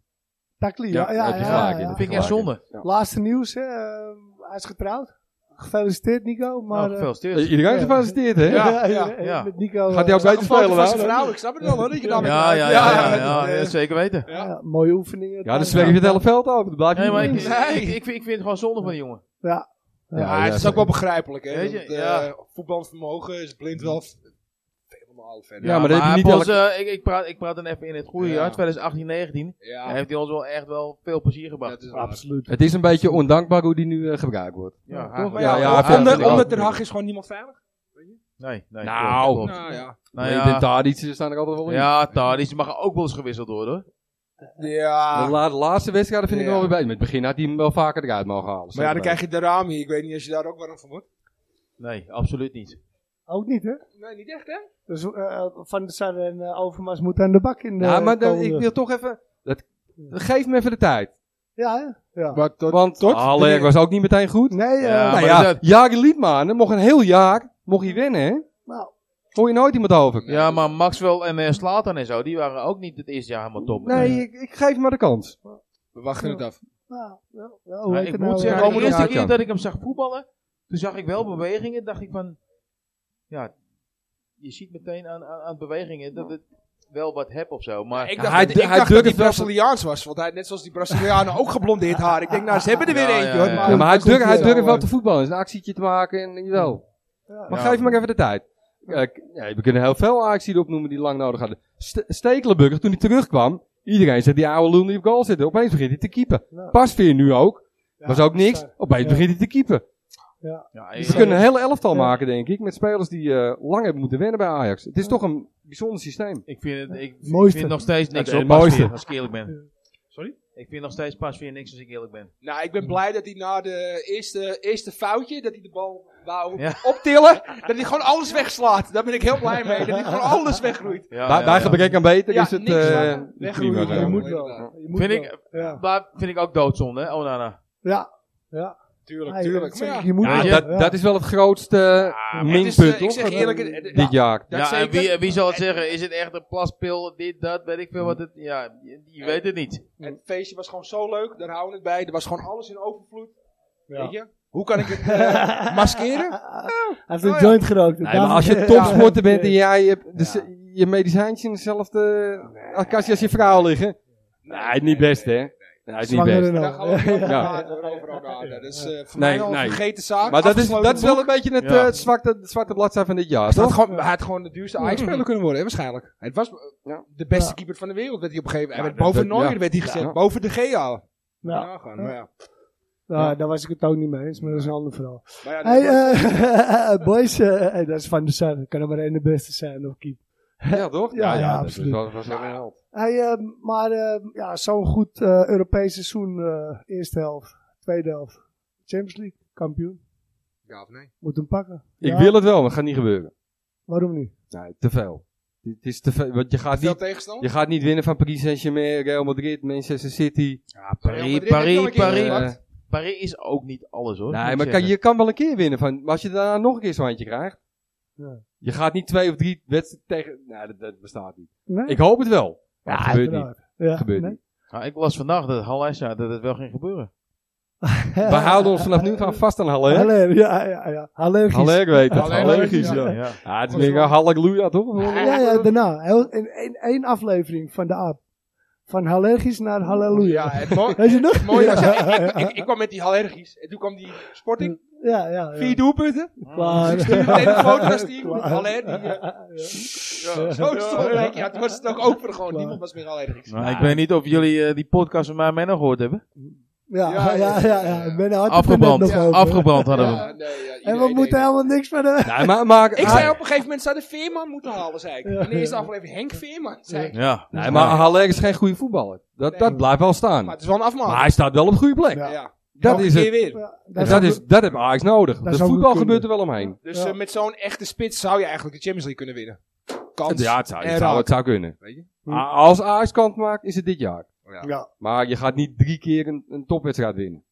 S2: Takli, ja. ja,
S8: heb
S2: ja,
S8: je gelijk
S2: ja,
S8: in.
S2: ja.
S11: Dat vind ik echt
S8: Gelijk,
S11: zonde.
S2: Laatste nieuws, hè, eh, hij is getrouwd. Gefeliciteerd Nico. Maar,
S11: Nou,
S2: eh,
S11: gefeliciteerd.
S8: Iedereen
S2: Ja.
S8: gefeliciteerd, hè?
S2: ja,
S3: ja,
S2: eh,
S11: ja.
S2: Met Nico,
S8: Gaat
S2: eh,
S8: hij ook beter
S3: Een foto
S8: spelen
S3: van
S8: dan?
S3: zijn vrouw, ik snap het wel hoor, dat je daarmee
S11: Ja, ja, ja,
S3: Ja,
S11: ja,
S3: ja,
S11: ja, ja, zeker weten.
S2: ja, mooie oefeningen.
S8: Ja, dan sleep je het hele veld over. Dan blijf je
S11: Nee, maar ik,
S8: niet
S11: ik, ik, ik vind, ik vind het gewoon zonde van die jongen.
S2: Ja.
S11: Ja,
S3: Maar het is ook wel begrijpelijk, hè.
S11: Weet
S3: Want,
S11: je,
S3: eh,
S11: ja.
S3: Voetbalvermogen is blind wel f- vele malen verder.
S8: Ja, maar dat heb je niet
S11: Bos, eh, ik, ik, praat, ik praat dan even in het goede
S3: Ja.
S11: jaar, 2018, 19.
S3: Ja,
S11: Hij heeft hij ons wel echt wel veel plezier gebracht.
S3: dat is waar.
S2: Absoluut.
S8: Het is een beetje ondankbaar hoe die nu eh, gebruikt wordt.
S11: Ja,
S2: toch?
S11: hij-
S3: Maar ja,
S8: Ja, ja,
S3: onder,
S8: vind ik
S3: onder
S8: ook.
S3: Ten Hag is gewoon niemand veilig.
S11: Nee, nee.
S8: Nou.
S11: klopt, klopt.
S3: Nou ja.
S11: Nou
S8: Nee, de
S11: ja,
S8: Tadic eh, staan er altijd wel in.
S11: ja Tadic mag ook wel eens gewisseld worden. hoor.
S8: De,
S3: Ja.
S8: la- de laatste wedstrijd vind ik
S3: Ja.
S8: wel weer bij. Met het begin had hij hem wel vaker eruit mogen halen.
S3: Maar ja, dan krijg je de raam hier. Ik weet niet als je daar ook warm van wordt.
S11: Nee, absoluut niet.
S2: Ook niet, hè?
S3: Nee, niet echt, hè?
S2: Dus, eh, Van der Sar en eh, Overmars moeten aan de bak in eh, de
S8: Ja, maar dan-
S2: komende-
S8: ik wil toch even... Dat, geef me even de tijd.
S2: Ja, hè? Ja.
S3: Maar tot,
S8: Want
S3: tot-
S8: Haller was ook niet meteen goed.
S2: Nee, eh,
S11: Ja,
S8: nou
S11: maar
S8: ja,
S11: dat-
S8: Jager Liedman hè, mocht een heel jaar mocht hij wennen, hè?
S2: nou,
S8: Hoor je nooit iemand over.
S11: Ja, maar Maxwell en eh Slatan en zo, die waren ook niet het eerste jaar helemaal top.
S8: Nee, ik, ik geef hem maar de kans.
S3: We wachten het af.
S2: nou, ja, ja,
S8: Oh,
S2: hoe
S11: Maar
S2: heet
S11: ik
S2: het
S11: moet
S2: nou, eh?
S11: zeggen, de
S8: Komen
S11: eerste
S8: eruit,
S11: keer
S8: ja.
S11: dat ik hem zag voetballen, toen zag ik wel bewegingen, dacht ik van, ja, je ziet meteen aan, aan, aan bewegingen dat het wel wat heb of zo. Maar
S3: Ik
S8: Ja,
S3: dacht,
S8: hij-
S3: dat, ik
S8: hij
S3: dacht dat
S8: durft
S3: hij
S8: wel-
S3: Braziliaans was. Want hij had net zoals die Brazilianen ook geblondeerd haar. Ik denk, nou, ze hebben er weer
S11: Ja,
S3: eentje,
S11: ja,
S3: hoor.
S11: ja.
S8: Ja, maar hij durft hij
S2: zo,
S8: durft wel
S2: eh.
S8: te voetballen. Is een actietje te maken en jawel.
S2: Ja.
S8: Maar
S11: Ja.
S8: geef hem maar even de tijd. Eh, k- nee, we kunnen heel veel acties opnoemen die lang nodig hadden. St Stekelenburg, toen hij terugkwam, iedereen zegt die oude lul die op goal zitten. Opeens begint hij te keepen.
S2: Ja.
S8: Pasveer nu ook.
S2: Ja,
S8: was ook niks.
S2: bizar.
S8: Opeens
S2: Ja.
S8: begint hij te keepen.
S11: ja,
S8: Dus
S11: ik-
S8: ze kunnen een hele elftal
S2: Ja.
S8: maken, denk ik, met spelers die eh, lang hebben moeten wennen bij Ajax. Het is
S2: Ja.
S8: toch een bijzonder systeem.
S11: ik vind het ik, ik
S2: Mooiste.
S11: vind nog steeds niks
S8: Ja,
S11: op
S8: het mooiste.
S11: Pasveer, als ik eerlijk ben.
S3: Sorry?
S11: Ik vind nog steeds pas weer niks als ik eerlijk ben.
S3: Nou, ik ben blij dat hij na de eerste, eerste foutje, dat hij de bal wou
S11: Ja.
S3: optillen, dat hij gewoon alles wegslaat. Daar ben ik heel blij mee. Dat hij gewoon alles wegroeit.
S11: Ja,
S8: bij
S11: ja,
S8: bij
S11: ja.
S8: gebrek aan beter
S3: Ja,
S8: is het
S3: niks
S8: eh
S3: maken. Weggroeien,
S8: prima.
S2: je
S3: Ja,
S2: moet
S8: gedaan.
S2: wel. Je moet
S11: Vind
S2: wel.
S11: ik-
S2: Ja,
S11: Maar vind ik ook doodzonde, hè, Oh, nou, Onana.
S2: nou? ja. ja.
S3: Tuurlijk,
S2: Ja,
S3: tuurlijk.
S2: zeg
S3: Maar
S2: ik,
S3: ja,
S2: je moet
S8: Ja,
S2: wel,
S8: dat,
S2: ja.
S8: dat is wel het grootste
S11: maar
S3: het is,
S8: minpunt,
S3: eh, ik
S8: toch?
S3: zeg eerlijk, het- het-
S8: dit jaar.
S3: dat
S11: ja, en
S3: zeker.
S11: wie, en wie zal het zeggen? Is het echt een plaspil, dit, dat, weet ik veel wat het... Ja, je,
S3: Eh,
S11: je weet het niet.
S3: Het feestje was gewoon zo leuk, daar houden we het bij. Er was gewoon alles in overvloed.
S2: Ja.
S3: Weet je? Hoe kan ik het eh, maskeren?
S2: Hij heeft een
S3: Oh, ja.
S2: joint gerookt.
S8: Nee, maar als je topsporter bent en jij hebt dus je medicijntje in dezelfde kastje als je vrouw liggen. Nee, niet best hè. Nee, is niet best.
S3: Daar gaan we het niet over
S8: Ja.
S3: praten, we gaan het overal praten. Dat is eh, voor
S8: Nee,
S3: mij al een
S8: nee.
S3: vergeten zaak.
S8: Maar dat is,
S3: Afgesloten
S8: dat is wel een beetje het,
S11: Ja.
S8: eh, het zwarte, het zwarte bladzij van dit jaar,
S3: Hij had
S8: toch? Hmm.
S3: gewoon, hij had gewoon de duurste Ajax-speler kunnen worden, hè, waarschijnlijk. Het was eh,
S8: Ja.
S3: de beste
S2: Ja.
S3: keeper van de wereld, werd hij op een gegeven moment.
S8: Ja,
S3: boven
S8: dat- dat-
S3: Neuer werd hij gezet,
S8: Ja.
S3: boven de Gea.
S2: Nou,
S3: Ja, gewoon, maar ja.
S2: nou, daar was ik het ook niet mee eens, maar dat is een ander verhaal.
S3: Maar ja,
S2: Hey,
S3: dat was-
S2: eh, boys, eh, hey, dat is Van der Sar. Dat kan er maar één de beste zijn of keep.
S8: Ja, toch?
S2: Ja, ja,
S8: dat
S2: absoluut.
S8: is wel- was wel een
S3: Nou,
S8: held.
S2: Hey, eh, maar eh, ja, zo'n goed eh, Europees seizoen. eh, eerste helft, tweede helft. Champions League, kampioen.
S3: Ja of nee?
S2: Moet hem pakken.
S8: Ik
S2: Ja,
S8: wil het wel, maar het gaat niet gebeuren.
S2: Waarom niet?
S8: Nee, te veel. Het is te veel, want je gaat
S3: Veel
S8: niet... Je
S3: tegenstander?
S8: gaat niet winnen van Paris Saint-Germain, Real Madrid, Manchester City.
S3: Ja,
S11: Paris,
S3: Real Madrid heeft wel een keer
S11: Paris,
S3: gepakt.
S8: Eh,
S11: Paris is ook niet alles hoor. moet
S8: nee,
S11: ik
S8: maar kan-
S11: zeggen.
S8: je kan wel een keer winnen van. Maar als je daarna nog een keer zo'n handje krijgt.
S2: Ja.
S8: Je gaat niet twee of drie wedstrijden tegen. Nee, dat, dat bestaat niet.
S2: Nee?
S8: Ik hoop het wel. Maar
S11: Ja,
S8: het gebeurt niet.
S2: Uiteraard. Ja,
S8: gebeurt
S2: nee.
S8: niet.
S11: Ah, ik las vandaag dat Halas zei dat het wel ging gebeuren.
S8: We houden ons vanaf nu van vast aan Halle.
S2: Haller, ja, ja, ja. Allergisch.
S8: Halle, ik weet het.
S3: Haller,
S8: Allergisch,
S2: ja.
S8: ja.
S11: Ja.
S8: Ja, het is meer een halleluja, toch?
S2: Ja, ja, daarna. Heel, in één- één aflevering van de aap. Van allergisch naar halleluja.
S3: Ja, het mooi-
S2: Weet je nog?
S3: het mooie was,
S2: ja,
S3: ik, ik, ik, ik kwam met die allergisch. En toen kwam die Sporting,
S2: ja, ja.
S3: vier doelpunten.
S2: Klaar.
S3: Ik stuurde meteen een foto naar Steven,
S2: Klaar.
S3: Haller, die, eh,
S9: Ja.
S3: Zo stond ik. Ja, toen was het ook over gewoon.
S2: Klaar.
S3: Niemand was meer allergisch.
S11: Nou, Ik weet niet of jullie eh, die podcast van mij en nog gehoord hebben.
S2: Ja, ja, ja. ja, Ik ben er hard
S11: Afgebrand.
S2: nog over.
S11: Afgebrand hadden we hem.
S3: Ja, nee, ja,
S2: En we
S3: iedereen
S2: moeten
S3: deed
S2: helemaal niks van de...
S8: Nee, maar, maar,
S3: het. Ik zei op een gegeven moment, zou de Veerman moeten halen, zei ik.
S2: Ja.
S3: In de eerste aflevering, Henk Veerman, zei ik.
S11: Ja.
S8: nee, maar Haller is geen goede voetballer. Dat, dat blijft wel staan.
S3: Maar het
S8: Maar
S3: is wel een afmaak.
S8: hij staat wel op de goede plek.
S2: Ja.
S3: Ja.
S8: Dat
S3: Elke
S8: is
S3: keer
S8: het.
S3: weer.
S2: Ja,
S8: Dat, is, dat heb Ajax nodig.
S2: dat
S8: Dat
S2: zou
S8: voetbal
S2: goed
S8: gebeurt er wel omheen.
S3: Dus
S2: Ja.
S3: eh, met zo'n echte spits zou je eigenlijk de Champions League kunnen winnen. Kans.
S8: Ja, het zou, het
S3: En
S8: zou,
S3: raak.
S8: het zou kunnen.
S3: Weet je?
S2: Hm.
S3: Oh
S8: A- Als Ajax kant maakt, is het dit jaar.
S2: Ja.
S8: Maar je gaat niet drie keer een, een topwedstrijd winnen.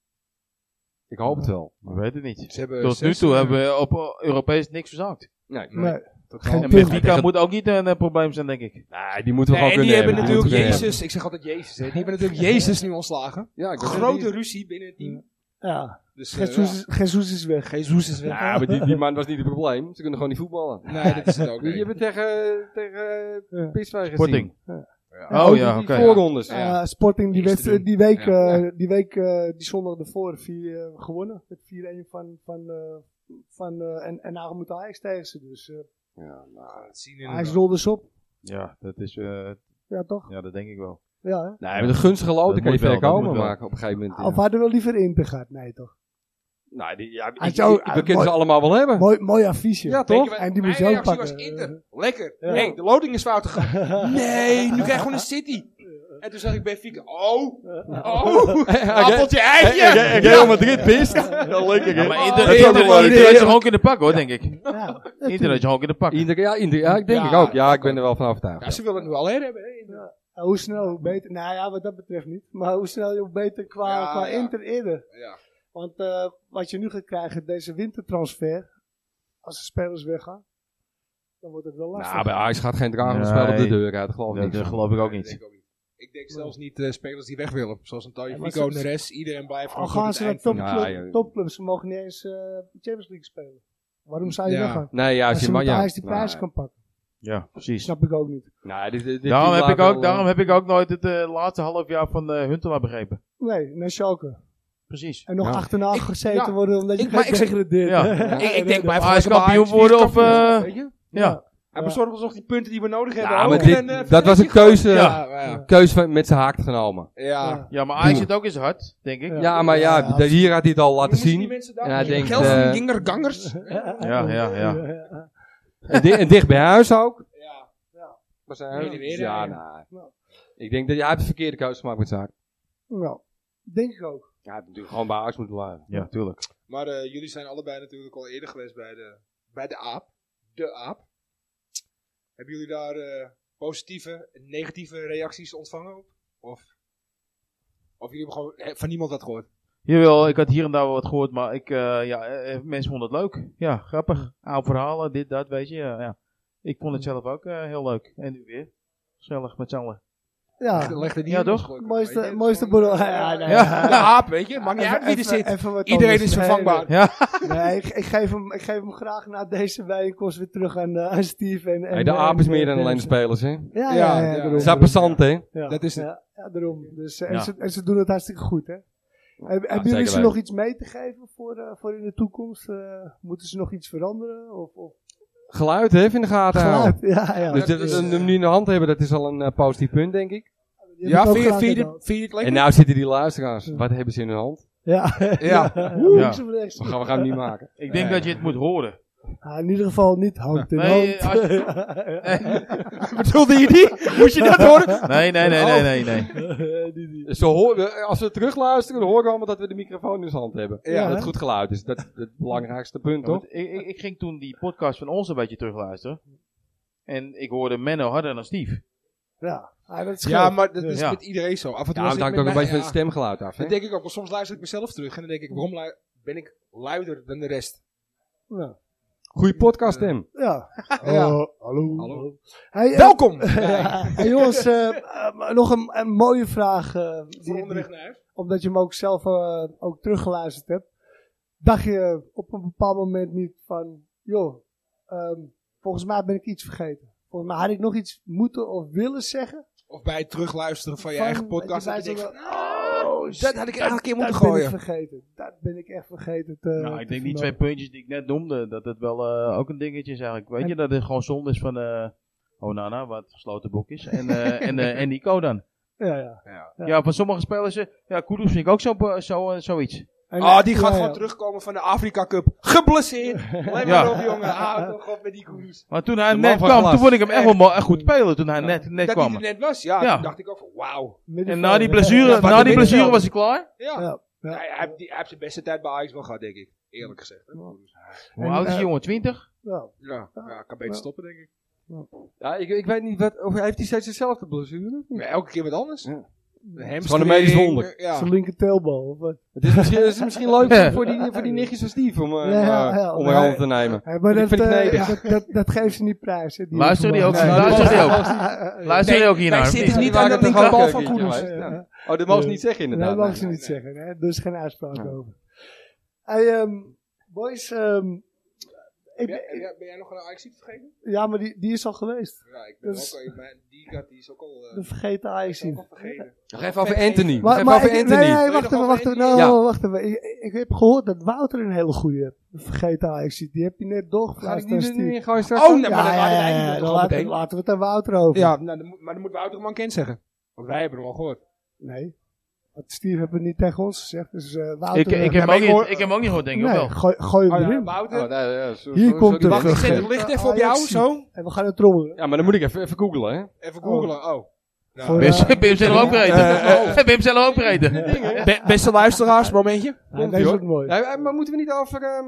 S8: Ik hoop het wel.
S11: We weten het niet.
S3: Ze hebben
S11: Tot nu
S3: zes,
S11: toe
S3: eh,
S11: hebben we op eh, Europees niks verzaakt.
S8: Nee,
S2: Nee.
S3: totaal.
S11: En
S2: punt.
S11: Benfica moet ook niet een eh, probleem zijn, denk ik.
S8: Nee, die moeten we
S3: Nee,
S8: gewoon
S3: en
S8: kunnen
S3: die hebben
S8: Die
S3: natuurlijk
S8: moeten we
S3: Jezus, ik zeg altijd Jezus, hè. die hebben natuurlijk Jezus nu ontslagen.
S8: kunnen hebben. Ja, ik wou
S3: Grote
S8: zeggen,
S3: ruzie binnen het team.
S2: ja.
S3: Dus, eh,
S2: Jesus, is- Jesus is weg.
S3: Jezus is
S8: die-
S3: weg.
S8: Ja, maar die, die man was niet het probleem. Ze kunnen gewoon niet voetballen.
S3: Nee, dat is het ook
S8: Die
S3: niet.
S8: hebben tegen, tegen
S2: Ja.
S8: eh, PSV gezien.
S11: Sporting.
S8: Ja,
S11: Oh ja,
S8: die
S11: oké.
S8: voorrondes.
S2: Eh, Sporting die,
S3: Niks te
S2: wedstrijd-
S3: doen.
S2: die week,
S3: Ja.
S2: eh, die, week eh, die zondag ervoor vier, eh, gewonnen. Met 4-1 van, van, eh, van eh, en, en nou moet Ajax tegen ze. Dus eh,
S3: Dat zien
S2: Ajax
S3: inderdaad.
S2: rolde ze op.
S11: Ja, dat is... eh,
S2: Ja, toch?
S11: ja, dat denk ik wel.
S2: Ja, hè?
S8: Nee, met een gunstige lood
S11: Dat
S8: kan je
S11: moet wel,
S8: ver
S11: dat
S8: komen.
S11: moet wel.
S8: Maar op een gegeven moment...
S2: Of hadden we liever Inter gehad? Nee, toch?
S8: Nou, die, ja, ik-
S2: Had
S8: ik-
S2: jou-
S8: ik- we
S2: ah,
S8: kunnen ze
S2: mooi.
S8: allemaal wel hebben.
S2: Mooi, mooi affiche.
S8: Ja,
S3: Weet
S8: toch?
S3: je wat
S2: En die moet je
S3: mijn
S2: ook
S3: reactie
S2: pakken.
S3: was Inter. Lekker.
S2: Ja.
S3: Nee, de loading is fout gegaan. Nee, nu krijg je gewoon een City. En toen zag ik Benfica. Oh, oh, appeltje eitje.
S8: Real Madrid pist. Ja, lekker,
S11: Ja, maar
S8: Ah, Dat
S11: Inter,
S8: is
S11: Inter,
S8: ook
S11: Inter,
S8: wel leuk.
S11: had je gewoon kunnen pakken hoor, denk ik.
S2: Ja,
S11: Inter had je gewoon kunnen pakken.
S8: Inter, ja, Inter, ja, ik denk
S3: Ja.
S8: ik ook. Ja, ik ben er wel van overtuigd.
S3: Ja, ze willen het nu al hebben. Hè.
S2: Ja, Eh, hoe snel, hoe beter. Nou ja, wat dat betreft niet. Maar hoe snel, hoe beter qua,
S3: Ja,
S2: qua
S3: ja.
S2: Inter eerder.
S3: Ja.
S2: Want eh, wat je nu gaat krijgen, deze wintertransfer, als de spelers weggaan, dan wordt het wel lastig.
S8: Nou, bij Ajax gaat geen drager spel op de
S11: Nee.
S8: deur uit, geloof ik
S11: Dat,
S8: niet.
S11: dat geloof ik ook
S3: Nee,
S11: niet.
S3: denk ook niet. Ik denk zelfs niet eh, spelers die weg willen. Zoals een Tayo
S2: Ja, maar
S3: Fico,
S2: ze-
S3: Neres. Iedereen blijft
S2: Al
S3: gewoon tot
S2: gaan
S3: het
S2: ze naar
S3: eind. van-
S8: de-
S2: topclub,
S8: Ja, ja.
S2: topclubs, ze mogen niet eens eh, de Champions League spelen. Waarom zou je
S3: Ja.
S2: weggaan?
S8: Nee, ja,
S2: Als je
S8: maar
S2: met
S8: ja.
S2: Ajax die prijs kan pakken.
S11: Ja, precies.
S2: Snap ik ook niet.
S8: Nee, nou, dit, dit, dit
S11: Daarom
S8: dit
S11: heb, ik
S8: laat
S11: ook,
S8: wel,
S11: daarom
S8: eh,
S11: heb ik ook nooit het eh, laatste half jaar van eh Huntelaar begrepen.
S2: Nee, naar Schalke.
S11: Precies.
S2: En nog
S8: Ja.
S2: achterna
S3: Ik-
S2: gezeten
S3: ja.
S2: worden omdat je
S3: Ik-
S2: geen
S3: maar ik-
S2: degradeert.
S11: Ja.
S3: Ik, ik denk, blijf
S11: Hij
S3: gewoon
S11: is
S3: bij
S11: kampioen
S3: Ajax, wie is
S11: worden of,
S3: kampioen?
S11: eh,
S3: Weet je?
S11: Ja.
S3: Hij
S2: Ja.
S3: bezorgt ons nog die punten die we nodig hebben.
S8: Ja, maar
S3: ook.
S8: dit-
S3: En, eh,
S8: dat was een
S3: vergeet je
S8: keuze,
S3: gewoon.
S8: ja.
S3: Ja, ja.
S8: keuze van- met zijn haak genomen.
S3: ja.
S11: Ja, maar Ajax zit ook eens hard, denk ik.
S2: Ja.
S8: Ja, maar ja,
S2: Ja,
S8: dat- hier had hij het al laten
S3: Noemen ze die
S8: zien.
S3: mensen daar?
S8: En hij denkt,
S3: Kelvin,
S8: eh,
S3: Ginger, Gangers.
S11: Ja, ja, ja.
S8: En, di- en dicht bij huis ook.
S3: Ja.
S8: Was
S3: Heen en weer,
S8: ja, nou.
S3: hè?
S8: nee. Ik denk dat hij heeft de verkeerde keuze gemaakt met zijn haak.
S2: Nou, denk ik ook.
S8: Ja, hij had natuurlijk gewoon bij huis moeten blijven.
S11: Ja, tuurlijk.
S3: Maar eh, jullie zijn allebei natuurlijk al eerder geweest bij de, bij de aap. De aap. Hebben jullie daar eh, positieve en negatieve reacties ontvangen op? Of, of jullie hebben gewoon eh, van niemand wat gehoord?
S11: Jawel, ik had hier en daar wel wat gehoord, maar ik, eh, ja, eh, mensen vonden het leuk. Ja, grappig. Oude verhalen, dit, dat, weet je. Ja, ja. Ik vond het zelf ook eh, heel leuk. En nu weer. Gezellig met z'n allen.
S2: Ja,
S3: Legde die
S11: Ja,
S3: in ons
S11: toch?
S3: gooien,
S2: Mooiste-
S3: weet je?
S2: mooiste
S3: Gewoon,
S2: borrel.
S3: eh,
S2: Ja, nee.
S3: De aap, weet je? Maakt niet uit wie er
S2: Even-
S3: zit.
S2: even wat
S3: Iedereen
S2: anders.
S3: is vervangbaar.
S2: Nee, nee, ik, ik, geef hem, ik geef hem graag na deze bijeenkomst weer terug aan, eh, aan Steve. En, en,
S8: Hey, de
S2: en,
S8: aap is meer
S2: eh,
S8: dan alleen de
S2: Dennis.
S8: spelers, hè. Ze
S2: Ja, ja, ja,
S3: Ja, ja.
S2: daarom,
S8: zijn
S2: daarom.
S8: passant, hè.
S2: Ja,
S3: Dat is het.
S2: Ja, ja, daarom. Dus, eh, en,
S11: Ja.
S2: ze, en ze doen het hartstikke goed, hè? Heb- hebben
S8: zeker
S2: jullie ze
S8: weten.
S2: nog iets mee te geven voor, eh, voor in de toekomst? Eh, moeten ze nog iets veranderen? Of, of
S8: Geluid, hè, in de gaten houden.
S2: geluid? Ja, ja.
S8: Dus
S3: dat
S8: dat, dat,
S3: is,
S8: hem nu in de hand hebben, dat is al een eh, positief punt, denk ik.
S2: Je hebt
S3: Ja,
S2: het ook
S3: vind je,
S2: graag
S3: vind je,
S2: gedaan.
S3: dit- vind je dit lekker?
S8: En nou zitten die luisteraars. Wat hebben ze in hun hand?
S2: Ja,
S3: Ja.
S2: Links of rechts.
S8: We gaan, we gaan hem niet maken.
S11: Ik denk dat je het moet horen.
S2: Ah, in ieder geval niet hand in
S11: Nee,
S2: hand.
S11: als-
S3: Bedoelde je die? Moest je dat horen?
S11: Nee, nee, nee, nee, nee, nee.
S2: Eh, die- die.
S8: Ze horen, als we terugluisteren, dan horen we allemaal dat we de microfoon in zijn hand hebben.
S2: Ja,
S8: dat
S2: hè?
S8: het goed geluid is. Dat dat het belangrijkste punt,
S11: Ja, want
S8: toch?
S11: ik, ik, ik ging toen die podcast van ons een beetje terugluisteren. En ik hoorde Menno harder dan Steve.
S2: Ja, ah, dat scheelt.
S3: Ja, maar dat is
S11: Ja.
S3: met iedereen zo. Af en toe
S8: Ja,
S3: als
S8: het
S3: ik
S8: hangt
S3: met
S8: ook een
S3: mij-
S8: beetje van het
S3: ja.
S8: stemgeluid af.
S3: Dat
S8: Hè?
S3: denk ik ook, want soms luister ik mezelf terug en dan denk ik, waarom lu- ben ik luider dan de rest?
S2: Ja.
S8: Goeie podcast, Tim.
S2: Eh, Ja.
S3: Ja.
S2: Oh, hallo.
S3: Hallo.
S2: Hey, eh,
S3: Welkom!
S2: hey, jongens, eh, eh, nog een, een mooie vraag. eh, die-
S3: Voor
S2: die-
S3: onderweg naar huis.
S2: omdat je hem ook zelf eh, ook teruggeluisterd hebt, dacht je op een bepaald moment niet van, joh, ehm, volgens mij ben ik iets vergeten. Volgens mij had ik nog iets moeten of willen zeggen.
S3: Of bij het terugluisteren van je
S2: Van-
S3: eigen podcast.
S2: dat
S3: Dat,
S2: je
S3: je denkt,
S2: bij
S3: oh, dat had ik eigenlijk een keer moeten
S2: dat ben ik
S3: gooien.
S2: vergeten. Dat ben ik echt vergeten. Te,
S11: nou, ik
S2: eh, te
S11: denk die twee
S2: vermelden.
S11: puntjes die ik net noemde, dat het wel eh, ook een dingetje is eigenlijk. Weet je, dat het gewoon zonde is van eh Onana, wat gesloten bok is, en, eh, en, eh, en Nico dan.
S2: Ja, ja. Ja.
S11: Ja, van sommige spelers, eh, ja, Kudus vind ik ook zo, eh, zo, eh, zoiets.
S2: En-
S3: Oh, die gaat
S2: ja,
S3: gewoon
S2: ja.
S3: terugkomen van de Afrika Cup. Geblesseerd. Let
S11: Ja.
S3: maar op, jongen. Hou toch op met die koers.
S11: Maar toen hij
S8: man
S11: net
S8: van
S11: kwam,
S8: glas.
S11: toen vond ik hem echt wel mo- echt goed spelen, toen hij net, net
S3: Dat hij er
S11: kwam.
S3: net was, ja.
S11: Ja.
S3: Toen dacht ik ook van, wauw.
S11: En
S2: Middenveld,
S11: na die
S2: ja.
S11: blessure,
S3: Ja, maar
S11: na
S3: de
S11: die blessure
S3: middenvelder.
S11: was hij klaar.
S3: Ja.
S2: Ja, ja.
S3: Hij, hij, heeft- hij heeft zijn beste tijd bij Ajax wel gehad, denk ik. Eerlijk gezegd. hè.
S11: Hoe
S2: En,
S11: oud is die
S2: eh,
S11: jongen, 20?
S2: ja.
S3: Ja, ja kan beter
S2: Ja.
S3: stoppen, denk ik.
S8: Ja, ik, ik weet niet, wat, of heeft hij steeds dezelfde blessure?
S3: Maar elke keer wat anders. Hamstring,
S8: Gewoon een medisch wonder.
S3: Ja.
S2: Zijn linker teelbal. of wat.
S8: Het is misschien, het is misschien leuk voor die, voor die nichtjes van Steve om, eh
S2: Ja, ja,
S8: eh,
S2: ja.
S8: om haar
S2: Nee.
S8: hand te nemen.
S2: Hey, maar
S8: Die
S2: dat, eh,
S8: verknepen.
S2: dat, dat, dat geeft ze niet prijs. hè,
S11: Luister die ook,
S2: Nee.
S11: luister die ook.
S2: Nee,
S11: Luister die ook hiernaar.
S3: wij
S11: of
S3: zitten
S11: niet?
S3: niet aan de
S8: waren toch
S3: linkerbal
S8: ook,
S3: van
S8: eh,
S3: Koeners.
S8: geweest.
S2: Ja.
S8: Oh, dat mogen ze
S2: Ja.
S8: niet zeggen inderdaad.
S2: Dat mag
S8: nee.
S2: ze niet zeggen, hè? dus geen uitspraak over. Hey, ehm, boys, ehm, ik,
S3: Ja,
S2: ja,
S3: en ja, ben jij nog een Ajax vergeten?
S2: maar die, die is al geweest.
S3: Ja, ik ben
S2: Dus-
S3: ook al, mijn- die kat die is ook al, eh,
S2: De vergeten Ajax
S3: is ook
S2: zien.
S3: al vergeten.
S8: Nog even over Anthony. Nog
S2: Maar,
S8: even
S2: maar
S8: over
S2: ik, nee,
S8: Anthony.
S2: nee,
S3: je nog
S2: wacht even,
S3: over
S2: wacht even.
S3: Anthony?
S2: Nou, wacht even. Ik, ik heb gehoord dat Wouter een hele goede heeft. De vergeten Ajax ziet. Die heb je net
S8: Ga ik
S2: doorgeplaatst
S8: nu
S2: aan
S8: er
S2: Steve.
S8: niet in gooien straks?
S3: Oh,
S8: dan?
S3: nee, maar
S2: Ja,
S3: dat
S2: ja,
S3: waren wij
S2: ja,
S3: niet,
S2: ja,
S3: dat
S2: dan
S3: was
S2: laten,
S3: meteen.
S2: laten we het aan Wouter over.
S3: Ja, nou, dan moet- maar dan moeten we ook nog maar Kent zeggen. Want wij hebben hem al gehoord.
S2: Nee, want Steve heeft het niet tegen ons gezegd. Dus eh, Wouter...
S11: Ik, ik, heb hem ook
S3: maar ik
S11: niet-
S3: hoor-
S11: ik heb hem ook niet gehoord, denk ik
S2: nee,
S11: of wel.
S2: Gooi, gooi hem
S3: Oh ja,
S2: erin.
S3: Wouter.
S8: Oh, nee, ja, zo-
S2: Hier
S8: zo-
S2: komt
S8: zo-
S2: de
S3: Wacht, ik zet
S2: vergeten.
S3: het licht even op jou,
S2: Ajax-ie.
S3: zo.
S2: En we gaan het trommelen.
S8: Ja, maar dan moet ik even, even googlen, hè.
S3: Even googlen, oh. Nou,
S2: Voor,
S11: Ben
S2: eh,
S11: je hem zelf ook gereden? Ben je hem zelf ook gereden?
S3: Be- beste luisteraars, momentje.
S2: ja, deze wordt mooi.
S8: Ja, maar moeten we niet over... ehm,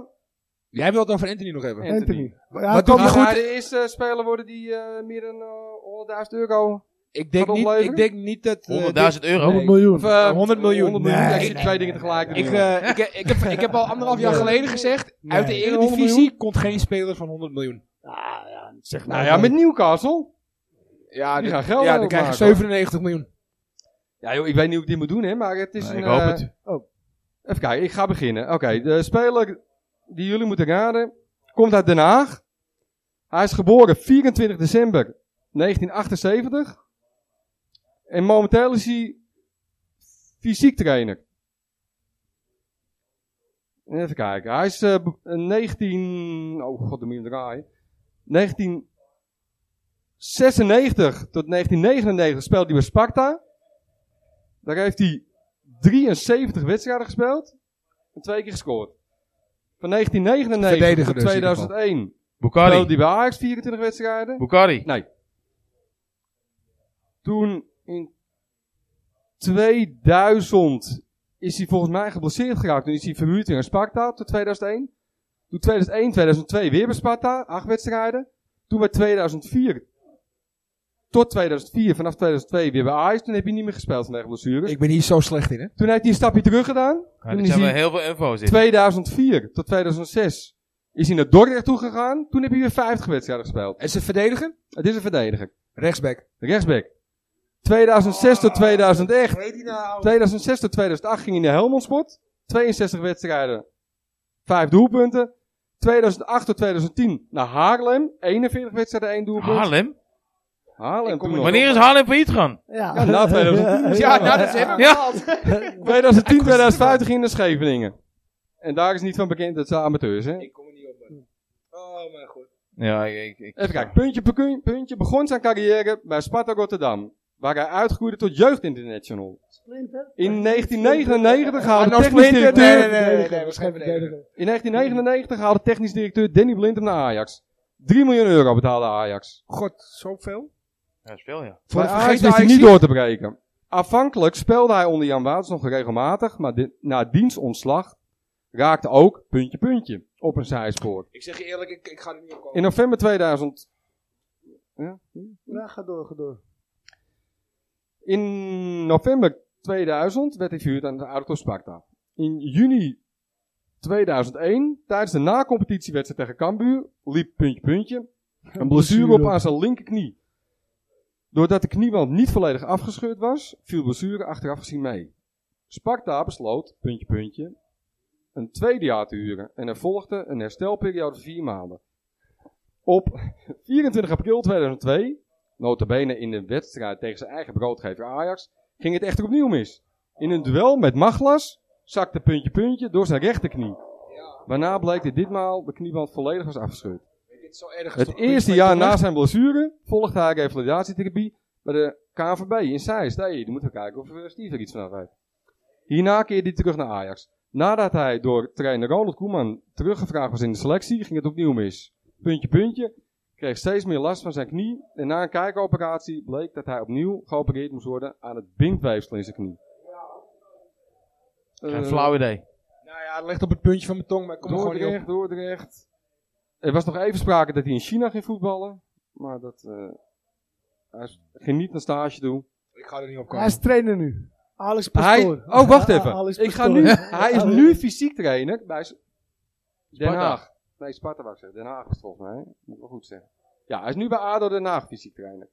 S3: Jij wilt het over Anthony nog even.
S2: Anthony. Ja,
S3: Wat
S2: kom
S3: doe je
S2: maar.
S8: Gaat hij
S3: goed?
S8: de eerste speler worden die eh, meer dan eh, 100.000 euro...
S3: Ik denk,
S8: Wat
S3: niet,
S8: opleveren?
S3: ik denk niet dat... eh, dit-
S11: 100.000 euro.
S2: 100 miljoen.
S8: Of, eh,
S3: 100 miljoen.
S8: 100 miljoen.
S2: Nee,
S8: Ja, ik zit
S2: nee,
S8: twee dingen tegelijk. te
S3: ik,
S8: doen.
S3: eh, ik, ik, heb, ik heb al anderhalf jaar geleden gezegd, uit de
S8: 100
S3: Eredivisie
S8: miljoen?
S3: komt geen speler van 100 miljoen.
S2: Ah, ja, zeg
S8: nou ja, met Newcastle.
S3: Ja,
S8: Die
S3: dat-
S8: gaan geld
S3: ja dan
S8: overmaken,
S3: krijg je
S8: hoor.
S3: 97 miljoen.
S8: Ja, joh, ik weet niet hoe ik dit moet doen, hè, maar het is
S11: Nee,
S8: een...
S11: Ik hoop
S8: eh,
S11: het.
S8: Even kijken, ik ga beginnen. Oké, de speler die jullie moeten raden komt uit Den Haag. Hij is geboren 24 december 1978. En momenteel is hij fysiek trainer. Even kijken, hij is eh, be- eh, 19... Oh god, dan moet je hem draaien. 1996 tot 1999 speelde hij bij Sparta. Daar heeft hij 73 wedstrijden gespeeld en twee keer gescoord. Van 1999
S3: Verdediger
S8: tot
S3: dus in ieder geval.
S8: 2001 speelde
S11: Bukari.
S8: hij bij Ajax 24 wedstrijden.
S11: Bukari.
S8: Nee. Toen in 2000 is hij volgens mij geblesseerd geraakt. Toen is hij verhuurd in Sparta tot 2001. Toen 2001, 2002 weer bij Sparta, acht wedstrijden. Toen bij 2004 tot 2004, vanaf 2002 weer bij Ajax. Toen heb hij niet meer gespeeld vanwege blessures.
S3: Ik ben hier zo slecht in, hè?
S8: Toen heeft hij een stapje terug gedaan.
S11: Ja,
S8: Toen
S11: Er
S8: is
S11: zijn wel
S8: hij
S11: heel veel info's in.
S8: 2004 tot 2006 is hij naar Dordrecht toe gegaan. Toen heb hij weer 50 wedstrijden gespeeld.
S3: En ze verdedigen?
S8: Het is een verdediger.
S3: Rechtsback.
S8: Rechtsback. 2006 tot 2008.
S3: Weet hij nou?
S8: 2006 tot 2008 ging hij naar Helmond Sport. 62 wedstrijden. 5 doelpunten. 2008 tot 2010 naar Haarlem. 41 wedstrijden, 1 doelpunt.
S11: Haarlem?
S8: Haarlem toen nog.
S11: Wanneer is Haarlem failliet gaan?
S2: Ja.
S8: Ja, na 2010.
S3: Ja, nou, dat is helemaal
S11: Ja.
S8: 2010, 2015 ging hij naar Scheveningen. En daar is niet van bekend dat ze amateurs zijn.
S3: Ik kom er niet op, man. Oh, mijn god.
S11: Ja, ik... ik- ik-
S8: Even kijken, puntje per kun- puntje. Begon zijn carrière bij Sparta Rotterdam. waar hij uitgroeide tot jeugdinternational.
S2: Splinter?
S8: In 1999 haalde
S3: Arno
S8: technisch
S3: Splinter?
S8: directeur...
S3: Ah, nou, Nee, nee, nee, nee, nee, nee, was geen verdediger.
S8: In 1999 haalde technisch directeur Danny Blind hem naar Ajax. 3 miljoen euro betaalde Ajax.
S3: God, zoveel?
S11: Dat is veel, ja.
S3: Voor
S8: Voor
S3: de
S8: Ajax
S3: vergeten
S8: wist hij niet
S3: Ajaxiet?
S8: door te breken. Afhankelijk speelde hij onder Jan Waats nog regelmatig, maar di- na dienstontslag raakte ook puntje puntje op een zijspoor.
S3: Ik zeg je eerlijk, ik, ik ga er niet op komen.
S8: In november 2000... Ja?
S2: Ja, ga door, ga door.
S8: In november 2000 werd hij verhuurd aan de Auto Sparta. In juni 2001, tijdens de na-competitiewedstrijd tegen Cambuur, liep puntje puntje een blessure op aan zijn linkerknie. Doordat de knieband niet volledig afgescheurd was, viel blessure achteraf gezien mee. Sparta besloot, puntje puntje, een tweede jaar te huren en er volgde een herstelperiode van vier maanden. Op 24 april 2002 notabene in de wedstrijd tegen zijn eigen broodgever Ajax, ging het echter opnieuw mis. In een duel met Maglas zakte puntje puntje door zijn rechterknie. Waarna bleek dat ditmaal de knieband volledig was afgescheurd.
S3: Dit is zo erg.
S8: Het eerste jaar na zijn blessure volgde hij revalidatietherapie bij de KNVB in Zeist. Hey, dan moeten we kijken of eh, Steve er iets vanaf heeft. Hierna keerde hij terug naar Ajax. Nadat hij door trainer Ronald Koeman teruggevraagd was in de selectie, ging het opnieuw mis. Puntje, puntje. Kreeg steeds meer last van zijn knie. En na een kijkoperatie bleek dat hij opnieuw geopereerd moest worden aan het bindweefsel in zijn knie.
S11: Geen
S8: Eh,
S11: flauw idee.
S3: Nou ja, het ligt op het puntje van mijn tong, maar ik kom er gewoon niet op.
S8: Dordrecht, Dordrecht. Er was nog even sprake dat hij in China ging voetballen. Maar dat... eh, hij is- ging niet naar stage toe.
S3: Ik ga er niet op
S2: Hij
S3: komen.
S2: is trainer nu. Alex
S8: Hij,
S2: Pastoor.
S8: oh, wacht
S2: A- A-
S8: even.
S2: Alex
S8: Ik ga
S2: Pastoor.
S8: nu, hij is nu fysiek trainer bij S- Den
S11: Sparta.
S8: Haag. Nee, Sparta wou ik zeggen. Den Haag is het volgens mij. Moet ik wel goed zeggen. Ja, hij is nu bij ADO Den Haag fysiek trainer.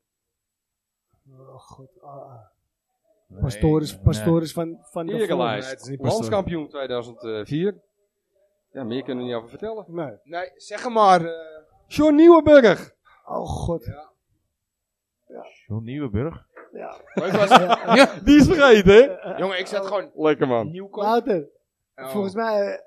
S2: Oh, god. ah, ah. Pastoor is, pastoor is van, van de
S8: Erelijst.
S3: het is niet Pastoor.
S8: Landskampioen 2004. Ja, meer kunnen we niet over vertellen.
S2: voor- Nee.
S3: Nee, zeg hem maar. eh,
S8: John Nieuwenburg.
S2: Oh god.
S11: John Nieuwenburg.
S2: Ja. Eh,
S3: leuk was het.
S8: Die is vergeten, hè?
S3: Jongen, ik zat gewoon
S8: Lekker man.
S3: nieuw komen.
S2: Wouter,
S8: Oh.
S2: volgens mij eh,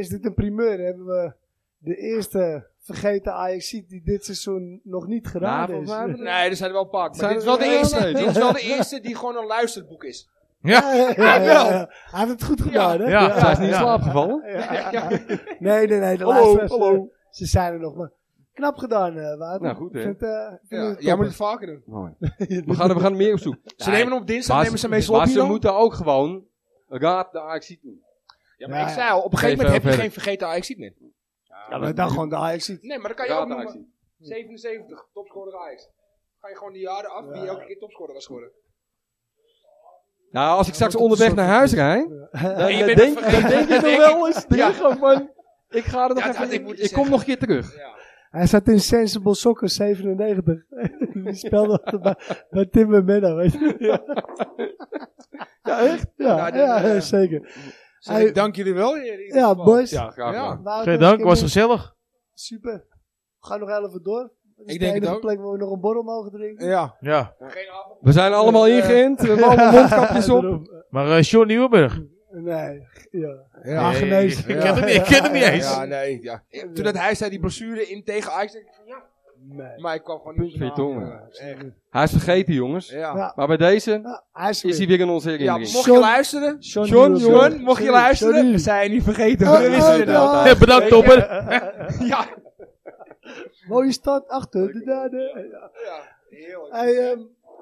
S2: is dit een primeur. Hebben we de eerste vergeten ajax die dit seizoen nog niet geraden
S8: Nou,
S2: is.
S8: volgens mij-
S3: Nee, er zijn er wel een paar. Maar
S8: Zijn
S3: dit is
S8: er
S3: wel de
S8: wel
S3: eerste.
S8: steeds?
S3: Dit is wel de eerste die gewoon een luisterboek is.
S2: Ja, ja, ja, ja, ja. Hij heeft het goed gedaan, hè?
S11: Ja.
S8: Zij is niet in
S11: Ja.
S8: slaap gevallen.
S2: Ja, ja, ja. Nee, nee, nee. De
S8: Hallo,
S2: luisteraars,
S8: hallo.
S2: eh, Ze zijn er nog, maar knap gedaan, eh Wouter.
S8: Nou, goed, hè?
S2: Ik vind, eh, ik vind
S3: Ja,
S2: het
S3: jij
S2: topper.
S3: moet het vaker doen.
S8: Mooi. We gaan, er- we gaan er meer op zoek.
S3: Ze
S8: Nee,
S3: nemen hem op dinsdag,
S8: maar
S3: nemen ze mee
S8: Maar
S3: sloppy
S8: ze
S3: dan?
S8: moeten ook gewoon raad de AXC doen.
S3: Ja, maar
S2: Ja,
S3: ik
S2: ja.
S3: zei al, op een gegeven
S8: Even
S3: moment heb je
S8: verder.
S3: geen vergeten ajax meer.
S2: Ja, maar dan gewoon de ajax
S3: Nee, maar dan kan je ook
S8: Raad de
S3: noemen.
S8: AXC.
S3: 77, topscorer Ajax. Ga je gewoon die jaren af die elke keer topscorer was geworden.
S8: Nou, als ik straks
S2: wordt het
S8: onderweg
S2: een
S8: naar
S2: soort
S8: huis rijd,
S3: Ja, je
S8: dan,
S3: bent
S8: denk,
S3: het vergeten.
S8: dan denk ik nog wel eens terug ja. van, ik ga er nog
S3: Ja, dat
S8: even,
S3: had ik
S8: ik,
S3: moeten
S8: ik kom
S3: zeggen.
S8: nog een keer terug.
S3: Ja.
S2: Hij zat in Sensible Soccer 97. Die speelde altijd bij, bij Tim en Menno, weet je. Ja, echt? Ja,
S3: Nou, dan,
S2: ja,
S3: eh,
S2: eh, zeker.
S3: Dus
S2: Hij-
S3: ik dank jullie wel. in ieder
S2: Ja,
S3: geval.
S2: boys. Nou,
S8: Ja, graag
S3: Ja.
S8: gedaan.
S2: Wouter,
S11: Geen dank,
S2: Kim,
S11: was gezellig.
S2: Super. We gaan nog even door. Dat is
S3: Ik denk
S2: de
S3: het
S2: enige
S3: ook.
S2: plek waar we nog een borrel mogen drinken.
S3: Ja.
S11: Ja.
S3: Geen avond.
S8: We zijn allemaal
S2: Eh,
S8: ingeënt, we hebben allemaal mondkapjes op.
S2: Daarom.
S11: Maar eh, John Nieuwenburg.
S2: Nee, ja.
S3: Ja.
S11: Nee,
S2: genezen.
S11: ik ken hem niet, ik ken hem niet eens.
S3: Ja, nee, ja. Toen dat hij zei die blessure in tegen Ajax, dacht ik van ja.
S2: Nee.
S3: Maar ik kwam gewoon
S8: Puntje
S3: niet
S8: van je tong,
S3: Ja, echt.
S8: Hij is vergeten, jongens.
S3: Ja.
S2: Ja.
S8: Maar bij deze
S2: Nou, hij is,
S8: is hij
S2: weer.
S8: weer in onze
S3: Ja,
S8: herinnering.
S3: mocht je
S2: John-
S3: luisteren.
S8: John,
S2: Wilson.
S3: John, mocht je
S2: Sorry,
S3: luisteren.
S2: sorry.
S3: We zijn je niet vergeten.
S2: Oh,
S3: hoor. Dat is
S2: oh,
S3: het
S2: ja.
S3: inderdaad.
S11: Ja, bedankt, Topper.
S8: eh,
S3: Ja.
S2: Mooie stad achter de daden. Ja.
S3: Ja, heerlijk.
S2: Hey, ehm,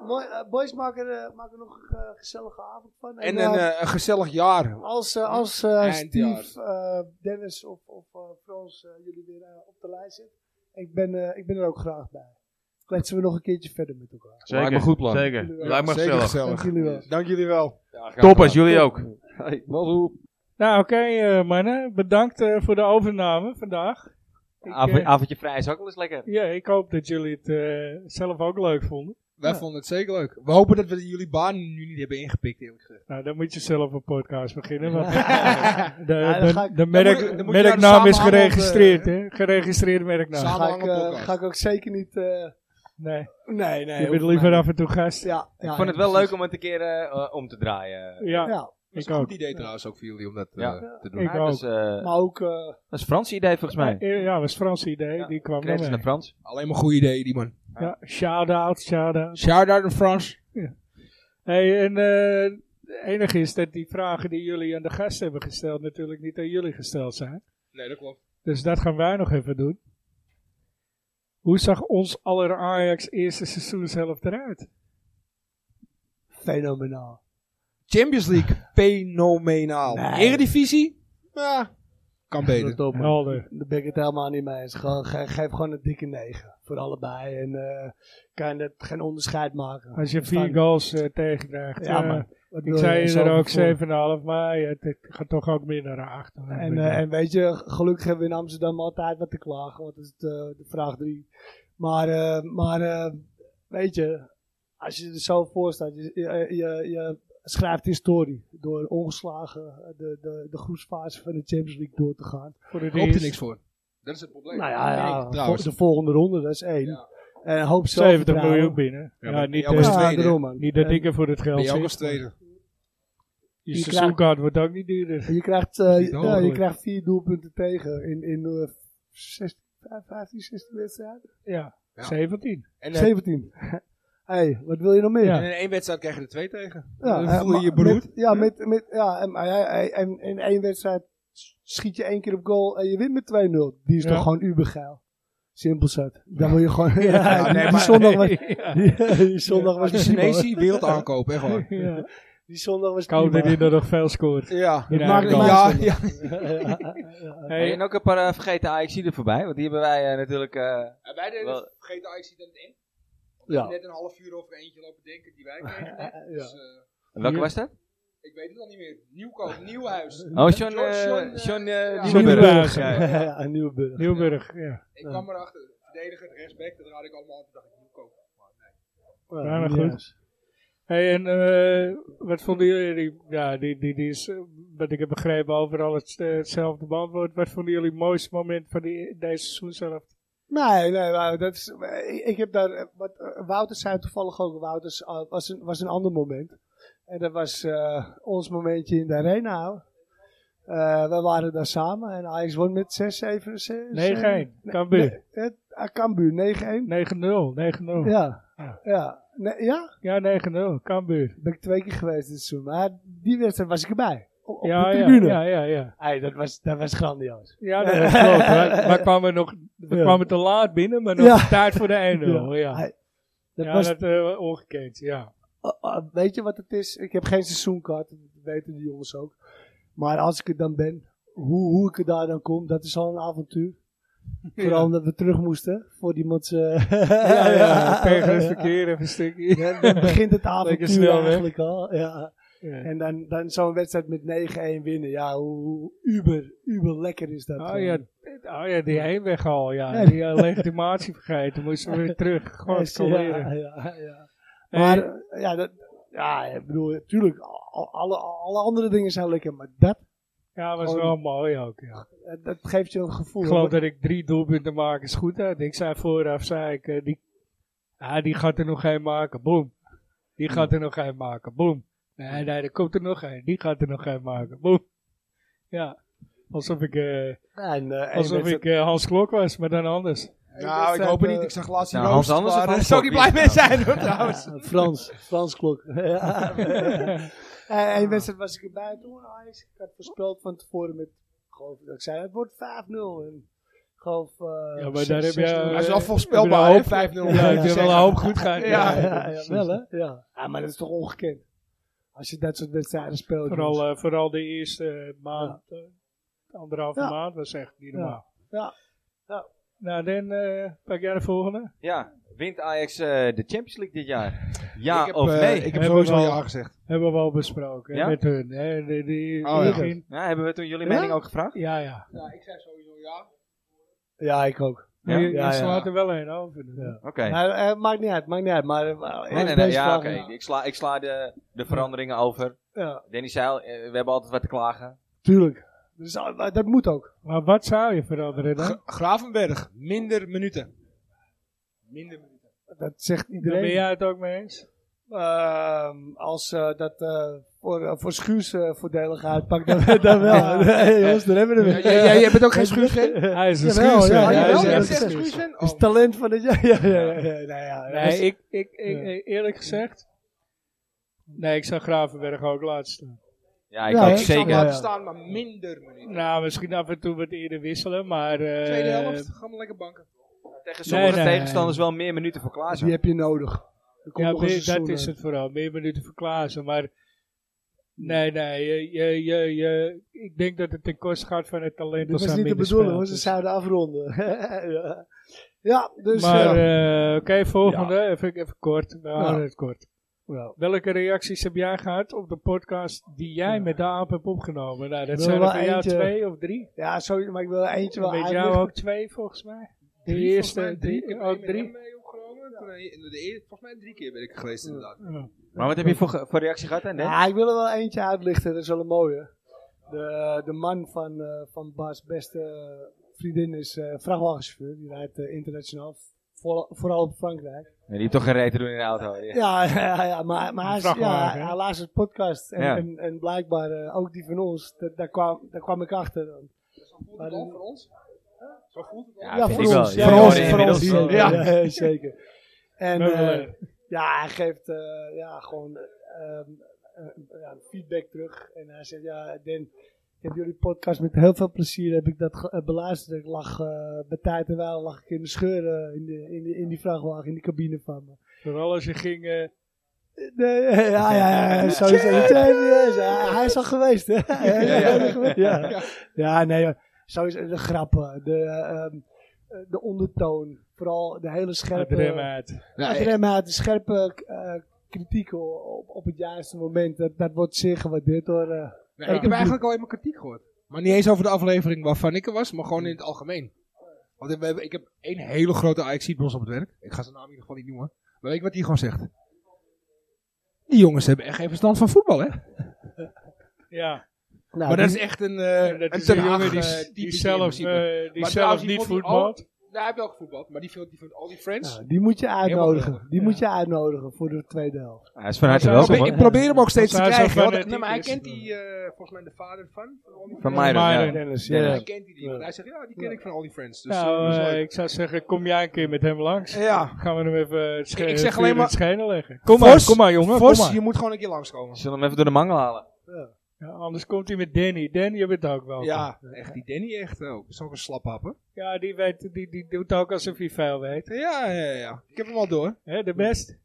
S2: mooi, eh, boys, maak er, eh, maak er nog een eh, gezellige avond van.
S3: En
S2: eh,
S3: een, eh, een gezellig jaar.
S2: als
S4: Hm?
S2: eh, als eh,
S3: Eindjaar.
S2: Steve, eh, Dennis of, of eh, Frans eh, jullie weer eh, op de lijst zitten, ik ben, eh, ik ben er ook graag bij. Kletsen we nog een keertje verder met elkaar.
S11: Zeker.
S8: Lijkt me goed plan.
S11: Zeker. Lijkt me
S3: Zeker
S11: gezellig.
S2: Dank jullie wel.
S3: Dank jullie wel.
S11: Toppers, jullie ook.
S8: Hey, wat hoe?
S4: Nou, oké eh, mannen. Bedankt eh, voor de overname vandaag. Ik,
S1: Avond,
S4: eh,
S1: avondje vrij is ook wel eens lekker.
S4: ja, ik hoop dat jullie het eh, zelf ook leuk vonden.
S3: Wij vonden het zeker leuk. We hopen dat we jullie baan nu niet hebben ingepikt, eerlijk gezegd.
S4: Nou, dan moet je zelf een podcast beginnen. Want de
S2: Ja, dan ga
S4: de,
S2: ik-
S4: de
S2: dan
S4: merk-
S3: moet je- dan moet je naar de
S4: merknaam
S3: samenhang,
S4: is
S3: want,
S4: geregistreerd,
S3: eh,
S4: hè? Geregistreerde merknaam.
S3: Samen-
S2: Ga ik,
S3: Samenhangende
S2: eh,
S3: podcast.
S2: ga ik ook zeker niet... eh,
S4: nee,
S2: nee, nee.
S4: je
S2: hoeft
S4: bent liever
S2: mij
S4: af en toe gast.
S2: niet. eh, Ja, ja,
S1: Ik vond het
S2: ja,
S1: wel leuk om het een keer eh, eh, om te draaien.
S4: Ja,
S2: Ja,
S3: Dat is
S4: ik
S3: een
S4: ook.
S3: goed idee trouwens ook voor jullie om dat eh,
S1: Ja.
S3: te doen.
S4: Ik
S1: Ja, dat,
S4: ook.
S1: is, eh,
S2: maar ook... eh,
S1: dat is Frans' idee volgens mij.
S4: Eh, Ja, was Frans idee. Die kwam
S1: Credits
S4: naar
S1: naar
S4: mij.
S1: Frans.
S3: Alleen maar goede ideeën, die man.
S4: Ja, shout-out, shout-out.
S3: Shout out aan Frans.
S4: Hey, en eh, het enige is dat die vragen die jullie aan de gast hebben gesteld natuurlijk niet aan jullie gesteld zijn.
S3: Nee, dat klopt.
S4: Dus dat gaan wij nog even doen. Hoe zag ons aller Ajax eerste seizoenshelft eruit?
S2: Fenomenaal.
S3: Champions League, fenomenaal.
S2: Nee.
S3: Eredivisie, ja, kan beter.
S2: Dat op, man.
S4: Helder.
S2: Daar ben ik het helemaal niet mee eens. Gewoon, ge- geef gewoon een dikke 9 voor allebei. En eh, kan dat geen onderscheid maken.
S4: Als je
S2: Fijn.
S4: vier goals eh, tegenkrijgt.
S2: Ja,
S4: eh,
S2: man. Wat
S4: ik
S2: wil
S4: zei je er
S2: Zoveel
S4: ook
S2: voor.
S4: 7,5, maar ja, het, het gaat toch ook meer naar de 8.
S2: En, eh, en weet je, gelukkig hebben we in Amsterdam altijd wat te klagen, want dat is eh, de, de vraag 3. Maar, eh, maar eh, weet je, als je er zo voor staat, je, je, je, je schrijft historie door ongeslagen eh, de, de, de groepsfase van de Champions League door te gaan.
S4: voor het
S3: Daar
S4: eerst.
S3: er niks voor. Dat is het probleem.
S2: Nou ja, ja,
S3: Nee, trouwens.
S2: de volgende ronde, dat is één.
S3: Ja.
S2: En een hoop
S4: 70
S2: zelfvertrouwen.
S4: miljoen binnen. Ja,
S3: Ja, maar
S4: niet,
S3: die jongens-
S4: eh,
S2: Ja,
S3: tweede, hè?
S2: daarom, man.
S4: niet dat
S2: En
S4: ik er voor
S3: Ben
S4: het geld
S3: je ook als
S4: zit.
S3: tweede.
S4: Je
S2: Je
S4: seizoenkaart wordt ook niet duurder.
S2: Je krijgt, eh,
S4: Niet
S2: ja, je
S4: mogelijk.
S2: krijgt vier doelpunten tegen in, in eh, 16, 15, 16 wedstrijden.
S4: Ja,
S3: Ja.
S4: 17.
S3: En, eh,
S2: 17. hey, wat wil je nog meer?
S4: Ja.
S3: en in één wedstrijd krijg je er twee tegen.
S2: Ja,
S3: Dan
S2: eh,
S3: voel je je
S2: maar
S3: beroerd.
S2: Met, ja, met, met, ja en, maar ja, en- en in één wedstrijd schiet je één keer op goal en je wint met 2-0. Die is
S4: Ja.
S2: toch gewoon ubergeil. Simpel zat. Dan wil je gewoon... Ja, die,
S3: nee,
S2: die
S3: maar-
S2: zondag was,
S4: Ja.
S2: die, die zondag
S3: Als
S2: was
S3: je
S2: prima, hoor.
S3: Chinees wereld aankopen, hè, gewoon.
S4: Ja.
S2: Die zondag was
S4: Ik hoop dat
S2: prima.
S4: hij er nog veel scoort.
S3: Ja,
S4: Ja,
S2: maakt
S4: ja.
S2: mij
S3: ja,
S2: zondag.
S3: ja.
S1: Hey, en ook een paar eh, vergeten AXI'den voorbij, want die hebben wij eh, natuurlijk... eh,
S3: En wij deden
S1: Wel-
S3: het, vergeet de Ajax dan in.
S2: Ja.
S3: Net een half uur over eentje lopen denken die wij kregen.
S2: Ja.
S3: Dus, eh,
S1: welke was dat?
S3: ik weet het al niet meer. Nieuwkoop, nieuw huis.
S1: Oh, John...
S3: John- John,
S1: eh,
S3: eh,
S1: John, eh,
S3: ja.
S1: Nieuwenburg.
S4: Nieuwenburg.
S1: Ja, ja.
S2: Ja, een nieuwe burger.
S4: Nieuwburg, ja.
S3: Ik kwam erachter. Verdediger, rechtsback, dat raad ik allemaal aan. Toen dacht ik, nieuwkoop.
S2: Ja,
S4: Ja, nou
S2: die,
S4: goed.
S2: eh,
S4: Hey, en eh, wat vonden jullie, die- ja, die, die, die is, eh, wat ik heb begrepen, overal het, eh, hetzelfde beantwoord. Wat vonden jullie het mooiste moment van die, deze seizoen zelf?
S2: Nee, nee, maar dat is, ik, ik heb daar, eh, wat, eh, Wouter zei toevallig ook, Wouters eh, was een, was een ander moment. En dat was eh, ons momentje in de arena. Eh, we waren daar samen en Ajax won met 6, 7, 6.
S4: 9-1, Cambuur.
S2: Het, eh, Cambuur, 9-1.
S4: 9-0, 9-0.
S2: Ja,
S4: Ja.
S2: ja. Nee, ja,
S4: Ja, 9-0, Cambuur.
S2: ben ik twee keer geweest dit seizoen. Maar die wedstrijd was ik erbij. Op, op
S4: Ja,
S2: de
S4: ja,
S2: tribune.
S4: ja, ja, ja.
S2: Hey, dat, was, dat was grandioos.
S4: Ja, dat was klopt. We, we kwamen nog, we
S2: Ja.
S4: kwamen te laat binnen, maar nog
S2: Ja.
S4: tijd voor de 1-0. Ja,
S2: Hey,
S4: ja.
S2: dat was
S4: dat eh, ongekend, ja.
S2: Oh, oh, weet je wat het is? Ik heb geen seizoenkaart, dat weten die jongens ook. Maar als ik er dan ben, hoe, hoe ik er daar dan kom, dat is al een avontuur. Vooral omdat we terug moesten voor die mans. eh,
S4: Ja, ja, tegen het
S2: ja.
S4: verkeer even een stukje.
S2: Ja, dan begint het avontuur
S4: Lekker snel weg.
S2: eigenlijk al. Ja.
S4: Ja.
S2: En dan, dan zo'n wedstrijd met 9-1 winnen. Ja, hoe, hoe uber, uber lekker is dat. eh,
S4: Oh
S2: gewoon.
S4: ja, dit- oh ja, die heenweg al, ja.
S2: Ja.
S4: Die eh, legitimatie vergeten, moesten we weer terug. Gewoon
S2: Ja,
S4: scaleren.
S2: ja, ja, ja.
S4: Hey.
S2: Maar eh, ja, dat, ja, ik bedoel, natuurlijk, alle, alle andere dingen zijn lekker, maar dat.
S4: Ja, was
S2: Gewoon-
S4: wel mooi ook, ja.
S2: Eh, Dat geeft je een gevoel.
S4: Ik geloof dat ik drie doelpunten maak, is goed uit. Ik zei vooraf, zei ik, eh, die, ah, die gaat er nog één maken, boom. Die gaat er nog één maken, boom. Nee, nee, er komt er nog één. Die gaat er nog één maken, boom. Ja, alsof ik, eh,
S2: En, eh, en
S4: alsof
S2: mensen-
S4: ik eh, Hans Klok was, maar dan anders.
S3: Nou, ik hoop het niet. Ik
S2: eh,
S3: zag laatst die
S1: Nou, Hans
S3: roos.
S1: Anders of
S3: maar Daar
S1: Hans
S3: zou ik niet
S1: Klok,
S3: blij mee zijn, hoor, trouwens.
S2: Ja, Frans, Frans Klok. Ja. Eh, en een wedstrijd was ik erbij toen. Ajax. Ik had voorspeld van tevoren met, geloof ik, dat ik zei, het wordt 5-0. En ik geloof, eh,
S4: Ja, maar daar heb
S2: 6-0.
S4: je,
S3: Maar het
S4: eh,
S3: is
S4: heb
S3: wel
S4: je
S3: voorspelbaar,
S4: een
S3: hè,
S4: hoop-
S3: 5-0.
S4: Ja, ik heb wel een hoop goed gehad.
S2: ja, ja,
S4: ja.
S2: ja, wel hè. Ja. ja, maar dat is toch ongekend. Als je dat soort wedstrijden speelt.
S4: Vooral,
S2: jongens.
S4: eh, vooral de eerste eh, maand, eh, anderhalve
S2: Ja.
S4: maand, was echt niet normaal.
S2: Ja. Ja.
S4: Nou, dan eh, pak jij de volgende.
S1: Ja, wint Ajax eh, de Champions League dit jaar? Ja
S3: ik heb,
S1: of
S3: eh,
S1: nee?
S3: Ik heb
S4: Hebben
S3: sowieso
S4: we al-
S3: ja gezegd.
S4: Hebben we al besproken hè,
S1: Ja?
S4: met hun. Hè, die, die,
S3: Oh, ja.
S4: begin-
S1: Ja, hebben we toen jullie
S2: Ja?
S1: mening ook gevraagd?
S4: ja, ja.
S3: Ja, ik zei sowieso ja.
S2: ja, ik ook.
S1: Ja?
S4: Je, je
S2: Ja, ja.
S4: slaat er wel een over. dus. Ja.
S1: Oké.
S2: Maar, eh, maakt niet uit, maakt niet uit. Maar, eh, maar
S1: Nee, nee, nee,
S2: deze
S1: ja,
S2: vraag-
S1: oké. Ik, sla, ik sla de, de veranderingen over.
S2: Ja,
S1: Danny Seil, eh, we hebben altijd wat te klagen.
S2: tuurlijk. Dus, eh, maar dat moet ook.
S4: Maar wat zou je veranderen dan?
S3: Gra- Gravenberg, minder minuten. Minder minuten.
S2: Dat zegt
S4: Daar
S2: iedereen.
S4: ben jij het ook mee eens?
S2: Ehm, als eh, dat eh, voor, eh, voor Schuurs eh, voordelig uitpakt, dan, dan wel. Nee, jongens, daar hebben we
S3: Ja,
S2: weer.
S3: jij- jij- jij bent ook geen schuurfan?
S4: Hij is een
S2: Jawel,
S4: schuurfan.
S2: ja,
S3: Oh,
S4: Hij
S3: jawel,
S4: is
S2: ja,
S3: je
S2: dat
S4: echt een
S3: zegt
S4: schuurfan.
S3: schuurfan?
S2: is
S3: Oh.
S2: talent van het jaar. Ja, ja, ja, ja, ja, ja.
S4: Nee, ik, ik, ik,
S2: Ja.
S4: eerlijk gezegd, Nee, ik zag Gravenberg ook laat staan.
S1: Ja, ik Ja, ook hè?
S3: Ik zou
S1: zeker.
S3: laten
S1: Ja.
S3: staan, maar minder minuten.
S4: Nou, misschien af en toe wat eerder wisselen, maar... eh,
S3: Tweede helft, gaan we lekker banken.
S1: Tegen
S4: Nee,
S1: sommige
S4: nee.
S1: tegenstanders wel meer minuten voor Klaassen.
S2: Die heb je nodig. Er komt
S4: Ja,
S2: nog een eh.
S4: meer-
S2: seizoen
S4: dat is
S2: aan.
S4: het vooral. Meer minuten voor Klaassen. Maar nee, nee. Je, je, je, je- ik denk dat het ten koste gaat van het talent.
S2: Dat
S4: als
S2: was
S4: aan
S2: niet de bedoeling, hoor. ze
S4: middenspelers.
S2: zouden afronden. ja. ja, dus...
S4: Maar
S2: eh,
S4: eh, oké, volgende. Even, even kort. We houden
S2: Ja.
S4: het kort.
S2: Ja.
S4: Welke reacties heb jij gehad op de podcast die jij met de aap hebt opgenomen? Nou, dat
S2: wil
S4: zijn
S2: wel
S4: er voor jou
S2: eentje-
S4: twee of drie.
S2: ja, sorry, maar ik wil er eentje wel
S4: Met jou
S2: uitlichten.
S4: ook twee, volgens mij. De
S3: Drie,
S4: eerste,
S3: volgens mij
S4: drie,
S3: Ik heb
S4: ook
S3: één met hem
S4: drie.
S3: mee opgenomen. Toen een- de eer- Volgens mij drie keer ben ik geweest inderdaad.
S1: Maar wat heb je voor, ge- voor reactie gehad? Hè, net?
S2: Ja, ik wil er wel eentje uitlichten, dat is wel een mooie. De, de man van, eh van Bas' beste vriendin is eh vrachtwagenchauffeur. Die rijdt eh, internationaal, voor- vooral op Frankrijk.
S1: Nee, die heeft toch geen reet te doen in de auto.
S2: Ja, ja, ja maar, maar hij, is- ja,
S4: vrachtwagen, hè?
S2: hij luistert podcast. En,
S1: Ja.
S2: en, en blijkbaar eh, ook die van ons, dat, daar, kwam, daar kwam ik achter.
S3: Voelt het al voor ons? Zo voelt het al.
S1: Ja, vind ik wel.
S2: Ja,
S1: Ja,
S2: voor
S1: hoor,
S2: ons, voor
S1: inmiddels
S2: ons.
S1: wel.
S2: Ja, ja, zeker. En
S4: Wel,
S2: eh,
S4: eh,
S2: ja, hij geeft eh, ja, gewoon ehm, eh, ja, feedback terug. En hij zegt, ja, Den, ik heb jullie podcast met heel veel plezier heb ik dat ge- eh, beluisterd. Ik lag eh, bij tijd en wel lag ik in de scheuren in, de, in, de, in die vrachtwagen, in die cabine van me.
S4: Vooral als je ging... eh,
S2: Nee, ja, ja, ja, sowieso. De champions. Ja, hij is al geweest, hè? Ja, ja, ja. Ja, nee, ja. sowieso de grappen, de, ehm, eh, de ondertoon, vooral de hele
S4: het rem
S2: scherpe...
S4: uit.
S2: Ja,
S3: Nee,
S2: de scherpe eh, kritiek op, op het juiste moment, dat, dat wordt zeer gewaardeerd door... eh,
S3: nee, ik heb eigenlijk alleen maar kritiek gehoord. Maar niet eens over de aflevering waarvan ik er was, maar gewoon in het algemeen. Want we hebben, ik heb één hele grote ajax bij ons op het werk. Ik ga zijn naam in ieder geval niet noemen. Maar weet je wat hij gewoon zegt? Die jongens hebben echt geen verstand van voetbal, hè?
S4: Ja,
S2: nou,
S3: maar dat
S2: die-
S3: is echt een, eh
S4: dat
S3: een
S4: is een
S3: Ten Hag,
S4: jongen die,
S3: eh,
S4: s- die
S3: typisch in
S4: zelf,
S3: principe.
S4: eh, die
S3: Maar
S4: zelf
S3: trouwens, die
S4: niet
S3: vond die
S4: voetbalt.
S3: Nou, hij heeft wel gevoetbald, maar die vindt, die vindt al die friends.
S2: nou, die moet je uitnodigen.
S3: geweldig.
S2: Die moet je uitnodigen voor de tweede helft.
S1: Hij is van
S4: harte
S1: harte
S4: Maar zou-
S1: welkom
S3: probeer,
S4: welkom, hoor.
S1: hoor.
S3: ik probeer hem ook steeds te
S4: Als hij zo
S3: krijgen. hoor.
S4: fanatiek
S3: Nee, maar hij
S4: is,
S3: kent
S4: dan-
S3: die, eh, volgens mij de vader van. van Only
S1: Van
S3: Friends.
S1: Meijden,
S4: Meijden.
S1: ja.
S2: Dennis,
S3: Ja,
S2: ja.
S3: Hij kent die, die. want Hij zegt, ja, die ken ik van All die Friends. Dus,
S4: nou,
S3: eh,
S4: eh, ik zou zeggen, kom jij een keer met hem langs.
S3: ja.
S4: Gaan we hem even het sche-
S3: Ik- ik
S4: het
S3: zeg
S4: vuur
S3: alleen
S4: in
S3: maar-
S4: het schenen leggen. Kom maar,
S3: Vos,
S4: kom maar jongen, kom
S3: Vos,
S4: maar.
S3: je moet gewoon een keer langskomen.
S1: Zullen we hem even door de mangel halen?
S4: Ja, anders komt hij met Danny. Danny, je bent ook wel.
S3: Ja, echt, die Danny echt ook. is ook een slaphapper.
S4: Ja, die, weet, die, die doet ook alsof hij veel weet.
S3: Ja, ja, ja. Ik heb hem al door.
S4: hè de best.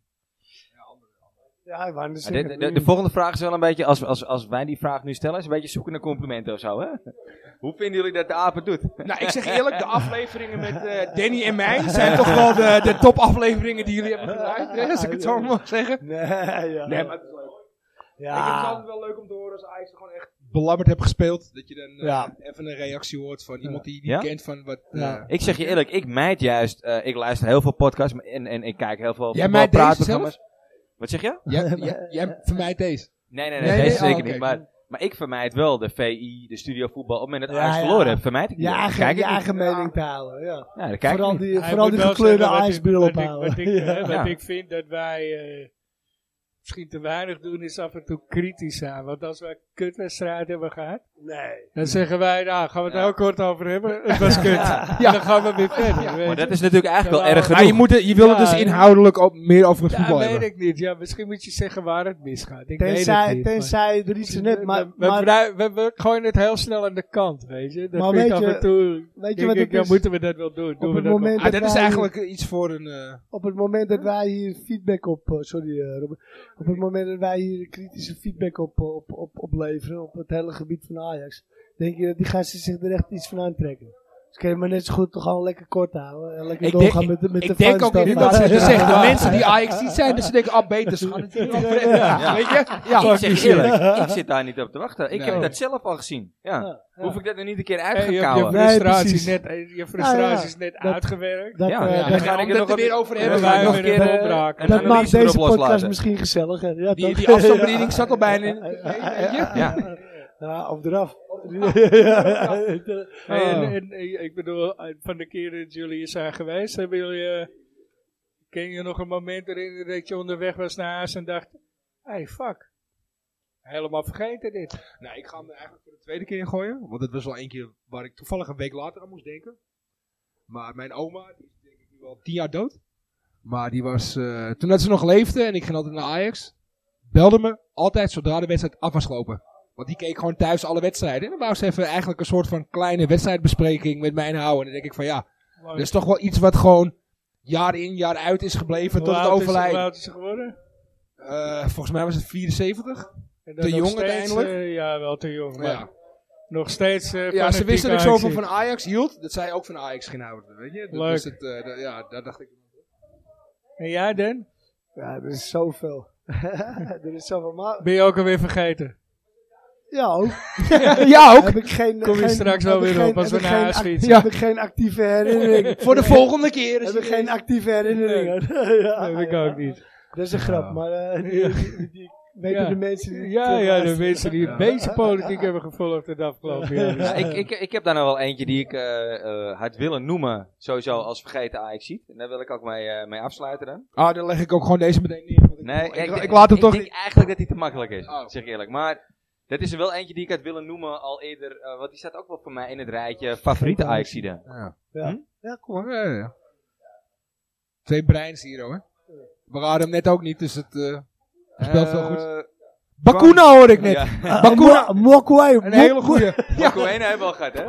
S2: Ja, ik wou net
S1: Ja, de,
S2: zeggen,
S1: de- de volgende vraag is wel een beetje, als, als, als wij die vraag nu stellen, is een beetje zoeken naar complimenten of zo. Hè? Hoe vinden jullie dat de aap het doet?
S3: Nou, ik zeg eerlijk, de afleveringen met eh, Danny en mij zijn toch wel de, de top afleveringen die jullie hebben geluisterd. hè, Als ik het zo mag zeggen.
S2: Nee, ja.
S3: Nee, maar het is leuk. Ik vind het
S2: ja.
S3: altijd wel leuk om te horen als Ajax er gewoon echt belabberd hebt gespeeld. Dat je dan eh,
S2: Ja.
S3: even een reactie hoort van iemand die, die
S1: Ja?
S3: kent van wat... eh,
S2: Ja.
S1: Ik zeg je eerlijk, ik mijd juist, eh, ik luister heel veel podcasts maar- en, en ik kijk heel veel
S3: Jij mijt deze
S1: voetbalpraatprogramma's. Wat zeg je?
S3: Jij, jij, jij vermijdt deze.
S1: Nee, nee, nee,
S3: Nee, nee,
S1: deze
S3: oh,
S1: zeker
S3: oké.
S1: niet. Maar, maar ik vermijd wel de VI, de studio voetbal. Op het moment dat
S2: Ja,
S1: Ajax
S2: ja.
S1: verloren heeft, vermijd ik
S2: Je
S1: die.
S2: eigen,
S1: Kijk
S2: je
S1: ik niet.
S2: eigen mening te houden, ja.
S1: Ja, dat kijk ik
S2: vooral
S1: niet.
S2: die,
S4: Hij
S2: vooral
S4: moet
S2: die
S4: wel
S2: gekleurde
S4: zeggen wat ik-
S2: ijsbril
S4: wat ik- Wat,
S2: ophouden.
S4: ik, hè, wat
S1: Ja.
S4: ik vind dat wij eh, misschien te weinig doen, is af en toe kritisch zijn. Want als wij kutwedstrijd hebben gehad,
S2: Nee.
S4: dan zeggen wij, nou, gaan we het heel kort over hebben. Het was kut. En dan gaan we weer verder. weet
S1: Maar
S4: je.
S1: dat is natuurlijk eigenlijk wel
S4: Ja,
S1: erg
S4: maar
S1: genoeg.
S3: Maar je, moet het- je wil het
S4: Ja,
S3: dus
S4: ja.
S3: inhoudelijk ook meer over het
S4: Ja,
S3: voetbal
S4: weet
S3: hebben.
S4: ik niet. Ja, misschien moet je zeggen waar het misgaat. Ik weet het
S2: Tenzij,
S4: niet.
S2: tenzij er iets
S4: maar-
S2: net, maar,
S4: we, we,
S2: maar
S4: brui- we, we gooien het heel snel aan de kant, weet je. Dat
S2: Maar
S4: vind ik
S2: weet
S4: af
S2: je-
S4: en toe...
S2: weet je
S4: denk
S2: wat
S4: ik,
S2: het
S4: ja,
S2: is?
S4: moeten we dat wel doen? doen
S2: het
S4: we dat wel?
S2: moment-
S3: Ah, dat is
S2: wij-
S3: eigenlijk iets voor een... eh,
S2: Op het moment dat wij hier feedback op, eh, sorry eh, Robert, op het moment dat wij hier kritische feedback op, eh, op, op, op leveren, op het hele gebied van Ajax, denk je dat die gasten zich er echt iets van aantrekken? Dus kun je maar net zo goed toch gewoon lekker kort houden en lekker
S3: Ik
S2: doorgaan
S3: denk-
S2: met de met de
S3: ik denk ook
S2: fijnstof.
S3: nu dat ze het
S2: Ja.
S3: zeggen. De mensen die Ajax niet zijn, dat ze denken, ah beter, ze gaan het hier over hebben.
S1: Ja.
S3: Weet je?
S1: ik zeg je eerlijk, ik zit daar niet op te wachten. Ik heb
S3: Nee.
S1: dat zelf al gezien. Ja.
S2: ja.
S1: Hoef ik dat er niet een keer
S4: Hey,
S1: uit
S4: je,
S1: te
S4: je
S1: kouwen?
S2: Nee,
S4: frustratie,
S2: precies.
S4: is net, eh, je frustratie
S2: Ah, ja.
S4: is net
S2: Dat-
S4: uitgewerkt.
S2: Dat,
S1: Ja,
S2: eh,
S1: ja.
S2: dat,
S1: ga ik
S3: Om
S1: er
S3: Nou dat
S1: nog
S3: er
S1: een-
S3: weer over
S1: Ja,
S4: we
S3: hebben.
S1: dan ga ik
S4: gaan
S1: nog
S4: weer
S1: een keer,
S4: even
S1: eh,
S4: opbraken.
S1: een
S2: dat
S1: analyse
S2: maakt deze
S1: erop
S2: podcast
S1: loslaten.
S2: misschien gezelliger. Ja,
S3: Die,
S2: toch?
S3: die afstandsbediening zat al bijna in.
S2: Ja. Nou,
S1: Ja.
S2: Ja, of eraf.
S4: Oh,
S2: Ja.
S4: Hey, en,
S2: Ah.
S4: en, eh, ik bedoel, eh, van de keren dat jullie hier zijn geweest, hebben jullie... eh, ken je nog een moment erin dat je onderweg was naar Haas en dacht... Hey, fuck. Helemaal vergeten dit.
S3: Nou, ik ga hem er eigenlijk voor de tweede keer in gooien. Want het was wel één keer waar ik toevallig een week later aan moest denken. Maar mijn oma, die is denk ik nu al tien jaar dood. Maar die was, eh, toen dat ze nog leefde en ik ging altijd naar Ajax. belde me altijd zodra de wedstrijd af was gelopen. Want die keek gewoon thuis alle wedstrijden. En dan wou ze even eigenlijk een soort van kleine wedstrijdbespreking met mij houden. En dan denk ik van ja, dat is toch wel iets wat gewoon jaar in jaar uit is gebleven
S4: Hoe
S3: tot het
S4: oud is-
S3: overlijden.
S4: Hoe oud is ze geworden?
S3: Eh, volgens mij was het 74.
S4: En dan
S3: Te
S4: nog
S3: jong
S4: steeds,
S3: uiteindelijk.
S4: eh, ja, wel te jong. Maar
S3: Ja.
S4: Nog steeds eh
S3: ja, ze
S4: fanatiek
S3: wisten dat ik zoveel
S4: Ajaxiet.
S3: van Ajax hield. Dat zij ook van Ajax ging houden, weet je. Dat
S4: Leuk.
S3: was het, eh, da- ja, daar dacht ik.
S4: En jij, Den?
S2: Ja, er is zoveel.
S4: Oh.
S2: er is zoveel. Maar
S4: Ben je ook alweer vergeten?
S2: ja, ook.
S3: Ja, ook.
S2: Heb ik geen,
S4: Kom je
S2: geen-
S4: straks
S2: heb
S4: wel
S2: ik
S4: weer
S2: geen-
S4: op als we
S2: heb ik
S4: naar
S2: geen
S4: huis
S2: act-
S4: fietsen.
S2: Heb ik geen actieve herinnering.
S3: Voor de volgende keer is
S2: Heb
S3: het
S2: ik geen
S3: geen
S2: actieve herinneringen. ja,
S4: Dat heb ik
S2: ja.
S4: ook niet.
S2: Dat is een grap, maar eh, die, die- die weten
S4: Ja.
S2: de mensen die dit
S4: Ja, ja, de
S2: luisteren.
S4: mensen die een beetje politiek hebben gevolgd het afgelopen jaar.
S1: Ja, Nou, ik, ik, ik heb daar nog wel eentje die ik eh, eh, had willen noemen, sowieso als vergeten ajax En daar wil ik ook mee, eh, mee afsluiten dan.
S3: Ah, dan leg ik ook gewoon deze meteen neer. want ik-
S1: Nee,
S3: ik, ik,
S1: denk-
S3: laat hem toch
S1: Ik
S3: niet.
S1: denk eigenlijk dat hij te makkelijk is,
S3: Oh.
S1: zeg ik eerlijk. Maar dat is er wel eentje die ik had willen noemen al eerder, eh, want die staat ook wel voor mij in het rijtje favoriete ajax Hm?
S3: Ja, kom maar. Ja, ja, ja. Twee breins hier, hoor. We raden hem net ook niet, dus het eh, speelt wel goed. Bakuna hoor ik net.
S1: Eh, Ja,
S3: Bakuna,
S2: Ah, Mo- Mokwai.
S3: een hele goede.
S1: Koena hebben we al gehad, hè?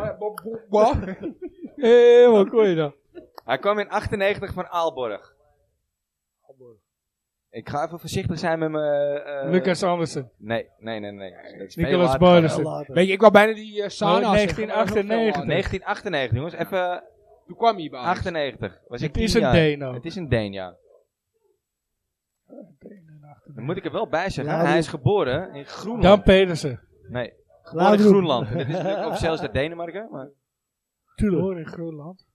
S4: Hé, Eh, wat kon je dan?
S1: Hij kwam in 98 van Aalborg. Ik ga even voorzichtig zijn met mijn... eh,
S4: Lucas Andersen.
S1: Nee, nee, nee, nee. Dat is
S4: Nicolas
S1: veel later.
S4: Boylissen.
S3: Weet je, ik wou bijna die eh, Sana
S4: Oh,
S3: zeggen, maar dat is nog veel
S4: 1998.
S3: later.
S1: 1998, jongens. Even
S3: Toen kwam hij bij Ajax.
S1: 98. Was ik
S4: Het is
S1: 10
S4: een
S1: jaar.
S4: Deen ook.
S1: Het is een Deen, ja. Dan moet ik er wel bij zeggen.
S2: Ja,
S1: hij
S2: die-
S1: is geboren in Groenland.
S4: Dan Pedersen.
S1: Nee, geboren in
S2: Laudrup.
S1: Groenland. En dat is natuurlijk officieel is dat Denemarken. Maar
S2: Tuurlijk,
S4: Hoor in Groenland.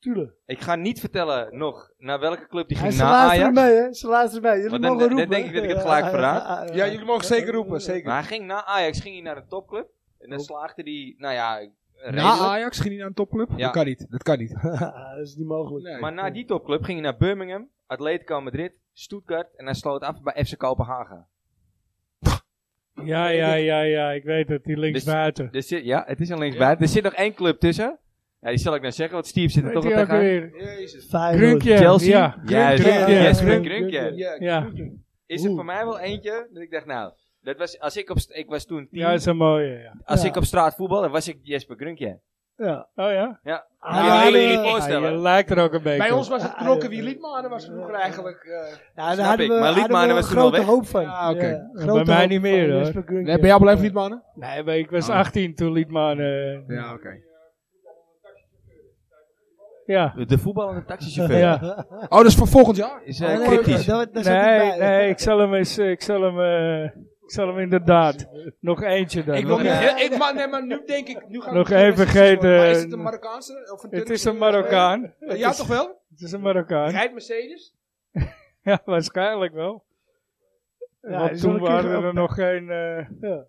S2: tuurlijk.
S1: ik ga niet vertellen nog naar welke club die
S2: En
S1: ging
S2: ze
S3: Nou,
S1: na
S2: luisteren
S1: Ajax.
S2: mee, hè? Ze luisteren mee. Jullie
S1: Want dan-
S2: mogen
S1: dan
S2: roepen.
S1: denk ik dat ik het gelijk verraad.
S3: Ja, jullie mogen zeker roepen, zeker.
S1: Maar hij ging na Ajax ging hij naar een topclub. En dan slaagde hij, nou ja,
S3: Na
S1: redelijk.
S3: Ajax ging hij naar een topclub?
S1: Ja.
S3: Dat kan niet, dat kan niet.
S2: dat is niet mogelijk.
S3: Nee.
S1: Maar
S4: nou,
S1: na die topclub ging hij naar Birmingham, Atletico Madrid, Stuttgart. En hij sloot af bij FC Kopenhagen.
S4: Ja, ja, ja, ja. Ik weet het. Die linksbuiten.
S1: Er zit, ja, het is een linksbuiten. Er zit nog één club tussen. Ja, die zal ik nou zeggen, want Steve zit er
S4: Weet
S1: toch
S4: die
S1: wel
S4: ook
S1: tegenaan.
S4: weer?
S3: Jezus.
S2: Feyenoord.
S4: Grunkje.
S1: Chelsea?
S4: Ja.
S1: Juist.
S4: Grunkje.
S1: Ja, yes,
S4: Ja.
S1: Grunkje. Grunkje.
S3: Ja,
S4: Ja.
S1: Is er
S2: Oeh.
S1: voor mij wel eentje dat ik dacht, nou, dat was, als ik, op, st- ik was toen tien,
S4: Ja, dat is een mooie, ja.
S1: als
S2: ja.
S1: ik op straat voetbalde, was ik Jesper Grunkje.
S2: Ja.
S4: Oh ja?
S1: ja,
S2: Ah,
S1: ik-
S2: de-
S1: ik-
S4: ja
S1: Voorstellen.
S4: je lijkt er ook een beetje
S3: Bij
S4: op.
S3: ons was het knokken wie Liedmanen was vroeger eigenlijk. eh,
S2: Ja, daar
S1: Snap
S2: hadden
S1: ik,
S2: we,
S1: maar
S2: hadden we
S1: Liedmanen
S2: een
S1: was toen al
S2: grote
S1: weg.
S2: hoop van.
S3: Ja, oké.
S2: grote
S4: Bij mij
S2: hoop
S4: niet meer,
S2: van
S4: hoor.
S2: Jesper Grunkje.
S3: Nee, ben jij blijven Liedmanen?
S4: Nee, maar ik was
S3: Oh.
S4: 18 toen liet man. eh,
S3: Ja, oké.
S4: ja.
S1: De voetballende taxichauffeur.
S4: ja.
S3: Oh, dat is voor volgend jaar?
S1: Is
S2: Oh,
S1: eh,
S2: nee,
S1: cryptisch.
S2: daar- daar zat
S4: Nee,
S2: hij bij.
S4: nee, ik zal hem eens, eh, ik zal hem, eh, ik zal hem inderdaad. Nog eentje dan.
S3: Ik wil niet,
S4: Want, eh,
S3: ik, maar, nee, maar nu denk ik... Nu gaan
S4: Nog
S3: we-
S4: even vergeten,
S3: Maar is het een
S4: eh,
S3: Marokkaanse? Of een
S4: Het
S3: Turkse?
S4: is een Marokkaan. Het
S3: Ja,
S4: is-
S3: toch wel?
S4: Het is een Marokkaan.
S3: Rijdt Mercedes?
S4: Ja, waarschijnlijk wel.
S2: Ja,
S4: Want
S2: is wel
S4: toen
S2: een keer
S4: waren er
S2: op-
S4: nog geen... eh,
S2: Ja.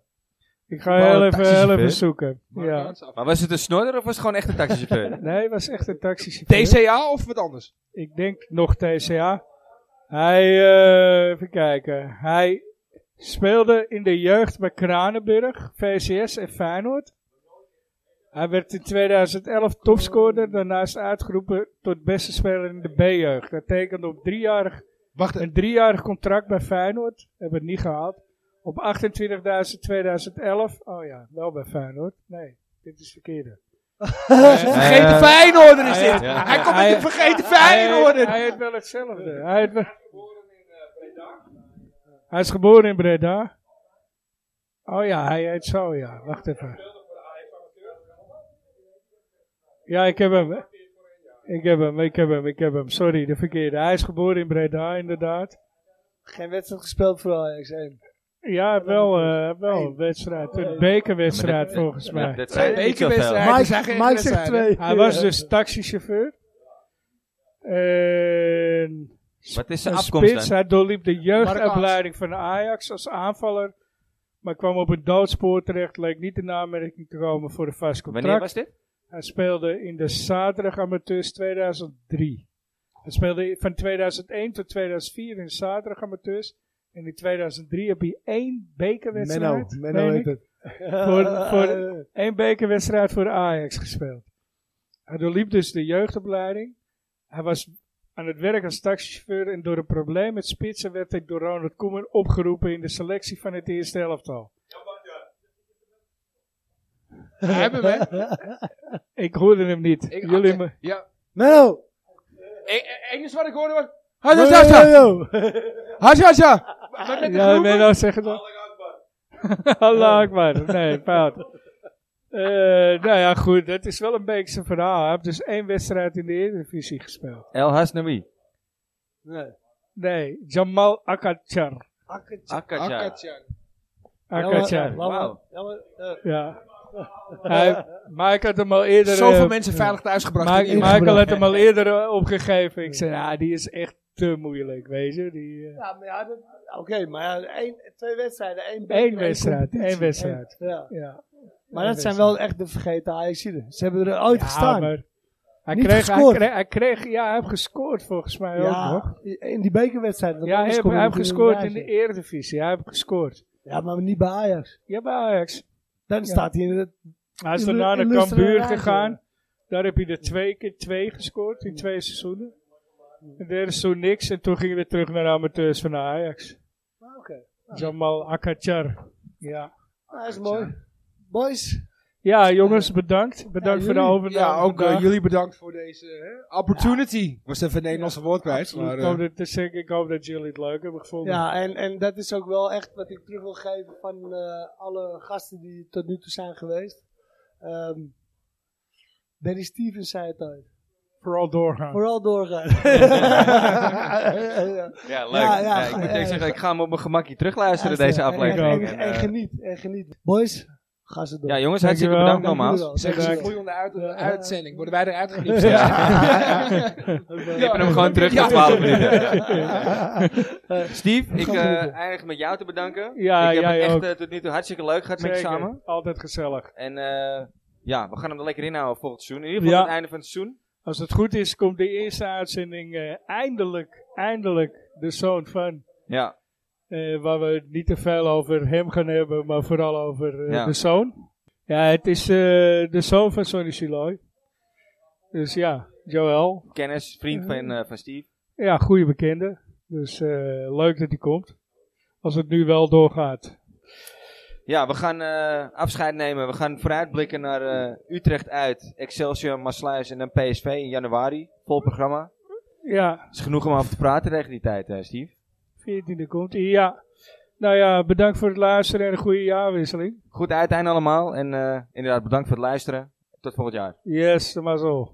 S4: Ik ga heel even, heel
S1: taxichauffeur.
S4: even zoeken. Ja.
S3: Marokkaanse af.
S1: Maar was het een snorder of was het gewoon echt een taxichauffeur?
S4: Nee, hij was echt een taxichauffeur.
S3: TCA of wat anders?
S4: Ik denk nog TCA. Hij, eh, even kijken. Hij speelde in de jeugd bij Kranenburg, VCS en Feyenoord. Hij werd in 2011 topscorer, daarnaast uitgeroepen tot beste speler in de B-jeugd. Hij tekende op driejarig,
S3: Wacht,
S4: een driejarig contract bij Feyenoord. Hebben het niet gehaald. Op 28 2011. Oh ja, wel bij Feyenoord. Nee, dit is verkeerde.
S3: vergeten
S1: Eh,
S3: Feyenoorder is dit.
S1: ja.
S3: Hij komt met een vergeten
S4: Hij heet,
S3: Feyenoorder.
S4: hij heet wel hetzelfde. Hij, heet wel- eh, Hij is geboren in Breda. Oh ja, hij heet zo, ja. Wacht even. Ja, ik heb hem. hè. Ik heb hem, ik heb hem, ik heb hem. Sorry, de verkeerde. Hij is geboren in Breda, inderdaad.
S2: Geen wedstrijd gespeeld voor Ajax 1.
S4: Ja, wel, eh, wel een wedstrijd.
S2: Eh,
S4: Een bekerwedstrijd, volgens
S1: Ja,
S4: mij.
S1: dat zijn
S3: Twee
S1: niet heel veel.
S3: bekerwedstrijden.
S2: Mike,
S3: er zijn geen
S2: Mike zegt
S3: wedstrijden.
S2: twee.
S4: Hij was dus taxichauffeur. En
S1: Wat is zijn
S4: Een
S1: afkomst
S4: spits.
S1: dan?
S4: Hij doorliep de jeugdopleiding
S3: Marokkaans.
S4: van Ajax als aanvaller. Maar kwam op een doodspoor terecht. Leek niet in aanmerking te komen voor een vast
S1: Wanneer
S4: contract.
S1: was dit?
S4: Hij speelde in de zaterdag amateurs 2003. Hij speelde van 2001 tot 2004 in zaterdag amateurs. En in 2003 heb je één
S2: Menno,
S4: bekerwedstrijd.
S2: Menno
S4: meen
S2: heet
S4: ik.
S2: het.
S4: Voor- voor- Eén bekerwedstrijd voor Ajax gespeeld. Hij doorliep dus de jeugdopleiding. Hij was aan het werk als taxichauffeur en door een probleem met spitsen werd ik door Ronald Koeman opgeroepen in de selectie van het eerste elftal.
S8: Hebben we?
S4: Ik hoorde hem niet.
S8: Ik-
S4: Jullie
S8: oké.
S4: me-
S8: Ja.
S2: Nou!
S3: Eh,
S8: E- Eén is wat ik hoorde was...
S3: Hasja,
S4: Yo,
S3: hasja!
S4: yo, yo.
S3: Hasja, hasja!
S8: Wat met de
S4: Ja,
S8: groepen?
S4: nee, nou zeggen dat. Allah Akbar. Nee, fout. Eh, nou ja, goed. Dat is wel een beetje zijn verhaal. Hij heeft dus één wedstrijd in de Eredivisie gespeeld.
S1: El Hasnawi.
S2: Nee.
S4: Nee, Jamal Akachar.
S1: Akacha.
S4: Akachar.
S1: Wauw.
S2: eh,
S4: Ja. Hij, Mike had hem al eerder...
S3: Zoveel
S4: eh,
S3: mensen veilig thuisgebracht.
S4: Ma-
S3: in ieder
S4: Michael
S3: geval.
S4: had hem al eerder eh, opgegeven. Ik zei, nou, die is echt te moeilijk, weet je. Die, eh,
S2: Ja, maar ja, dat- oké, maar ja, één, twee wedstrijden, één
S4: Eén
S2: één
S4: wedstrijd,
S2: competitie.
S4: één wedstrijd.
S2: Eén- ja.
S4: ja.
S2: Maar
S4: Eén
S2: dat zijn
S4: wedstrijd.
S2: wel echt de vergeten Ajaxiden. Ze hebben er ooit
S4: Ja,
S2: gestaan.
S4: maar Hij
S2: Niet
S4: kreeg, hij,
S2: gescoord.
S4: kreeg, hij kreeg, ja, hij heeft gescoord volgens mij ook nog.
S2: ja, in die bekerwedstrijd. want
S4: Ja, hij,
S2: anders
S4: heeft-
S2: kom je
S4: hij
S2: natuurlijk niet
S4: heeft gescoord in de
S2: bij
S4: Eredivisie. Hij heeft gescoord.
S2: Ajax. Ja, maar niet bij Ajax.
S4: Ja, bij Ajax.
S2: Dan staat hij in het...
S4: Hij is
S2: Is
S4: daarna
S2: Lu-
S4: naar
S2: Lustre
S4: Cambuur
S2: eruit,
S4: gegaan.
S2: ja.
S4: Daar heb hij er twee keer twee gescoord in twee seizoenen. En derde seizoen niks. En toen ging hij weer terug naar de amateurs van de Ajax.
S2: Ah, Oké.
S4: Jamal Akachar. Ja.
S2: Ah, Dat is mooi. Boys,
S4: Ja, jongens, bedankt. Bedankt
S2: Ja,
S4: voor de
S2: jullie.
S4: overname.
S3: Ja, ook eh,
S4: vandaag.
S3: jullie bedankt voor deze hè, opportunity. Was even een Nederlandse woordprijs.
S4: Absoluut.
S3: Maar,
S4: ik,
S3: eh,
S4: hoop dat, dus ik, ik hoop dat jullie het leuk hebben gevonden.
S2: Ja, en, en dat is ook wel echt wat ik terug wil geven van eh, alle gasten die tot nu toe zijn geweest. Ehm Barry Stevens zei het al.
S4: Vooral doorgaan.
S2: Vooral doorgaan. ja,
S1: Ja, leuk.
S2: Ja, ja,
S1: Ja, ik moet
S2: ja,
S1: echt
S2: ja.
S1: zeggen, ik ga hem op mijn gemakje terugluisteren, deze
S2: en-
S1: aflevering.
S2: En, en, en
S1: En, eh,
S2: geniet, en geniet. Boys, ga ze door.
S1: Ja, jongens, hartstikke bedankt
S2: Dank jullie
S1: nogmaals.
S2: wel.
S3: Zeg eens
S2: Dank
S3: een
S2: jullie wel.
S3: vloeiende uit- uitzending. Worden wij eruit geknipt?
S1: Ik heb hem gewoon terug
S3: Ja.
S1: naar 12 minuten. Steve, ik
S2: Goed.
S1: eh, eindig met jou te bedanken.
S4: Ja,
S1: ik heb
S4: jij
S1: het echt
S4: ook.
S1: eh, tot nu toe hartstikke leuk gehad met je
S4: Zeker.
S1: samen.
S4: Altijd gezellig.
S1: En eh, ja, we gaan hem er lekker inhouden volgend seizoen. In ieder geval
S4: Ja.
S1: het einde van het seizoen.
S4: Als het goed is, komt de eerste uitzending eh, eindelijk, eindelijk de zoon van.
S1: Ja,
S4: Eh, waar we het niet te veel over hem gaan hebben, maar vooral over eh,
S1: Ja.
S4: de zoon. Ja, het is eh, de zoon van Sonny Siloy. Dus ja, Joël.
S1: kennis, vriend van,
S4: Mhm.
S1: eh, van Steve.
S4: Ja, goede bekende. Dus eh, leuk dat hij komt. Als het nu wel doorgaat.
S1: Ja, we gaan eh, afscheid nemen. We gaan vooruitblikken naar eh, Utrecht uit, Excelsior, Maasluis en dan PSV in januari. Vol programma.
S4: Ja,
S1: is genoeg om over te praten tegen die tijd, eh, Steve.
S4: 14e komt hij. Ja. Nou ja, bedankt voor het luisteren en een goede jaarwisseling.
S1: Goed uiteinde allemaal. En eh, inderdaad, bedankt voor het luisteren. Tot volgend jaar.
S4: Yes, maar zo.